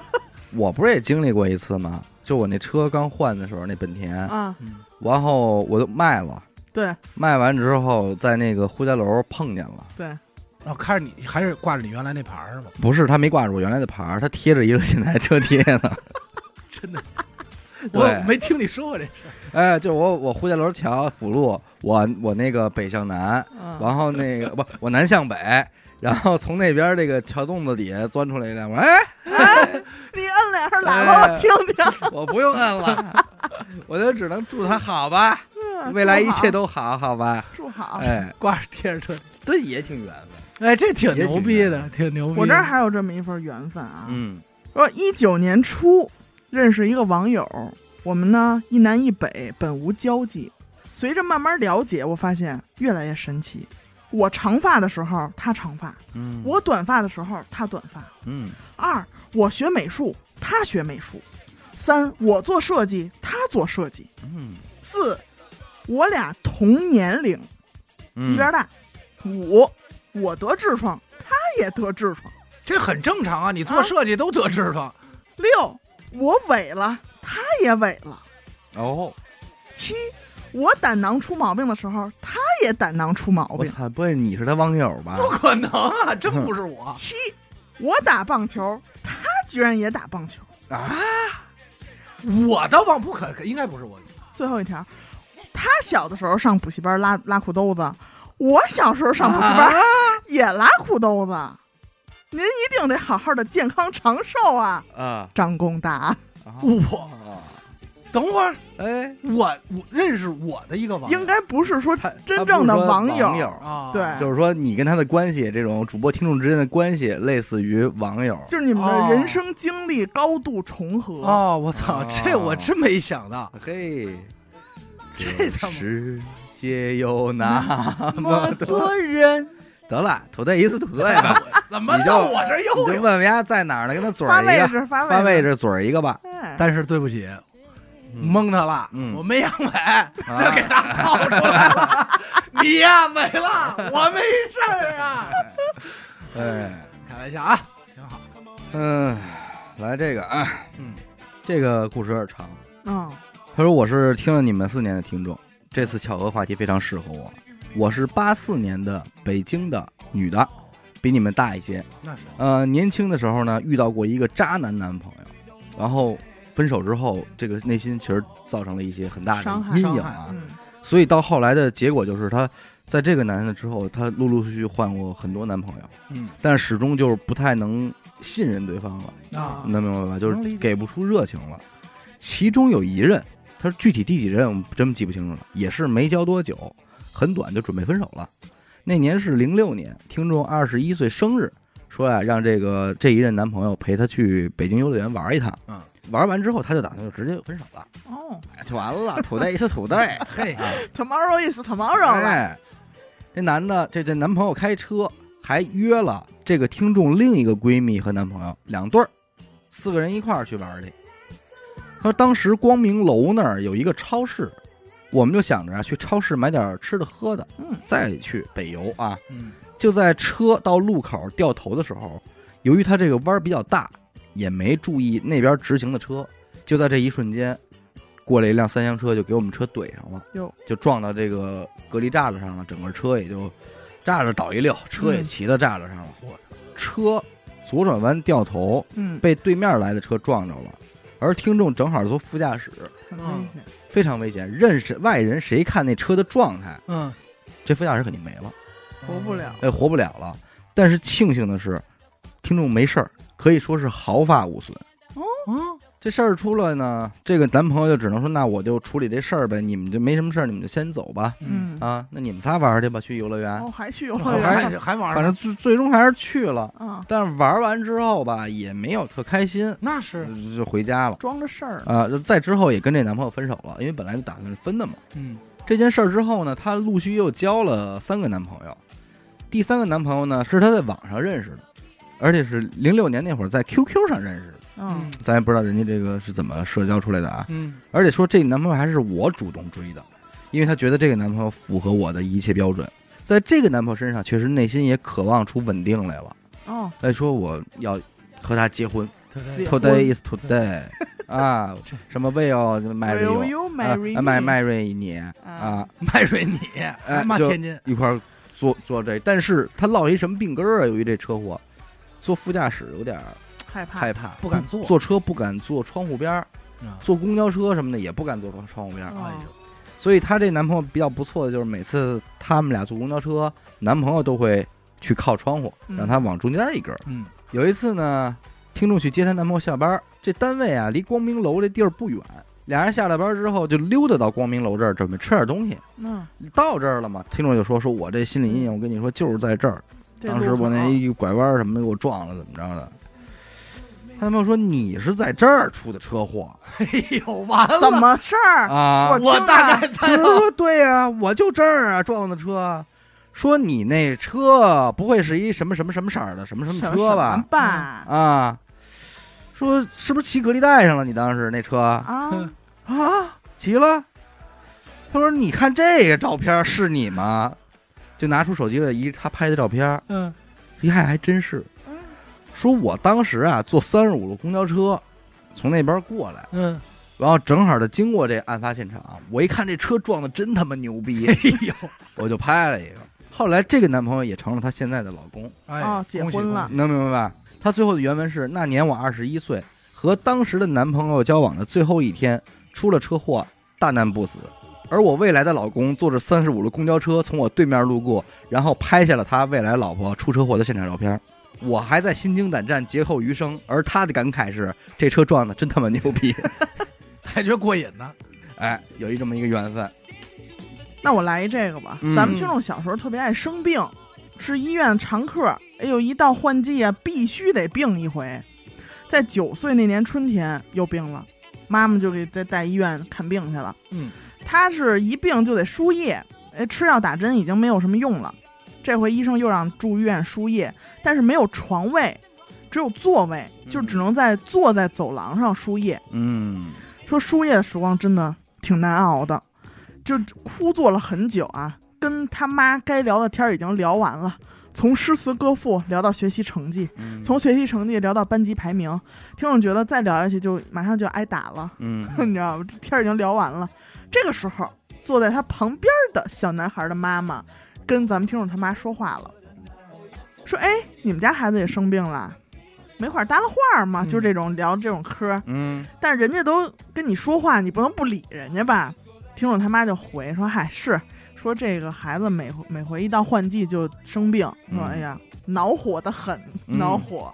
Speaker 1: 我不是也经历过一次吗？就我那车刚换的时候，那本田，
Speaker 3: 啊，
Speaker 2: 嗯，
Speaker 1: 然后我就卖了，
Speaker 3: 对
Speaker 1: 卖完之后在那个呼家楼碰见了，
Speaker 3: 对，
Speaker 2: 然后哦看着你还是挂着你原来那牌儿是吗？
Speaker 1: 不是他没挂着我原来的牌儿，他贴着一个 现在车贴呢。
Speaker 2: 真 的，
Speaker 1: 对
Speaker 2: 我没听你说过这事。
Speaker 1: 哎，就我我呼家楼桥辅路，我我那个北向南，
Speaker 3: 嗯，
Speaker 1: 然后那个不我南向北，然后从那边这个桥洞子底下钻出来一辆，我说哎
Speaker 3: 你摁两声喇叭，
Speaker 1: 哎
Speaker 3: 我听听。
Speaker 1: 我不用摁了， 我就只能祝他好吧，
Speaker 3: 嗯
Speaker 1: 未来一切都好好吧，
Speaker 3: 住好。
Speaker 1: 哎，
Speaker 2: 挂着贴着车，
Speaker 1: 这也挺缘分，
Speaker 2: 哎，这挺
Speaker 1: 也挺
Speaker 2: 牛逼的，挺牛逼的。
Speaker 3: 我这儿还有这么一份缘分啊，
Speaker 1: 嗯
Speaker 3: 说一九年初认识一个网友，我们呢一南一北本无交集，随着慢慢了解，我发现越来越神奇。我长发的时候他长发，
Speaker 1: 嗯，
Speaker 3: 我短发的时候他短发。
Speaker 1: 嗯
Speaker 3: 二，我学美术，他学美术。三，我做设计，他做设计。
Speaker 1: 嗯
Speaker 3: 四，我俩同年龄，
Speaker 1: 嗯
Speaker 3: 一边大。五，我得痔疮，他也得痔疮。
Speaker 2: 这很正常啊，你做设计都得痔疮。
Speaker 3: 六，我萎了，他也萎了。
Speaker 1: 哦，
Speaker 3: 七，我胆囊出毛病的时候，他也胆囊出毛
Speaker 1: 我
Speaker 3: 病。，
Speaker 1: 操，不会你是他网友吧？
Speaker 2: 不可能 啊！真不是我
Speaker 3: 七，我打棒球，他居然也打棒球。
Speaker 2: 啊我倒忘不可，应该不是我。
Speaker 3: 最后一条，他小的时候上补习班拉拉裤兜子，我小时候上补习班、
Speaker 1: 啊
Speaker 3: 也拉裤兜子。您一定得好好的健康长寿啊，
Speaker 1: 啊，
Speaker 3: 张公达。
Speaker 2: 我
Speaker 1: 啊，
Speaker 2: 等会儿，
Speaker 1: 哎，
Speaker 2: 我我认识我的一个网友，
Speaker 3: 应该不是说
Speaker 1: 他
Speaker 3: 真正
Speaker 1: 他
Speaker 3: 的
Speaker 1: 不是说
Speaker 3: 网
Speaker 1: 网
Speaker 3: 友哦哎
Speaker 2: 啊，
Speaker 3: 对
Speaker 1: 就是说你跟他的关系，这种主播听众之间的关系，类似于网友，
Speaker 3: 就是你们的
Speaker 2: 哦
Speaker 3: 人生经历高度重合。
Speaker 2: 哦，我操，
Speaker 1: 啊
Speaker 2: 这我真没想到，
Speaker 1: 嘿，
Speaker 2: 这他妈
Speaker 1: 世界有 那
Speaker 3: 那
Speaker 1: 么
Speaker 3: 么多 人
Speaker 1: 得了，土豆一次土豆 吧，
Speaker 2: 怎么
Speaker 1: 你就
Speaker 2: 到我这儿
Speaker 1: 你就
Speaker 2: 又
Speaker 1: 问
Speaker 2: 有？
Speaker 1: 问丫在哪儿呢，跟他嘴
Speaker 3: 发
Speaker 1: 儿
Speaker 3: 位
Speaker 1: 一个，
Speaker 3: 置，发
Speaker 1: 发位
Speaker 3: 位。
Speaker 1: 置嘴儿一个吧，
Speaker 3: 哎
Speaker 2: 但是对不起，蒙他了，
Speaker 1: 嗯
Speaker 2: 我没阳痿，这
Speaker 1: 啊
Speaker 2: 给他套出来了。你呀、没了，我没事儿啊。
Speaker 1: 哎，
Speaker 2: 开玩笑啊，挺好。
Speaker 1: 嗯，来这个啊，
Speaker 2: 嗯，
Speaker 1: 这个故事有点长。
Speaker 3: 嗯，
Speaker 1: 他说我是听了你们四年的听众，这次巧合话题非常适合我。我是八四年的北京的女的，比你们大一些。
Speaker 2: 那是
Speaker 1: 呃，年轻的时候呢，遇到过一个渣男男朋友，然后分手之后，这个内心其实造成了一些很大
Speaker 3: 伤
Speaker 1: 的
Speaker 3: 害
Speaker 1: 阴影
Speaker 2: 伤害
Speaker 1: 啊。
Speaker 3: 嗯，
Speaker 1: 所以到后来的结果就是，她在这个男的之后，她陆陆续续换过很多男朋友，
Speaker 2: 嗯
Speaker 1: 但始终就是不太能信任对方了。
Speaker 2: 啊
Speaker 1: 你能明白吧？就
Speaker 2: 能
Speaker 1: 是
Speaker 2: 理解
Speaker 1: 给不出热情了。其中有一任他说具体第几任我真记不清楚了，也是没交多久，很短就准备分手了。那年是零六年，听众二十一岁生日，说呀、让这个这一任男朋友陪她去北京游乐园玩一趟。
Speaker 2: 嗯，
Speaker 1: 玩完之后他就打算就直接分手了，
Speaker 3: 哦
Speaker 1: 哎就完了，土豆 is 土啊豆。
Speaker 2: 嘿，
Speaker 3: ，tomorrow is tomorrow 了，
Speaker 1: 哎，这男的，这这男朋友开车还约了这个听众另一个闺蜜和男朋友两对儿，四个人一块儿去玩儿去。他说当时光明楼那儿有一个超市，我们就想着啊去超市买点儿吃的喝的，
Speaker 3: 嗯，
Speaker 1: 再去北游啊。
Speaker 2: 嗯，
Speaker 1: 就在车到路口掉头的时候，由于它这个弯儿比较大，也没注意那边直行的车，就在这一瞬间，过来一辆三厢车就给我们车怼上了
Speaker 3: 哟，
Speaker 1: 就撞到这个隔离栅栏上了，整个车也就栅栏倒一溜，车也
Speaker 3: 嗯
Speaker 1: 骑到栅栏上了，我操车左转弯掉头
Speaker 3: 嗯，
Speaker 1: 被对面来的车撞着了，而听众正好是坐副驾驶，
Speaker 3: 很危险，
Speaker 1: 非常危险，认识外人谁看那车的状态，
Speaker 2: 嗯，
Speaker 1: 这副驾驶肯定没了。
Speaker 3: 活不了。
Speaker 1: 哎，活不了了。但是庆幸的是，听众没事儿，可以说是毫发无损。
Speaker 2: 嗯，
Speaker 1: 这事儿出来呢，这个男朋友就只能说，那我就处理这事儿呗，你们就没什么事儿，你们就先走吧。
Speaker 2: 嗯，
Speaker 3: 嗯，
Speaker 1: 啊，那你们仨玩儿去吧，去游乐园。
Speaker 3: 哦，还去游乐
Speaker 1: 我
Speaker 3: 园
Speaker 1: 啊还
Speaker 3: 呢
Speaker 2: 还还玩
Speaker 1: 反正最最终还是去了，
Speaker 3: 啊，
Speaker 1: 但是玩完之后吧，也没有特开心，
Speaker 2: 那是，
Speaker 1: 就就回家了。
Speaker 3: 装着事儿，
Speaker 1: 啊、在之后也跟这男朋友分手了，因为本来就打算分的嘛。
Speaker 2: 嗯
Speaker 1: 这件事儿之后呢，她陆续又交了三个男朋友，第三个男朋友呢是她在网上认识的，而且是零六年那会儿在 QQ 上认识的，
Speaker 3: 嗯，
Speaker 1: 咱也不知道人家这个是怎么社交出来的啊。
Speaker 2: 嗯
Speaker 1: 而且说这男朋友还是我主动追的，因为她觉得这个男朋友符合我的一切标准。在这个男朋友身上，确实内心也渴望出稳定来了。
Speaker 3: 哦，
Speaker 1: 哎，说我要和他结婚
Speaker 3: 结婚
Speaker 1: ，Today is today 啊
Speaker 2: 这，
Speaker 1: 什么 will marry you，
Speaker 3: Will you
Speaker 1: 啊
Speaker 3: marry
Speaker 1: ，marry
Speaker 3: me？
Speaker 1: marry 你
Speaker 3: 啊，
Speaker 1: 啊，
Speaker 2: 迈瑞你，
Speaker 1: 哎
Speaker 2: 骂
Speaker 1: 就
Speaker 2: 天津，
Speaker 1: 一块儿做做这，但是他落一什么病根儿啊？由于这车祸，坐副驾驶有点儿
Speaker 3: 害怕，
Speaker 1: 害怕，
Speaker 2: 不敢坐
Speaker 1: 坐车不敢坐窗户边儿
Speaker 2: 啊，
Speaker 1: 坐公交车什么的也不敢坐窗户边儿。
Speaker 3: 哦
Speaker 2: 哎呦，
Speaker 1: 所以她这男朋友比较不错的就是，每次他们俩坐公交车，男朋友都会去靠窗户，
Speaker 3: 嗯
Speaker 1: 让她往中间一根儿。
Speaker 2: 嗯
Speaker 1: 有一次呢，听众去接她男朋友下班儿，这单位啊离光明楼这地儿不远，俩人下了班之后就溜达到光明楼这儿，准备吃点东西。
Speaker 3: 嗯，
Speaker 1: 到这儿了嘛，听众就说说我这心理阴影，我跟你说就是在这儿。
Speaker 3: 这
Speaker 1: 当
Speaker 3: 路
Speaker 1: 时我
Speaker 3: 口
Speaker 1: 那一拐弯什么的给我撞了，怎么着的？他男朋友说你是在这儿出的车祸
Speaker 2: 哎呦，完了，
Speaker 3: 怎么事儿？
Speaker 1: 啊？
Speaker 3: 我
Speaker 2: 我
Speaker 3: 听
Speaker 2: 大
Speaker 3: 着
Speaker 2: 概
Speaker 1: 他
Speaker 2: 猜到
Speaker 1: 说对啊，我就这儿啊撞的车。说你那车不会是一什么什么什么色儿的什么什么车吧？
Speaker 3: 吧？
Speaker 1: 啊，说是不是骑隔离带上了？你当时那车啊
Speaker 3: 啊，
Speaker 2: 嗯
Speaker 1: 骑了。他说你看这个照片是你吗？就拿出手机了一他拍的照片，
Speaker 2: 嗯
Speaker 1: 一看还真是
Speaker 3: 嗯。
Speaker 1: 说我当时啊坐三十五路公交车，从那边过来，
Speaker 2: 嗯，
Speaker 1: 然后正好就经过这案发现场，我一看这车撞的真他妈牛逼
Speaker 2: 哎，呦，
Speaker 1: 我就拍了一个。后来这个男朋友也成了她现在的老公，
Speaker 2: 哎
Speaker 3: 哦结
Speaker 2: 恭喜
Speaker 3: 婚了
Speaker 2: 恭喜
Speaker 1: 能明白吧？她最后的原文是：那年我二十一岁，和当时的男朋友交往的最后一天，出了车祸，大难不死。而我未来的老公坐着三十五路公交车从我对面路过，然后拍下了他未来老婆出车祸的现场照片。我还在心惊胆战，劫后余生。而他的感慨是：这车撞的真他妈牛逼！
Speaker 2: 还觉得过瘾呢，
Speaker 1: 哎，有一这么一个缘分。
Speaker 3: 那我来一这个吧
Speaker 1: 嗯。
Speaker 3: 咱们听众小时候特别爱生病，是医院常客。哎呦，一到换季啊，必须得病一回。在九岁那年春天又病了，妈妈就给再带医院看病去了。
Speaker 2: 嗯，
Speaker 3: 他是一病就得输液，哎，吃药打针已经没有什么用了。这回医生又让住院输液，但是没有床位，只有座位，就只能在坐在走廊上输液。
Speaker 1: 嗯，
Speaker 3: 说输液的时光真的挺难熬的，就枯坐了很久啊，跟他妈该聊的天儿已经聊完了，从诗词歌赋聊到学习成绩，
Speaker 1: 嗯
Speaker 3: 从学习成绩聊到班级排名，听众觉得再聊下去就马上就挨打了，
Speaker 1: 嗯
Speaker 3: 你知道吗？这天儿已经聊完了，这个时候坐在他旁边的小男孩的妈妈跟咱们听众他妈说话了，说：“哎，你们家孩子也生病了，没话儿搭了话儿嘛，就是这种聊这种嗑。”
Speaker 1: 嗯
Speaker 3: 但是人家都跟你说话，你不能不理人家吧？听众他妈就回说：“嗨，是说这个孩子每每回一到换季就生病，说
Speaker 1: 嗯
Speaker 3: 哎呀，恼火的很，
Speaker 1: 嗯
Speaker 3: 恼火。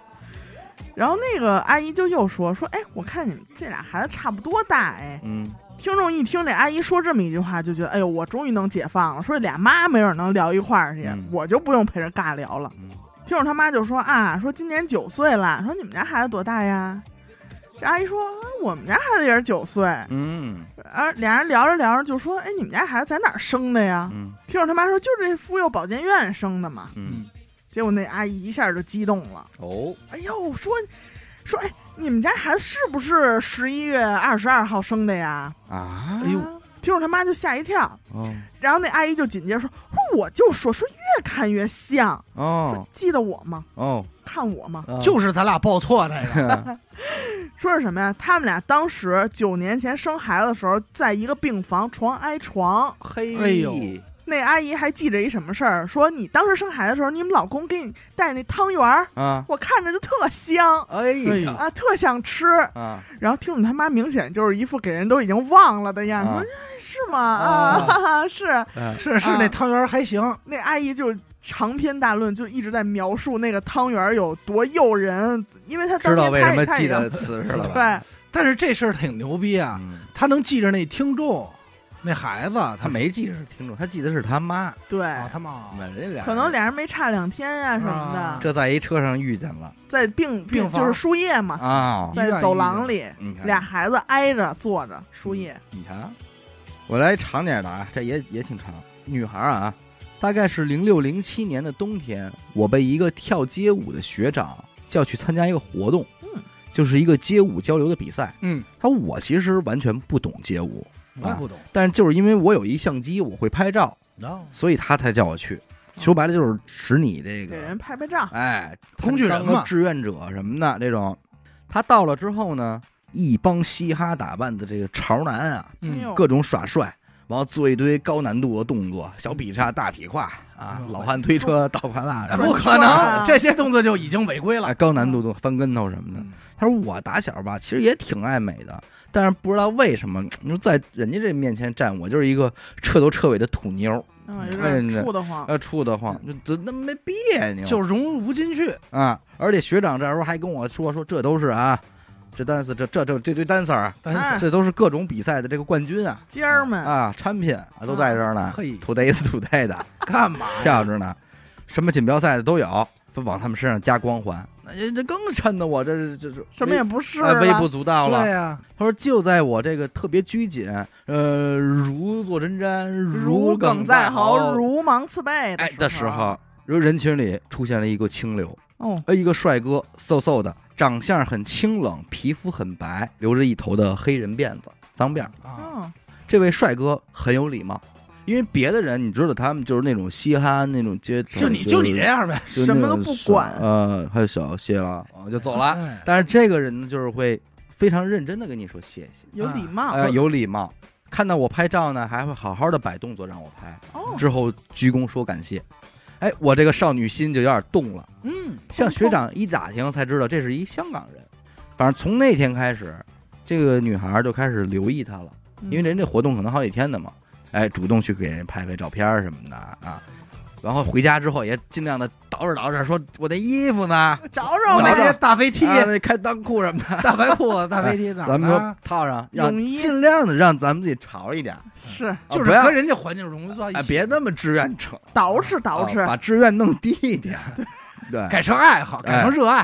Speaker 3: 然后那个阿姨就又说说：“哎，我看你们这俩孩子差不多大，哎，
Speaker 1: 嗯，
Speaker 3: 听众一听这阿姨说这么一句话，就觉得哎呦，我终于能解放了。说俩妈没准能聊一块儿去，
Speaker 1: 嗯
Speaker 3: 我就不用陪着尬聊了。
Speaker 1: 嗯
Speaker 3: 听众他妈就说啊，说今年九岁了，说你们家孩子多大呀？这阿姨说，啊我们家孩子也是九岁。
Speaker 1: 嗯
Speaker 3: 而俩人聊着聊着就说，哎，你们家孩子在哪儿生的呀？
Speaker 1: 嗯
Speaker 3: 听众他妈说，就这妇幼保健院生的嘛。
Speaker 1: 嗯，
Speaker 3: 结果那阿姨一下就激动了，
Speaker 1: 哦，
Speaker 3: 哎呦，说说，哎，你们家孩子是不是十一月二十二号生的呀？
Speaker 1: 啊，
Speaker 2: 哎呦
Speaker 3: 啊，听众他妈就吓一跳，
Speaker 1: 哦
Speaker 3: 然后那阿姨就紧接着说，说我就说说越看越像，
Speaker 1: 哦
Speaker 3: 说记得我吗？
Speaker 1: 哦，
Speaker 3: 看我吗？
Speaker 1: 啊
Speaker 2: 嗯就是咱俩报错那 个，
Speaker 3: 说是什么呀？他们俩当时九年前生孩子的时候，在一个病房床挨床。
Speaker 1: 嘿，
Speaker 2: 哎呦
Speaker 3: 那阿姨还记着一什么事儿，说你当时生孩子的时候，你们老公给你带那汤圆儿，
Speaker 1: 啊，
Speaker 3: 我看着就特香
Speaker 1: 哎呀
Speaker 3: 啊，特想吃。
Speaker 1: 啊，
Speaker 3: 然后听众他妈明显就是一副给人都已经忘了的样子，
Speaker 1: 啊
Speaker 3: 说哎是吗？啊， 哈哈，是。
Speaker 2: 哦是是那汤圆儿还行，
Speaker 3: 那阿姨就长篇大论，就一直在描述那个汤圆儿有多诱人，因为她当
Speaker 1: 知道
Speaker 3: 年
Speaker 1: 为
Speaker 3: 她
Speaker 1: 什
Speaker 3: 也
Speaker 1: 么
Speaker 3: 她
Speaker 1: 记
Speaker 3: 也
Speaker 1: 得词是了吧？
Speaker 3: 对，
Speaker 2: 但是这事儿挺牛逼啊，
Speaker 1: 嗯
Speaker 2: 他能记着那听众，那孩子，
Speaker 1: 他
Speaker 2: 他
Speaker 1: 没记得是听众，他记得是他妈，
Speaker 3: 对，
Speaker 2: 啊，他妈
Speaker 1: 人家俩
Speaker 3: 可能俩人没差两天呀、什么的，
Speaker 2: 啊
Speaker 1: 这在一车上遇见了
Speaker 3: 在病
Speaker 2: 病房
Speaker 3: 就是输液嘛，
Speaker 1: 啊，
Speaker 2: 医
Speaker 3: 在
Speaker 2: 院嗯
Speaker 3: 走廊里，
Speaker 1: 你看
Speaker 3: 俩孩子挨着坐着输液。
Speaker 1: 你看，我来长点的啊，这也也挺长。女孩啊，大概是零六零七年的冬天，我被一个跳街舞的学长叫去参加一个活动，
Speaker 3: 嗯，
Speaker 1: 就是一个街舞交流的比赛。
Speaker 2: 嗯，
Speaker 1: 他说我其实完全不懂街舞，
Speaker 2: 我不懂，
Speaker 1: 但就是因为我有一相机，我会拍照，
Speaker 2: 哦
Speaker 1: 所以他才叫我去。说白了就是使你这
Speaker 3: 给
Speaker 1: 个
Speaker 3: 人拍拍照，
Speaker 1: 哎，
Speaker 2: 工具人
Speaker 1: 当个
Speaker 2: 嘛
Speaker 1: 志愿者什么的这种。他到了之后呢，一帮嘻哈打扮的这个潮男啊，
Speaker 3: 哎
Speaker 2: 嗯
Speaker 3: 呦，
Speaker 1: 各种耍帅，然后做一堆高难度的动作，小劈叉、大劈胯啊，
Speaker 2: 嗯
Speaker 1: 老汉推车、倒跨蜡，然
Speaker 3: 转
Speaker 1: 后
Speaker 2: 不可
Speaker 3: 圈儿啊
Speaker 2: 能，这些动作就已经违规
Speaker 1: 哦哎
Speaker 2: 了。
Speaker 1: 高难度的嗯翻跟头什么的。他说我打小吧，其实也挺爱美的，但是不知道为什么，你说在人家这面前站，我就是一个彻头彻尾的土妞儿，
Speaker 3: 嗯，有
Speaker 1: 哎
Speaker 3: 点
Speaker 1: 那
Speaker 3: 怵得慌。
Speaker 1: 呃，怵得慌，就怎么没别扭？
Speaker 2: 就融入不进去，
Speaker 1: 啊，而且学长这时候还跟我说说，这都是啊，这 dancer 这这这这堆 dancer 啊，
Speaker 2: 但是
Speaker 3: 哎
Speaker 1: 这都是各种比赛的这个冠军啊
Speaker 3: 今儿们，
Speaker 1: 啊，产品啊哎都在这儿呢
Speaker 2: 嘿
Speaker 1: ，today is today 的。
Speaker 2: 干嘛 呀？
Speaker 1: 票着呢，什么锦标赛的都有，非往他们身上加光环，那这这更衬得我这这这
Speaker 3: 什么也不是
Speaker 1: 哎
Speaker 3: 了，
Speaker 1: 微不足道
Speaker 2: 对
Speaker 1: 了。
Speaker 2: 呀，
Speaker 1: 他说：“就在我这个特别拘谨，呃，如坐针毡，
Speaker 3: 如
Speaker 1: 鲠
Speaker 3: 鲠在
Speaker 1: 喉，
Speaker 3: 喉，如芒刺背
Speaker 1: 哎
Speaker 3: 的
Speaker 1: 的时，候，如人群里出现了一个清流，
Speaker 3: 哦，
Speaker 1: 呃，一个帅哥，瘦瘦的，长相很清冷，皮肤很白，留着一头的黑人辫子，脏辫儿。
Speaker 2: 啊，
Speaker 3: 嗯，
Speaker 1: 这位帅哥很有礼貌，因为别的人你知道，他们就是那种嘻哈那种街头，
Speaker 2: 就你就你这样呗，
Speaker 1: 就
Speaker 3: 什么
Speaker 1: 那
Speaker 3: 都
Speaker 1: 种
Speaker 3: 不
Speaker 1: 小
Speaker 3: 管
Speaker 1: 呃，还有小谢了，啊就 走了。
Speaker 2: 哎。
Speaker 1: 但是这个人呢，就是会非常认真的跟你说谢谢，
Speaker 3: 有礼
Speaker 2: 啊
Speaker 3: 貌，
Speaker 1: 呃，有礼貌。看到我拍照呢，还会好好的摆动作让我拍，
Speaker 3: 哦，
Speaker 1: 之后鞠躬说感谢。哎，我这个少女心就有点动了。
Speaker 2: 嗯，
Speaker 1: 向学长一打听才知道这是一香港人。反正从那天开始，这个女孩就开始留意他了，
Speaker 3: 嗯
Speaker 1: 因为人这活动可能好几天的嘛，哎，主动去给人拍拍照片什么的啊。然后回家之后也尽量的捯饬捯饬，说我那衣服呢，
Speaker 3: 找
Speaker 2: 我
Speaker 3: 找呗
Speaker 2: 那些，大飞 T、
Speaker 1: 啊那开裆裤什么的，
Speaker 2: 大白裤、大飞 T 哪
Speaker 1: 咱们
Speaker 2: 儿啊
Speaker 1: 就啊套上，让
Speaker 3: 泳衣
Speaker 1: 尽量的让咱们自己潮一点，啊
Speaker 3: 是
Speaker 2: 就是
Speaker 1: 不要
Speaker 2: 和人家环境融入到一
Speaker 1: 哎
Speaker 2: 起，
Speaker 1: 别那么志愿者，
Speaker 3: 捯饬捯饬
Speaker 1: 啊，把志愿弄低一点，对。
Speaker 2: 改成爱好，改
Speaker 1: 哎
Speaker 2: 成热爱。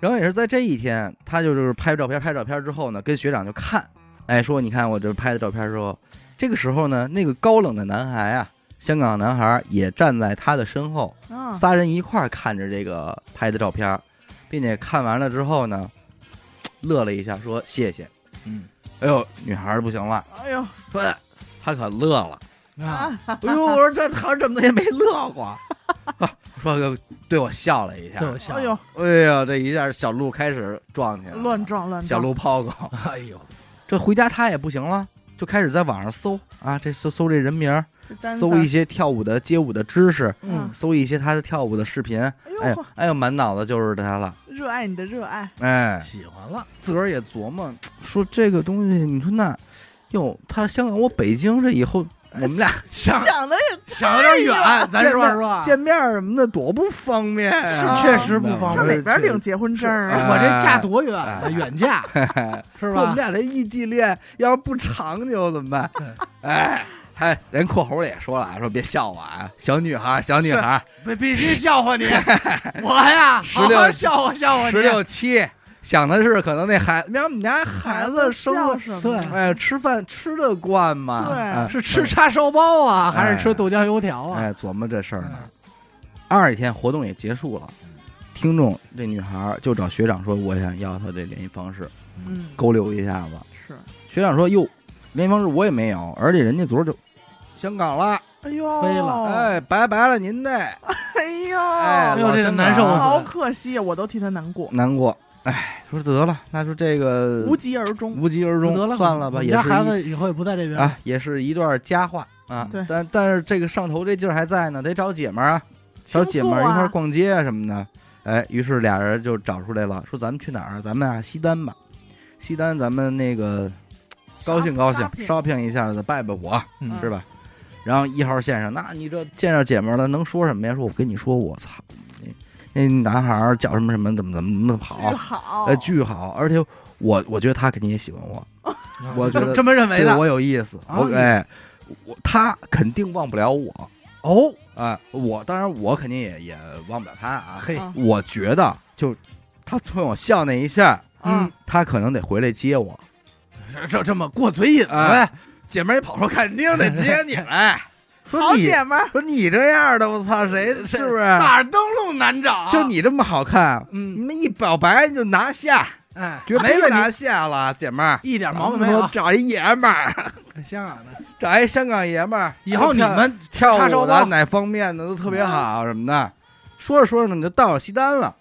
Speaker 1: 然后也是在这一天，他就是拍照片，拍照片之后呢，跟学长就看，哎，说你看我这拍的照片之后，这个时候呢，那个高冷的男孩啊，香港男孩也站在他的身后，
Speaker 3: 嗯，
Speaker 1: 仨人一块儿看着这个拍的照片，并且看完了之后呢，乐了一下，说谢谢。
Speaker 2: 嗯，
Speaker 1: 哎呦，女孩儿不行了，
Speaker 3: 哎呦，
Speaker 1: 说她可乐 了。
Speaker 2: 啊，
Speaker 1: 哎呦，我说这孩儿这么多年没乐过， 啊说个对我笑了一下
Speaker 2: 对。我笑
Speaker 3: 哎。呦，
Speaker 1: 哎呦，这一下小鹿开始撞起来了，
Speaker 3: 乱撞乱
Speaker 1: 小
Speaker 3: 撞，
Speaker 1: 鹿抛狗。
Speaker 2: 哎 呦，
Speaker 1: 这回家他也不行了，就开始在网上搜啊，这搜搜这人名儿，
Speaker 3: 这单
Speaker 1: 搜
Speaker 3: 色儿
Speaker 1: 一些跳舞的街舞的知识，
Speaker 2: 嗯
Speaker 1: 搜一些他的跳舞的视频。哎
Speaker 3: 哎呦
Speaker 1: 呦，，哎呦，满脑子就是他了。
Speaker 3: 热爱你的热爱，
Speaker 1: 哎，
Speaker 2: 喜欢了，
Speaker 1: 自个儿也琢磨，说这个东西，你说那，哟，他香港，我北京这以后我们俩
Speaker 2: 想
Speaker 3: 想的也
Speaker 2: 想有点远，咱实话实说，
Speaker 1: 哎见面什么的多不方便啊，
Speaker 2: 是确实不方
Speaker 3: 上
Speaker 2: 便
Speaker 3: 哪边领结婚证
Speaker 1: 是
Speaker 3: 啊？
Speaker 2: 哎我这嫁多远
Speaker 1: 哎
Speaker 2: 啊？远嫁是
Speaker 1: 我
Speaker 2: 吧
Speaker 1: 们？俩这异地恋要是不长久怎么办？哎，他人括弧里也说了啊，说别笑我啊，小女孩，小女孩，
Speaker 2: 必必须笑话你， 我呀，
Speaker 1: 十
Speaker 2: 好
Speaker 1: 六
Speaker 2: 好笑话笑话你。
Speaker 1: 十六七，想的是可能那孩，让我们家孩子生
Speaker 3: 叫
Speaker 1: 了，
Speaker 3: 什么？
Speaker 2: 对
Speaker 1: 哎，吃饭吃得惯吗？
Speaker 3: 对
Speaker 1: 哎
Speaker 2: 是吃叉烧包啊，
Speaker 1: 哎
Speaker 2: 还是吃豆浆油条啊？
Speaker 1: 哎，琢磨这事儿呢。二十天活动也结束了，听众这女孩儿就找学长说，我想要她这联系方式，
Speaker 3: 嗯，
Speaker 1: 勾留一下子。
Speaker 3: 是。
Speaker 1: 学长说，哟，联系方式我也没有，而且人家昨儿就香港了，
Speaker 3: 哎呦，
Speaker 2: 飞了
Speaker 1: 哎，拜拜了您嘞，
Speaker 3: 哎呦，
Speaker 1: 哎，
Speaker 2: 哎呦
Speaker 1: 老
Speaker 2: 这个
Speaker 1: 香
Speaker 2: 难
Speaker 1: 港
Speaker 2: 受
Speaker 1: 了
Speaker 2: 死
Speaker 3: 好可惜，啊我都替他难过，
Speaker 1: 难过，哎，说得了，那就这个
Speaker 3: 无疾而终。
Speaker 1: 无疾而终，
Speaker 2: 得了，
Speaker 1: 算了
Speaker 2: 我
Speaker 1: 吧，
Speaker 2: 们
Speaker 1: 也
Speaker 2: 家
Speaker 1: 是
Speaker 2: 孩
Speaker 1: 一
Speaker 2: 子以后也不在这边了。
Speaker 1: 啊，也是一段佳话啊。
Speaker 3: 对
Speaker 1: 但但是这个上头这劲儿还在呢，得找姐们儿啊，找姐们儿
Speaker 3: 倾诉
Speaker 1: 一
Speaker 3: 啊
Speaker 1: 块儿逛街啊什么的。哎，于是俩人就找出来了，说咱们去哪儿啊？咱们啊西单吧，西单咱们那个高兴高兴
Speaker 3: shopping
Speaker 1: ，shopping 一下子，拜拜我，啊
Speaker 2: 嗯
Speaker 1: 是吧？然后一号线上，那你这见着姐们儿了，能说什么呀？说我跟你说，我操，那那男孩儿叫什么什么，怎么怎么怎么好
Speaker 3: 巨，好，
Speaker 1: 呃，巨好，而且我我觉得他肯定也喜欢我，我觉得
Speaker 2: 嗯这么认为
Speaker 1: 对
Speaker 2: 的
Speaker 1: 我有意思，
Speaker 2: 啊
Speaker 1: 我
Speaker 2: 你
Speaker 1: 哎，我他肯定忘不了我
Speaker 2: 哦，
Speaker 1: 啊、我当然我肯定也也忘不了他啊。
Speaker 2: 嘿，
Speaker 3: 啊
Speaker 1: 我觉得就他冲我笑那一下，
Speaker 3: 嗯，
Speaker 1: 他可能得回来接我。
Speaker 2: 这这这么过嘴瘾
Speaker 1: 哎
Speaker 2: 呗，
Speaker 1: 姐妹儿一跑说肯定得接你来， 说
Speaker 3: 好
Speaker 1: 你
Speaker 3: 姐们儿，
Speaker 1: 说你这样的，我操，谁是不是？
Speaker 2: 哪儿登陆难嗯找啊？
Speaker 1: 哎就你这么好看，你
Speaker 2: 嗯，
Speaker 1: 们一表白你就拿下，
Speaker 2: 哎，
Speaker 1: 绝
Speaker 2: 没
Speaker 1: 对
Speaker 2: 问题，
Speaker 1: 拿下了，姐妹儿。
Speaker 2: 一点毛
Speaker 1: 毛
Speaker 2: 病
Speaker 1: 病
Speaker 2: 没有。啊
Speaker 1: 找一爷们儿。
Speaker 2: 香港的，
Speaker 1: 找一香港爷们儿，
Speaker 2: 以后你们
Speaker 1: 跳
Speaker 2: 叉
Speaker 1: 舞
Speaker 2: 烧
Speaker 1: 的
Speaker 2: 包
Speaker 1: 哪方面的都特别好什么的。说着说着呢，你就到了西单了，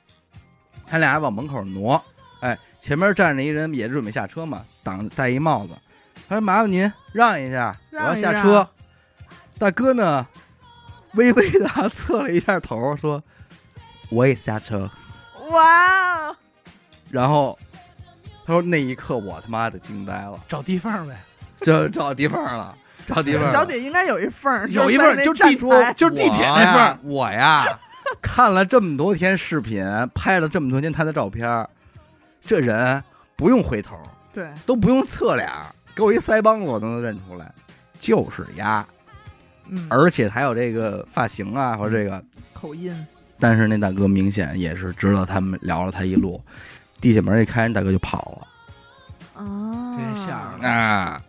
Speaker 1: 他俩往门口挪，哎，前面站着一人也准备下车嘛，挡戴一帽子，他说麻烦您让一下，我要
Speaker 3: 让一下
Speaker 1: 下车。大哥呢，微微的侧了一下头，说我也下车。
Speaker 3: 哇哦，
Speaker 1: 然后他说那一刻我他妈的惊呆了，
Speaker 2: 找地方呗，
Speaker 1: 就找地方了，找 地方了。
Speaker 3: 脚底应该有一缝儿，
Speaker 2: 有一
Speaker 3: 就
Speaker 2: 份
Speaker 3: 是在
Speaker 2: 儿
Speaker 3: 那
Speaker 2: 就
Speaker 3: 站
Speaker 2: 地
Speaker 3: 台
Speaker 2: 就是地铁那份儿，
Speaker 1: 我呀，我呀 看了这么多天视频，拍了这么多天他的照片儿，这人不用回头，
Speaker 3: 对，
Speaker 1: 都不用侧脸儿，给我一腮帮子我都能认出来，就是鸭，
Speaker 3: 嗯，
Speaker 1: 而且还有这个发型啊和这个，
Speaker 3: 口音，
Speaker 1: 但是那大哥明显也是知道他们聊了他一路，地铁门一开，那大哥就跑了。
Speaker 3: 啊，
Speaker 2: 真吓人
Speaker 1: 啊，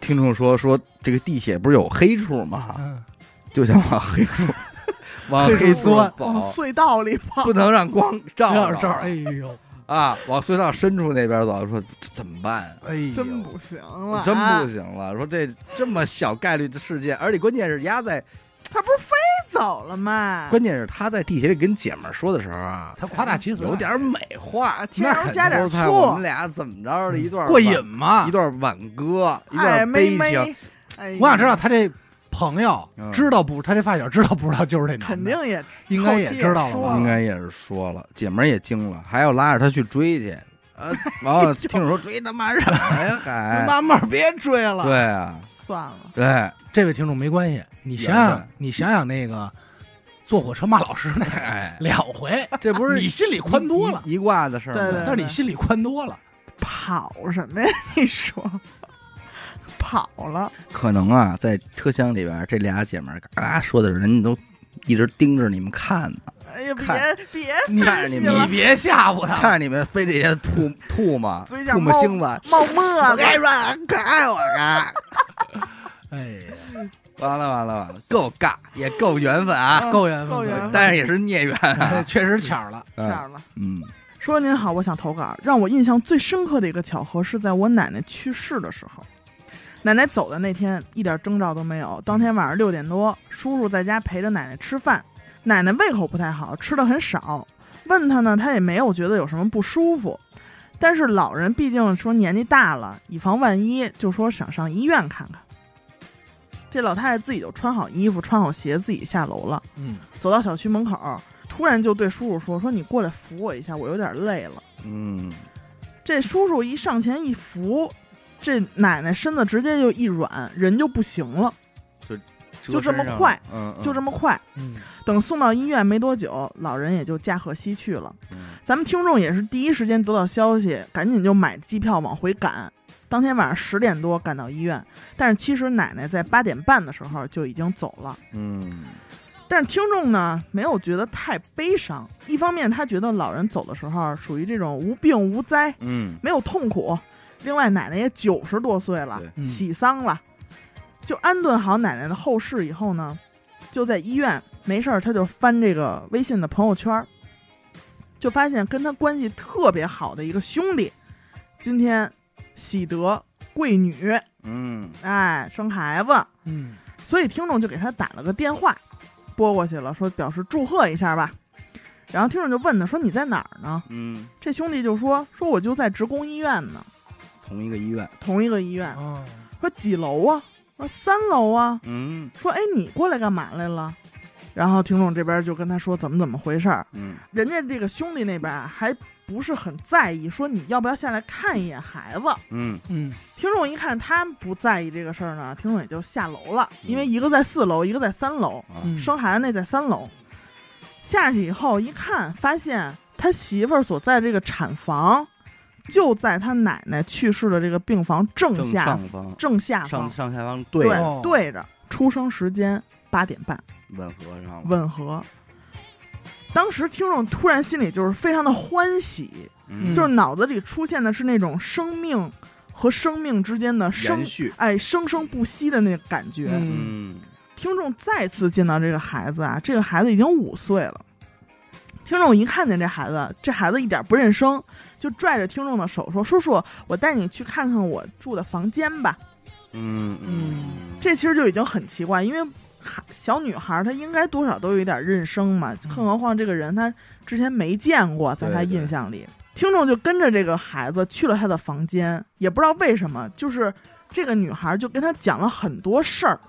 Speaker 1: 听众说说这个地铁不是有黑处吗？
Speaker 2: 嗯，
Speaker 1: 就想往黑处， 往
Speaker 2: 黑处
Speaker 1: 黑处
Speaker 2: 钻
Speaker 1: 走
Speaker 3: 往。嗯隧道里 跑
Speaker 1: 不，能让光照着
Speaker 2: 这样这儿，哎呦，
Speaker 1: 啊，往隧道深处那边走，说这怎么办啊、
Speaker 2: 哎呦，
Speaker 3: 真不行了，
Speaker 1: 真不，行了，说这这么小概率的事件，而且关键是压在，
Speaker 3: 他不是飞走了吗？
Speaker 1: 关键是他在地铁里跟姐们儿说的时候啊，
Speaker 2: 他夸大其词了，
Speaker 1: 有点美化，
Speaker 3: 添油
Speaker 1: 那
Speaker 3: 加点
Speaker 1: 都在
Speaker 3: 醋
Speaker 1: 我们俩怎么着的一段
Speaker 2: 过
Speaker 1: 挽
Speaker 2: 瘾，嘛
Speaker 1: 一。段挽歌，一
Speaker 3: 哎，
Speaker 1: 段
Speaker 3: 妹
Speaker 1: 悲
Speaker 3: 妹
Speaker 1: 情，，
Speaker 3: 哎呀
Speaker 2: 我想知道他这朋友
Speaker 1: 嗯
Speaker 2: 知道不？他这发小知道不知道？就是这男的，
Speaker 3: 肯定也
Speaker 2: 应该也
Speaker 3: 口气
Speaker 2: 知道了
Speaker 3: 说
Speaker 2: 吧
Speaker 1: 应该也是说了，姐们儿也惊了，还要拉着他去追去，呃，完了听着说追他妈什么呀，还
Speaker 2: 慢慢别追了。
Speaker 1: 对啊，
Speaker 3: 算了，
Speaker 1: 对，
Speaker 2: 这位听众没关系，你想
Speaker 1: 缘
Speaker 2: 想
Speaker 1: 分，
Speaker 2: 你想想那个坐火车骂老师那个
Speaker 1: 哎，
Speaker 2: 两回，
Speaker 1: 这不是
Speaker 2: 你心里宽多了，
Speaker 1: 一一挂的事儿吗，
Speaker 3: 对对
Speaker 2: 但是你心里宽多了。
Speaker 3: 跑什么呀？你说跑了，
Speaker 1: 可能啊，在车厢里边，这俩姐妹儿嘎嘎说的时候，人家都一直盯着你们看呢，
Speaker 3: 哎呀，
Speaker 1: 看
Speaker 3: 别别
Speaker 1: 你
Speaker 3: 分析
Speaker 1: 你
Speaker 2: 你
Speaker 3: 了，
Speaker 2: 别吓唬他
Speaker 1: 看着你们飞这些吐吐沫、
Speaker 3: 嘴角
Speaker 1: 吐沫
Speaker 3: 冒
Speaker 1: 星子，
Speaker 3: 冒沫
Speaker 1: 我
Speaker 3: 子
Speaker 1: 该说可爱我啊！
Speaker 2: 哎呀，
Speaker 1: 完了完了完了，够尬，也够缘分啊，
Speaker 3: 嗯
Speaker 2: 够缘分
Speaker 3: 够缘分
Speaker 1: 但是也是孽缘
Speaker 2: 哎
Speaker 1: 啊。
Speaker 2: 确实巧了。
Speaker 3: 翘了。
Speaker 1: 嗯，
Speaker 3: 说您好，我想投稿。让我印象最深刻的一个巧合是在我奶奶去世的时候，奶奶走的那天一点征兆都没有。当天晚上六点多，叔叔在家陪着奶奶吃饭，奶奶胃口不太好，吃的很少。问她呢，她也没有觉得有什么不舒服。但是老人毕竟说年纪大了，以防万一，就说想上医院看看。这老太太自己就穿好衣服、穿好鞋，自己下楼了。
Speaker 2: 嗯，
Speaker 3: 走到小区门口，突然就对叔叔说：“说你过来扶我一下，我有点累了。”
Speaker 1: 嗯，
Speaker 3: 这叔叔一上前一扶，这奶奶身子直接就一软，人就不行了，就
Speaker 1: 折
Speaker 3: 这么
Speaker 1: 身上
Speaker 3: 快，
Speaker 1: 嗯，
Speaker 3: 就这
Speaker 1: 么，
Speaker 3: 么快。
Speaker 2: 嗯，
Speaker 3: 等送到医院没多久，老人也就驾鹤西去了。
Speaker 1: 嗯
Speaker 3: 咱们听众也是第一时间得到消息，赶紧就买机票往回赶。当天晚上十点多赶到医院，但是其实奶奶在八点半的时候就已经走了。
Speaker 1: 嗯，
Speaker 3: 但是听众呢没有觉得太悲伤，一方面他觉得老人走的时候属于这种无病无灾，
Speaker 1: 嗯，
Speaker 3: 没有痛苦。另外，奶奶也九十多岁了
Speaker 1: 对，
Speaker 2: 嗯
Speaker 3: 喜丧了，就安顿好奶奶的后事以后呢，就在医院没事儿，他就翻这个微信的朋友圈儿，就发现跟他关系特别好的一个兄弟，今天喜得贵女，
Speaker 1: 嗯，
Speaker 3: 哎，生孩子，
Speaker 2: 嗯，
Speaker 3: 所以听众就给他打了个电话，拨过去了，说表示祝贺一下吧。然后听众就问他说：“你在哪儿呢
Speaker 1: 嗯，？”
Speaker 3: 这兄弟就说：“说我就在职工医院呢。”
Speaker 1: 同一个医院，
Speaker 3: 同一个医院。
Speaker 2: 哦，
Speaker 3: 说几楼啊？说三楼啊。
Speaker 1: 嗯
Speaker 3: 说哎，你过来干嘛来了？然后听众这边就跟他说怎么怎么回事儿，
Speaker 1: 嗯
Speaker 3: 人家这个兄弟那边啊还不是很在意，说你要不要下来看一眼孩子？
Speaker 1: 嗯
Speaker 2: 嗯，
Speaker 3: 听众一看他不在意这个事儿呢，听众也就下楼了，因为一个在四楼，一个在三楼，
Speaker 1: 啊，
Speaker 2: 嗯
Speaker 3: 生孩子那在三楼。下去以后一看，发现他媳妇儿所在这个产房，就在他奶奶去世的这个病房正
Speaker 1: 正
Speaker 3: 下
Speaker 1: 上方，
Speaker 3: 正下方
Speaker 1: 上，上下方
Speaker 3: 对
Speaker 1: 对着
Speaker 2: 哦
Speaker 3: 对着，出生时间八点半，
Speaker 1: 吻合上了，
Speaker 3: 吻合。当时听众突然心里就是非常的欢喜，
Speaker 1: 嗯，
Speaker 3: 就是脑子里出现的是那种生命和生命之间的生
Speaker 1: 延，续，
Speaker 3: 哎，生生不息的那个感觉。
Speaker 2: 嗯
Speaker 1: 嗯
Speaker 3: 听众再次见到这个孩子啊，这个孩子已经五岁了。听众一看见这孩子，这孩子一点不认生，就拽着听众的手说：“叔叔，我带你去看看我住的房间吧。”
Speaker 1: 嗯嗯，
Speaker 3: 这其实就已经很奇怪，因为孩小女孩她应该多少都有一点认生嘛，
Speaker 2: 嗯
Speaker 3: 更何况这个人她之前没见过，在她
Speaker 1: 对对
Speaker 3: 印象里，听众就跟着这个孩子去了她的房间，也不知道为什么，就是这个女孩就跟他讲了很多事儿，
Speaker 1: 嗯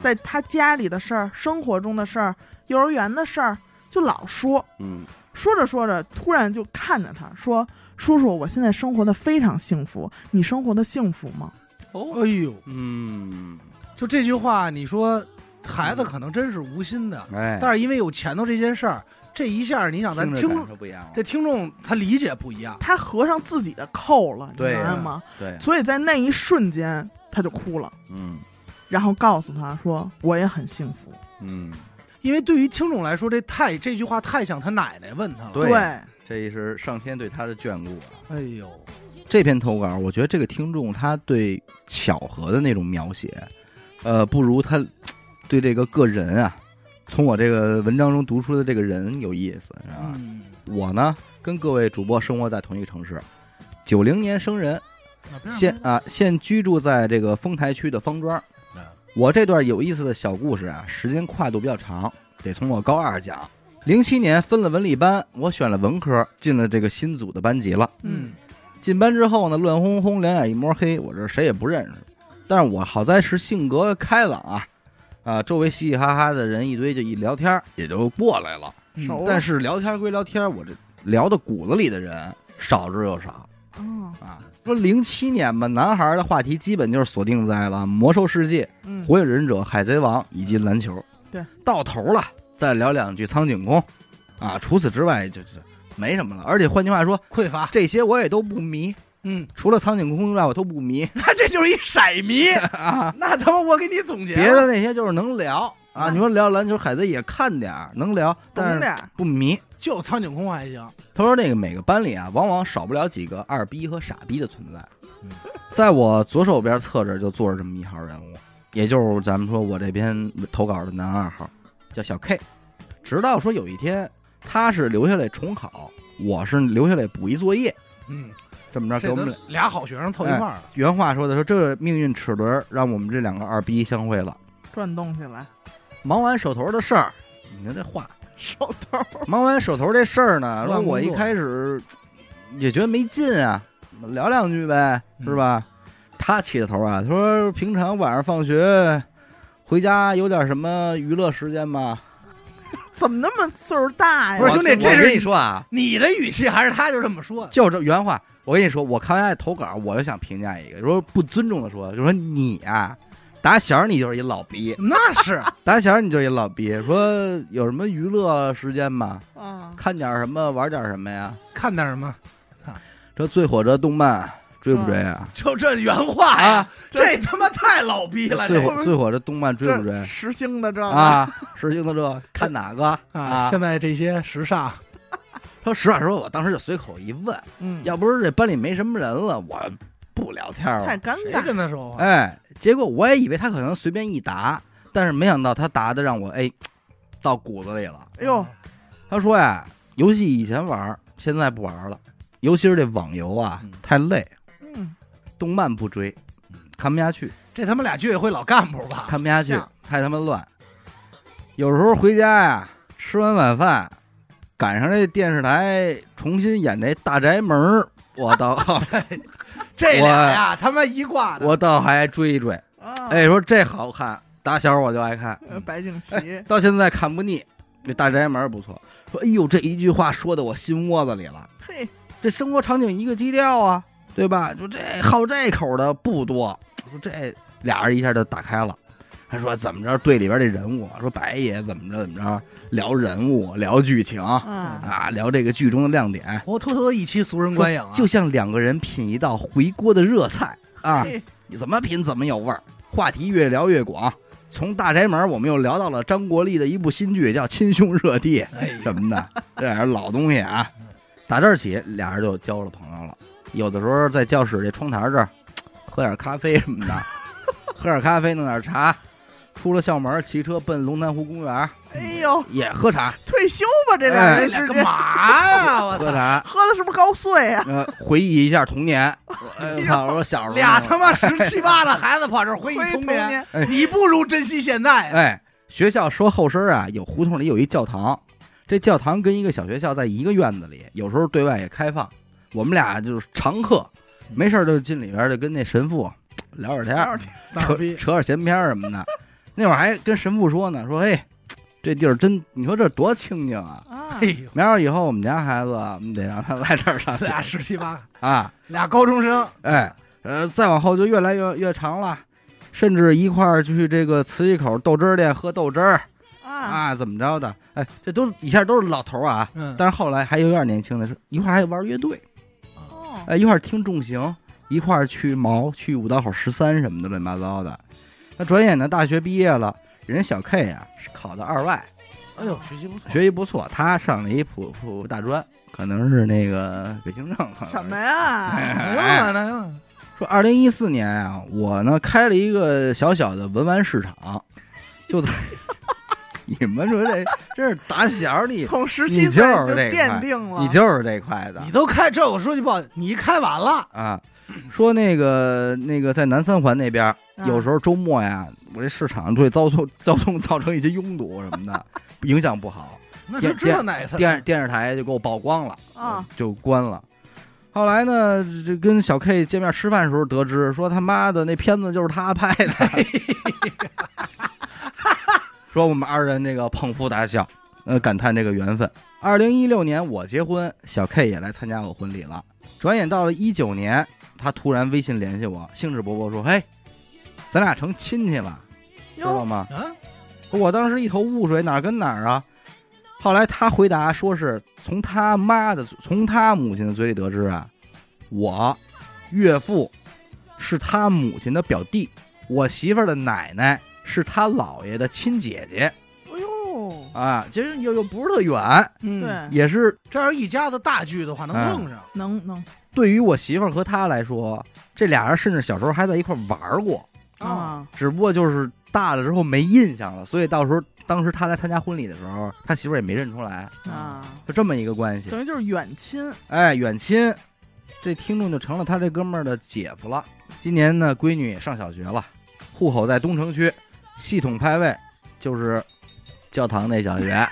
Speaker 3: 在她家里的事儿、生活中的事儿、幼儿园的事儿，就老说。
Speaker 1: 嗯
Speaker 3: 说着说着，突然就看着他说：“叔叔，我现在生活的非常幸福，你生活的幸福吗
Speaker 2: 哦，哎呦，
Speaker 1: 嗯，
Speaker 2: 就这句话，你说孩子可能真是无心的，
Speaker 1: 哎，
Speaker 2: 但是因为有前头这件事儿，这一下你想咱
Speaker 1: 听
Speaker 2: 听
Speaker 1: 着感受不一样
Speaker 2: 这
Speaker 1: 了，
Speaker 2: 听众他理解不一样？”，
Speaker 3: 他合上自己的扣了，你
Speaker 1: 对
Speaker 3: 明
Speaker 1: 呀
Speaker 3: 白吗？
Speaker 1: 对，
Speaker 3: 所以在那一瞬间，他就哭了，
Speaker 1: 嗯
Speaker 3: 然后告诉他说：“我也很幸福。
Speaker 1: 嗯，
Speaker 2: 因为对于听众来说，这太这句话太像他奶奶问他了。
Speaker 1: 对这也是上天对他的眷顾啊。
Speaker 2: 哎呦，
Speaker 1: 这篇投稿，我觉得这个听众他对巧合的那种描写，呃，不如他对这个个人啊，从我这个文章中读出的这个人有意思，是吧？
Speaker 2: 嗯，
Speaker 1: 我呢，跟各位主播生活在同一个城市，九零年生人，
Speaker 2: 哪边儿
Speaker 1: 现啊现居住在这个丰台区的方庄
Speaker 2: 嗯。
Speaker 1: 我这段有意思的小故事啊，时间跨度比较长，得从我高二讲。零七年分了文理班，我选了文科，进了这个新组的班级了。
Speaker 2: 嗯，
Speaker 1: 进班之后呢，乱哄哄，两眼一摸黑，我这谁也不认识。但是我好在是性格开朗啊，啊，周围嘻嘻哈哈的人一堆，就一聊天儿也就过来了。
Speaker 3: 嗯熟了
Speaker 1: 嗯但是聊天归聊天，我这聊到骨子里的人少之又少
Speaker 3: 哦，
Speaker 1: 啊。说零七年吧，男孩的话题基本就是锁定在了魔兽世界、
Speaker 3: 嗯，
Speaker 1: 火影忍者、海贼王以及篮球。
Speaker 3: 对，
Speaker 1: 到头了再聊两句苍井空，啊，除此之外就就没什么了。而且换句话说，
Speaker 2: 匮乏，
Speaker 1: 这些我也都不迷。
Speaker 2: 嗯，
Speaker 1: 除了苍井空之外，我都不迷。
Speaker 2: 他这就是一色 迷那他妈我给你总结了
Speaker 1: 啊别的那些就是能聊啊，
Speaker 3: 嗯
Speaker 1: 你说聊篮球、海贼也看点儿，能聊，但
Speaker 3: 懂
Speaker 1: 是
Speaker 3: 点儿，
Speaker 1: 不迷。
Speaker 2: 就苍井空还行，
Speaker 1: 他说那个每个班里啊，往往少不了几个二逼和傻逼的存在
Speaker 2: 嗯。
Speaker 1: 在我左手边侧着就坐着这么一号人物，也就是咱们说我这篇投稿的男二号，叫小 K。直到说有一天，他是留下来重考，我是留下来补一作业，
Speaker 2: 嗯，
Speaker 1: 这么着啊给
Speaker 2: 这
Speaker 1: 我们
Speaker 2: 都
Speaker 1: 俩哎
Speaker 2: 俩好学生凑一块儿了，
Speaker 1: 原话说的说，这命运齿轮让我们这两个二逼相会了。
Speaker 3: 转动起来，
Speaker 1: 忙完手头的事儿，你看这话，
Speaker 3: 手头儿
Speaker 1: 忙完手头这事儿呢，
Speaker 2: 乱
Speaker 1: 说我
Speaker 2: 工
Speaker 1: 一
Speaker 2: 作
Speaker 1: 开始也觉得没劲啊，聊两句呗，
Speaker 2: 嗯
Speaker 1: 是吧？他起的头啊，他说平常晚上放学回家有点什么娱乐时间吗？
Speaker 3: 怎么那么岁数大呀？
Speaker 2: 不是兄弟
Speaker 1: 我
Speaker 2: 这是
Speaker 1: 我跟你说啊，
Speaker 2: 你的语气还是他就这么说的，
Speaker 1: 就这原话，我跟你说，我看完爱投稿，我就想评价一个，说不尊重的说，就说你啊，打小你就是一老逼，
Speaker 2: 那 是
Speaker 1: 打小你就是一老逼。说有什么娱乐时间吗？
Speaker 3: 啊，
Speaker 1: 看点什么，玩点什么呀？
Speaker 2: 看点什么？
Speaker 1: 这最火这动漫追
Speaker 2: 嗯
Speaker 1: 不追啊？
Speaker 2: 就这原话呀
Speaker 1: 啊，
Speaker 2: 这他妈太老逼了，
Speaker 1: 最
Speaker 2: 这
Speaker 1: 火最火这动漫追不追
Speaker 3: 这时兴的这个
Speaker 1: 啊？石星的这看哪个
Speaker 2: 啊！
Speaker 1: 啊？
Speaker 2: 现在这些时尚，
Speaker 1: 说实话说，我当时就随口一问，
Speaker 3: 嗯，
Speaker 1: 要不是这班里没什么人了，我不聊天了。
Speaker 3: 太尴
Speaker 2: 谁
Speaker 3: 尬，
Speaker 2: 跟他说话？
Speaker 1: 哎，结果我也以为他可能随便一答，但是没想到他答的让我哎到骨子里了。
Speaker 3: 哎呦，
Speaker 2: 嗯
Speaker 1: 他说呀，游戏以前玩儿，现在不玩儿了，尤其是这网游啊
Speaker 2: 嗯，
Speaker 1: 太累，
Speaker 3: 嗯，
Speaker 1: 动漫不追
Speaker 2: 嗯，
Speaker 1: 看不下去，
Speaker 2: 这他妈俩居委会老干部吧？
Speaker 1: 看不下去
Speaker 3: 像，
Speaker 1: 太他妈乱。有时候回家呀、吃完晚饭，赶上这电视台重新演这《大宅门》，我倒
Speaker 2: 这俩呀，他妈一挂的。
Speaker 1: 我倒还追一追。
Speaker 3: 啊，
Speaker 1: 哎，嗯说这好看，打小我就爱看。
Speaker 3: 呃，白景琦，
Speaker 1: 到现在看不腻。那大宅门不错，说哎呦，这一句话说到我心窝子里了。
Speaker 3: 嘿，
Speaker 1: 这生活场景一个基调啊，对吧？就这好这口的不多，说这俩人一下就打开了。他说怎么着，队里边这人物，啊说白爷怎么着怎么着，聊人物，聊剧情啊，
Speaker 3: 啊，
Speaker 1: 聊这个剧中的亮点，
Speaker 2: 活脱脱一期俗人观影啊！
Speaker 1: 就像两个人品一道回锅的热菜啊。
Speaker 3: 嘿
Speaker 1: 你怎么品怎么有味儿。话题越聊越广，从大宅门我们又聊到了张国立的一部新剧，叫《亲兄热弟》
Speaker 2: 哎呀
Speaker 1: 什么的，这俩人老东西啊。打这儿起，俩人就交了朋友了。有的时候在教室这窗台这儿喝点咖啡什么的，喝点咖啡弄点茶。出了校门，骑车奔龙潭湖公园，
Speaker 3: 哎呦，
Speaker 1: 也喝茶，
Speaker 3: 退休吧，这俩
Speaker 1: 哎
Speaker 2: 这
Speaker 3: 人
Speaker 2: 俩
Speaker 3: 直
Speaker 2: 干
Speaker 3: 接
Speaker 2: 嘛呀？ 我
Speaker 1: 喝
Speaker 2: 操！
Speaker 1: 茶，
Speaker 3: 喝的是不是高穗啊？
Speaker 1: 呃，回忆一下童年。哎我操！我说小时候
Speaker 2: 俩
Speaker 1: 那会儿
Speaker 2: 他妈十七八的孩子跑这儿回忆
Speaker 3: 回
Speaker 2: 童
Speaker 3: 童
Speaker 2: 年，
Speaker 3: 年，
Speaker 1: 哎
Speaker 2: 你不如珍惜现在呀。
Speaker 1: 哎，学校说后身啊，有胡同里有一教堂，这教堂跟一个小学校在一个院子里，有时候对外也开放。我们俩就是常客，没事儿就进里边儿就跟那神父 聊会儿天
Speaker 3: 聊
Speaker 1: 儿
Speaker 3: 会儿，
Speaker 1: 扯
Speaker 3: 天
Speaker 1: 扯点闲篇儿什么的。 那会儿还跟神父说呢，说哎，这地儿真，你说这多清静啊！
Speaker 3: 啊
Speaker 2: 哎，呦，
Speaker 1: 明儿以后我们家孩子，我们得让他来这儿上学
Speaker 2: 俩十七八，
Speaker 1: 啊！
Speaker 2: 俩高中生，
Speaker 1: 哎，呃，再往后就越来越越长了，甚至一块儿去这个磁器口豆汁儿店喝豆汁儿。
Speaker 3: 啊，
Speaker 1: 啊，怎么着的？哎，这都是以前都是老头儿啊，
Speaker 2: 嗯，
Speaker 1: 但是后来还有点年轻的，是一块儿还玩乐队，
Speaker 3: 哦，
Speaker 1: 哎，一块儿听重型，一块儿去毛去五道口十三什么的乱七八糟的。那转眼呢，大学毕业了，人家小 K 啊是考的二外，
Speaker 2: 哎呦，学习不错，
Speaker 1: 学习不错，他上了一普普大专，可能是那个北京政。
Speaker 3: 什么呀？
Speaker 1: 哎
Speaker 2: 哎呦，
Speaker 1: 说二零一四年啊，我呢开了一个小小的文玩市场，就在 你们说这真是打小你
Speaker 3: 从十七
Speaker 1: 你就
Speaker 3: 岁
Speaker 1: 是
Speaker 3: 就
Speaker 1: 这一
Speaker 3: 奠
Speaker 1: 块
Speaker 3: 定了，
Speaker 1: 你就是这块的
Speaker 2: 你都开这，我说句不好，你开完了，
Speaker 1: 啊。说那个那个在南三环那边儿，
Speaker 3: 啊
Speaker 1: 有时候周末呀，我这市场对交通 交通造成一些拥堵什么的，影响不好。
Speaker 2: 那就知道哪一次
Speaker 1: 电电视台就给我曝光了，
Speaker 3: 啊，
Speaker 1: 就关了。后来呢，这跟小 K 见面吃饭的时候得知，说他妈的那片子就是他拍的。 说我们二人这个捧腹大笑，呃，感叹这个缘分。二零一六年我结婚，小 K 也来参加我婚礼了。转眼到了一九年，他突然微信联系我，兴致勃勃说：“嘿，咱俩成亲戚了，嗯知道
Speaker 3: 哟，
Speaker 1: 吗
Speaker 2: 啊，？”
Speaker 1: 我当时一头雾水，哪儿跟哪儿啊？后来他回答说是从他妈的，从他母亲的嘴里得知啊，我岳父是他母亲的表弟，我媳妇儿的奶奶是他姥爷的亲姐姐
Speaker 3: 哎呦，
Speaker 1: 啊。其实又又不是特远，
Speaker 2: 嗯，
Speaker 3: 对，
Speaker 1: 也是
Speaker 2: 这要是一家子大剧的话，
Speaker 1: 嗯
Speaker 2: 能碰上，
Speaker 3: 能能
Speaker 1: 对于我媳妇儿和他来说，这俩人甚至小时候还在一块儿玩儿过，
Speaker 2: 啊，
Speaker 3: 啊，
Speaker 1: 只不过就是大了之后没印象了，所以到时候当时他来参加婚礼的时候，他媳妇儿也没认出来，
Speaker 3: 啊，
Speaker 1: 就这么一个关系。
Speaker 3: 等于就是远亲，
Speaker 1: 哎，远亲，这听众就成了他这哥们儿的姐夫了。今年呢，闺女也上小学了，户口在东城区，系统派位就是教堂那小 学。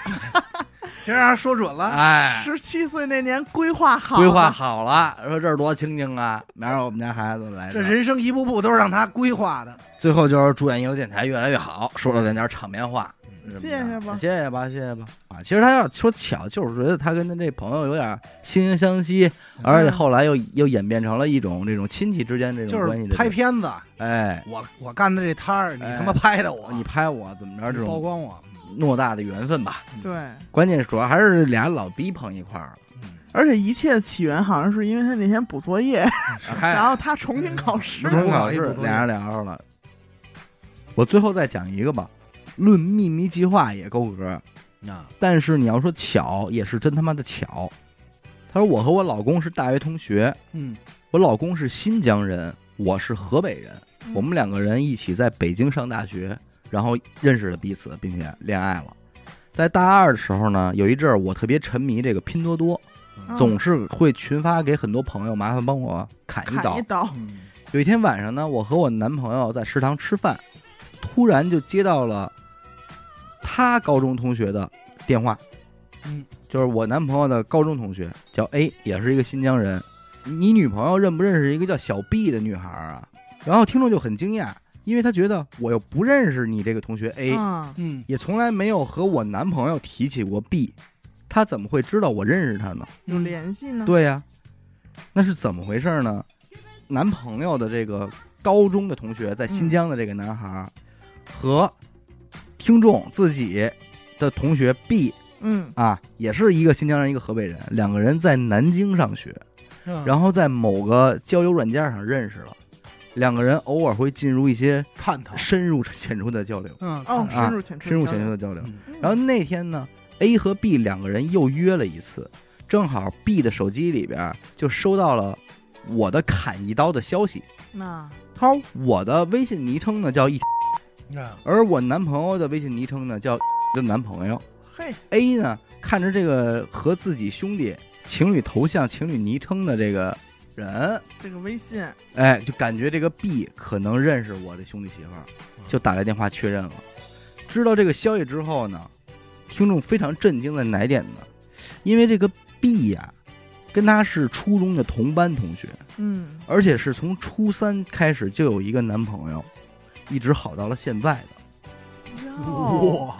Speaker 2: 这让人说准了，
Speaker 1: 哎，
Speaker 3: 十七岁那年规划好，
Speaker 1: 规划，好了，说这儿多清静啊！明儿我们家孩子来
Speaker 2: 这
Speaker 1: 儿
Speaker 2: 人生一步步都是让他规划的，
Speaker 1: 最后就是祝愿一流电台越来越好，说了点点场面话
Speaker 2: 嗯，
Speaker 1: 什么的
Speaker 3: 谢谢吧
Speaker 1: 谢谢吧，谢谢吧。啊，其实他要说巧，就是觉得他跟他这朋友有点惺惺相惜，而
Speaker 3: 嗯
Speaker 1: 且后来又又演变成了一种这种亲戚之间这
Speaker 2: 就
Speaker 1: 种关系
Speaker 2: 是
Speaker 1: 的。
Speaker 2: 拍，片子，
Speaker 1: 哎，
Speaker 2: 我我干的这摊儿，你
Speaker 1: 哎
Speaker 2: 他妈拍的我，
Speaker 1: 你拍我怎么着？这
Speaker 2: 你曝
Speaker 1: 种
Speaker 2: 光我，
Speaker 1: 偌大的缘分吧。
Speaker 3: 对，
Speaker 1: 关键主要还是俩老逼捧一块儿了。
Speaker 3: 而且一切的起源好像是因为他那天补作业，
Speaker 1: 哎嗯
Speaker 3: 然后他重新考
Speaker 1: 不
Speaker 3: 试
Speaker 2: 是
Speaker 1: 中
Speaker 2: 不
Speaker 1: 考
Speaker 2: 好意
Speaker 1: 试
Speaker 2: 思不，中
Speaker 1: 俩人聊上了。我最后再讲一个吧，论秘密计划也够格，
Speaker 2: 啊，
Speaker 1: 但是你要说巧，也是真他妈的巧。他说我和我老公是大学同学，
Speaker 2: 嗯，
Speaker 1: 我老公是新疆人，我是河北人，
Speaker 3: 嗯
Speaker 1: 我们两个人一起在北京上大学，然后认识了彼此，并且恋爱了。在大二的时候呢，有一阵儿我特别沉迷这个拼多多，
Speaker 3: 嗯
Speaker 1: 总是会群发给很多朋友，麻烦帮我砍一
Speaker 3: 砍
Speaker 1: 刀
Speaker 3: 一。刀，
Speaker 2: 嗯
Speaker 1: 有一天晚上呢，我和我男朋友在食堂吃饭，突然就接到了他高中同学的电话，
Speaker 2: 嗯，
Speaker 1: 就是我男朋友的高中同学叫 A，也是一个新疆人。你女朋友认不认识一个叫小 B 的女孩啊？然后听众就很惊讶，因为他觉得我又不认识你这个同学 A，、
Speaker 3: 嗯，
Speaker 2: 嗯
Speaker 1: 也从来没有和我男朋友提起过 B，他怎么会知道我认识他呢？
Speaker 3: 有联系呢，
Speaker 1: 嗯对呀、那是怎么回事呢？男朋友的这个高中的同学，在新疆的这个男孩儿，和听众自己的同学 B
Speaker 3: 嗯，
Speaker 1: 啊，也是一个新疆人，一个河北人，两个人在南京上学，
Speaker 2: 然
Speaker 1: 然后在某个交友软件上认识了，两个人偶尔会进入一些
Speaker 2: 探讨，
Speaker 1: 深入浅出的交流，
Speaker 2: 嗯，
Speaker 3: 哦，
Speaker 1: 是啊
Speaker 3: 深入浅
Speaker 1: 嗯
Speaker 3: 出，
Speaker 1: 深入浅出，的交流。
Speaker 2: 嗯
Speaker 1: 然后那天呢，A 和 B 两个人又约了一次，正好 B 的手机里边就收到了我的砍一刀的消息。
Speaker 3: 那
Speaker 1: 他说我的微信昵称呢叫一，嗯
Speaker 2: 啊
Speaker 1: 而我男朋友的微信昵称呢叫的男朋友。
Speaker 3: 嘿，
Speaker 1: A 呢看着这个和自己兄弟情侣头像、情侣昵称的这个人，
Speaker 3: 这个微信，
Speaker 1: 哎，就感觉这个 B 可能认识我的兄弟媳妇儿，就打来电话确认了。知道这个消息之后呢，听众非常震惊在哪一点呢？因为这个 B 呀、跟他是初中的同班同学，
Speaker 3: 嗯，
Speaker 1: 而且是从初三开始就有一个男朋友，一直好到了现在的。
Speaker 3: 哟，
Speaker 1: 哦
Speaker 2: 哇，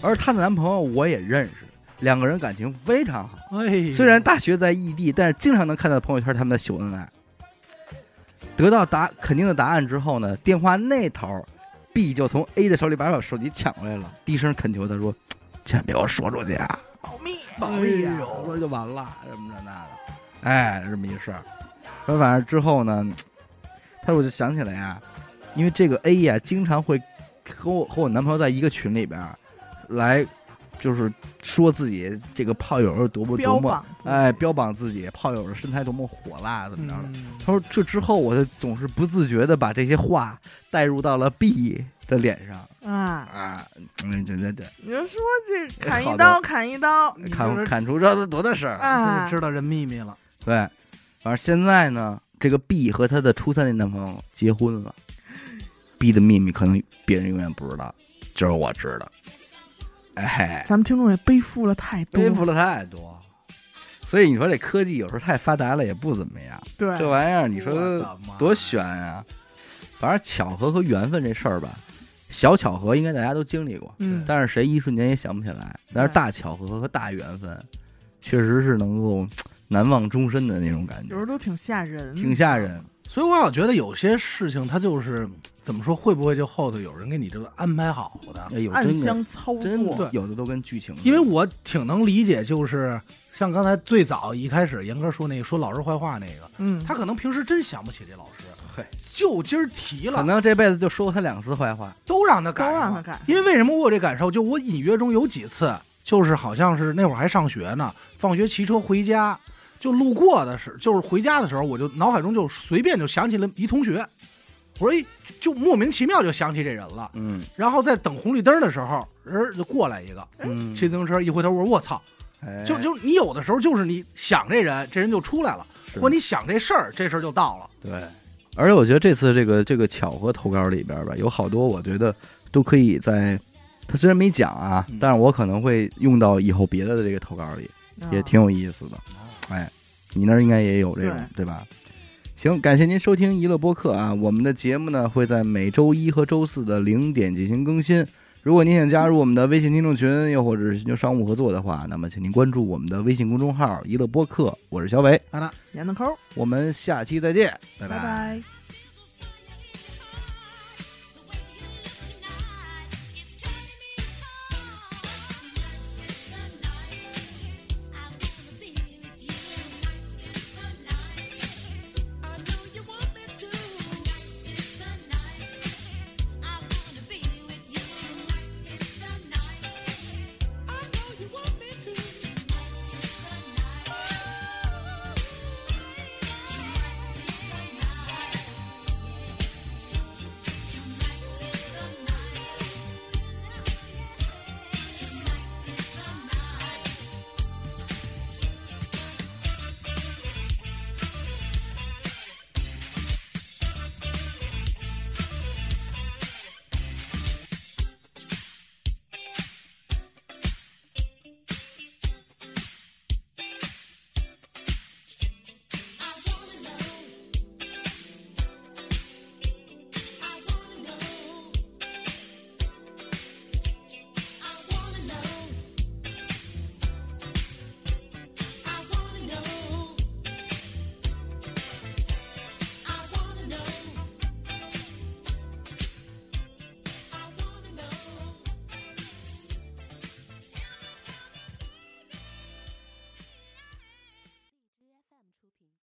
Speaker 1: 而她的男朋友我也认识，两个人感情非常好。
Speaker 2: 哎，
Speaker 1: 虽然大学在异地，但是经常能看到朋友圈他们在秀恩爱。得到答肯定的答案之后呢，电话那头，B 就从 A 的手里把把手机抢过来了，低声恳求他说：“千万别给我说出去啊，
Speaker 3: 保密，
Speaker 1: 保密啊
Speaker 2: 哎，呦
Speaker 1: 我说就完了，什么这那的。”哎，这么一事儿。说反正之后呢，他说我就想起来呀、因为这个 A 呀、经常会和我和我男朋友在一个群里边儿来，就是说自己这个炮友有多么
Speaker 3: 标
Speaker 1: 多么
Speaker 3: 榜，
Speaker 1: 哎，标榜自己炮友的身材多么火辣，怎么着的。
Speaker 2: 嗯
Speaker 1: 他说这之后，我就总是不自觉的把这些话带入到了 B 的脸上
Speaker 3: 啊，
Speaker 1: 啊，嗯，这这这
Speaker 3: 你就说这砍
Speaker 1: 哎好
Speaker 3: 一
Speaker 1: 的
Speaker 3: 刀，砍一刀，
Speaker 2: 你就是
Speaker 1: 砍砍出这多大事儿？
Speaker 2: 真
Speaker 3: 啊
Speaker 2: 是，知道人秘密了，
Speaker 1: 对，反正现在呢，这个 B 和她的初三那男朋友结婚了，B 的秘密可能别人永远不知道，只有我知道。哎，
Speaker 3: 咱们听众也背负了太
Speaker 2: 嗯
Speaker 3: 多，
Speaker 1: 背负了太多，所以你说这科技有时候太发达了也不怎么样，
Speaker 3: 对，
Speaker 1: 这玩意儿你说
Speaker 2: 我的妈
Speaker 1: 多悬啊！反正巧合和缘分这事儿吧，小巧合应该大家都经历过，
Speaker 3: 嗯，
Speaker 1: 但是谁一瞬间也想不起来。但是
Speaker 3: 对
Speaker 1: 大巧合和大缘分，确实是能够难忘终身的那种感觉
Speaker 3: 有时，候嗯都挺吓人，
Speaker 1: 挺吓人。
Speaker 2: 所以我老觉得有些事情，它就是怎么说，会不会就后头有人给你这个安排好的？
Speaker 1: 哎呦，
Speaker 3: 暗
Speaker 1: 真的
Speaker 3: 箱操
Speaker 1: 真
Speaker 3: 作，
Speaker 1: 的有的都跟剧情似的，
Speaker 2: 因为我挺能理解，就是像刚才最早一开始严哥说那个说老师坏话那个，
Speaker 3: 嗯，
Speaker 2: 他可能平时真想不起这老师
Speaker 1: 嘿，
Speaker 2: 就今儿提
Speaker 1: 可
Speaker 2: 了，
Speaker 1: 能这辈子就说过他两次坏话。
Speaker 2: 都让他
Speaker 3: 都
Speaker 2: 赶
Speaker 3: 让
Speaker 2: 上
Speaker 3: 他
Speaker 2: 了。
Speaker 3: 干，
Speaker 2: 因为为什么我有这感受？就我隐约中有几次，就是好像是那会儿还上学呢，放学骑车回家，就路过的时，就是回家的时候，我就脑海中就随便就想起了一同学，我说哎，就莫名其妙就想起这人了。
Speaker 1: 嗯
Speaker 2: 然后在等红绿灯的时候，人就过来一个
Speaker 1: 嗯，
Speaker 2: 骑自行车，一回头我说我操，
Speaker 1: 哎
Speaker 2: 就就你有的时候就是你想这人，这人就出来了，
Speaker 1: 是
Speaker 2: 或你想这事儿，这事儿就到了。
Speaker 1: 对，而且我觉得这次这个这个巧合投稿里边吧，有好多我觉得都可以在，他虽然没讲啊
Speaker 2: 嗯，
Speaker 1: 但是我可能会用到以后别的这个投稿里，也
Speaker 3: 啊
Speaker 1: 挺有意思的。哎，你那儿应该也有这种，对吧？行，感谢您收听娱乐播客啊！我们的节目呢会在每周一和周四的零点进行更新。如果您想加入我们的微信听众群，又或者是寻求商务合作的话，那么请您关注我们的微信公众号“一乐播客”，我是小伟，
Speaker 2: 安娜，
Speaker 3: 严的抠，
Speaker 1: 我们下期再见，拜
Speaker 3: 拜拜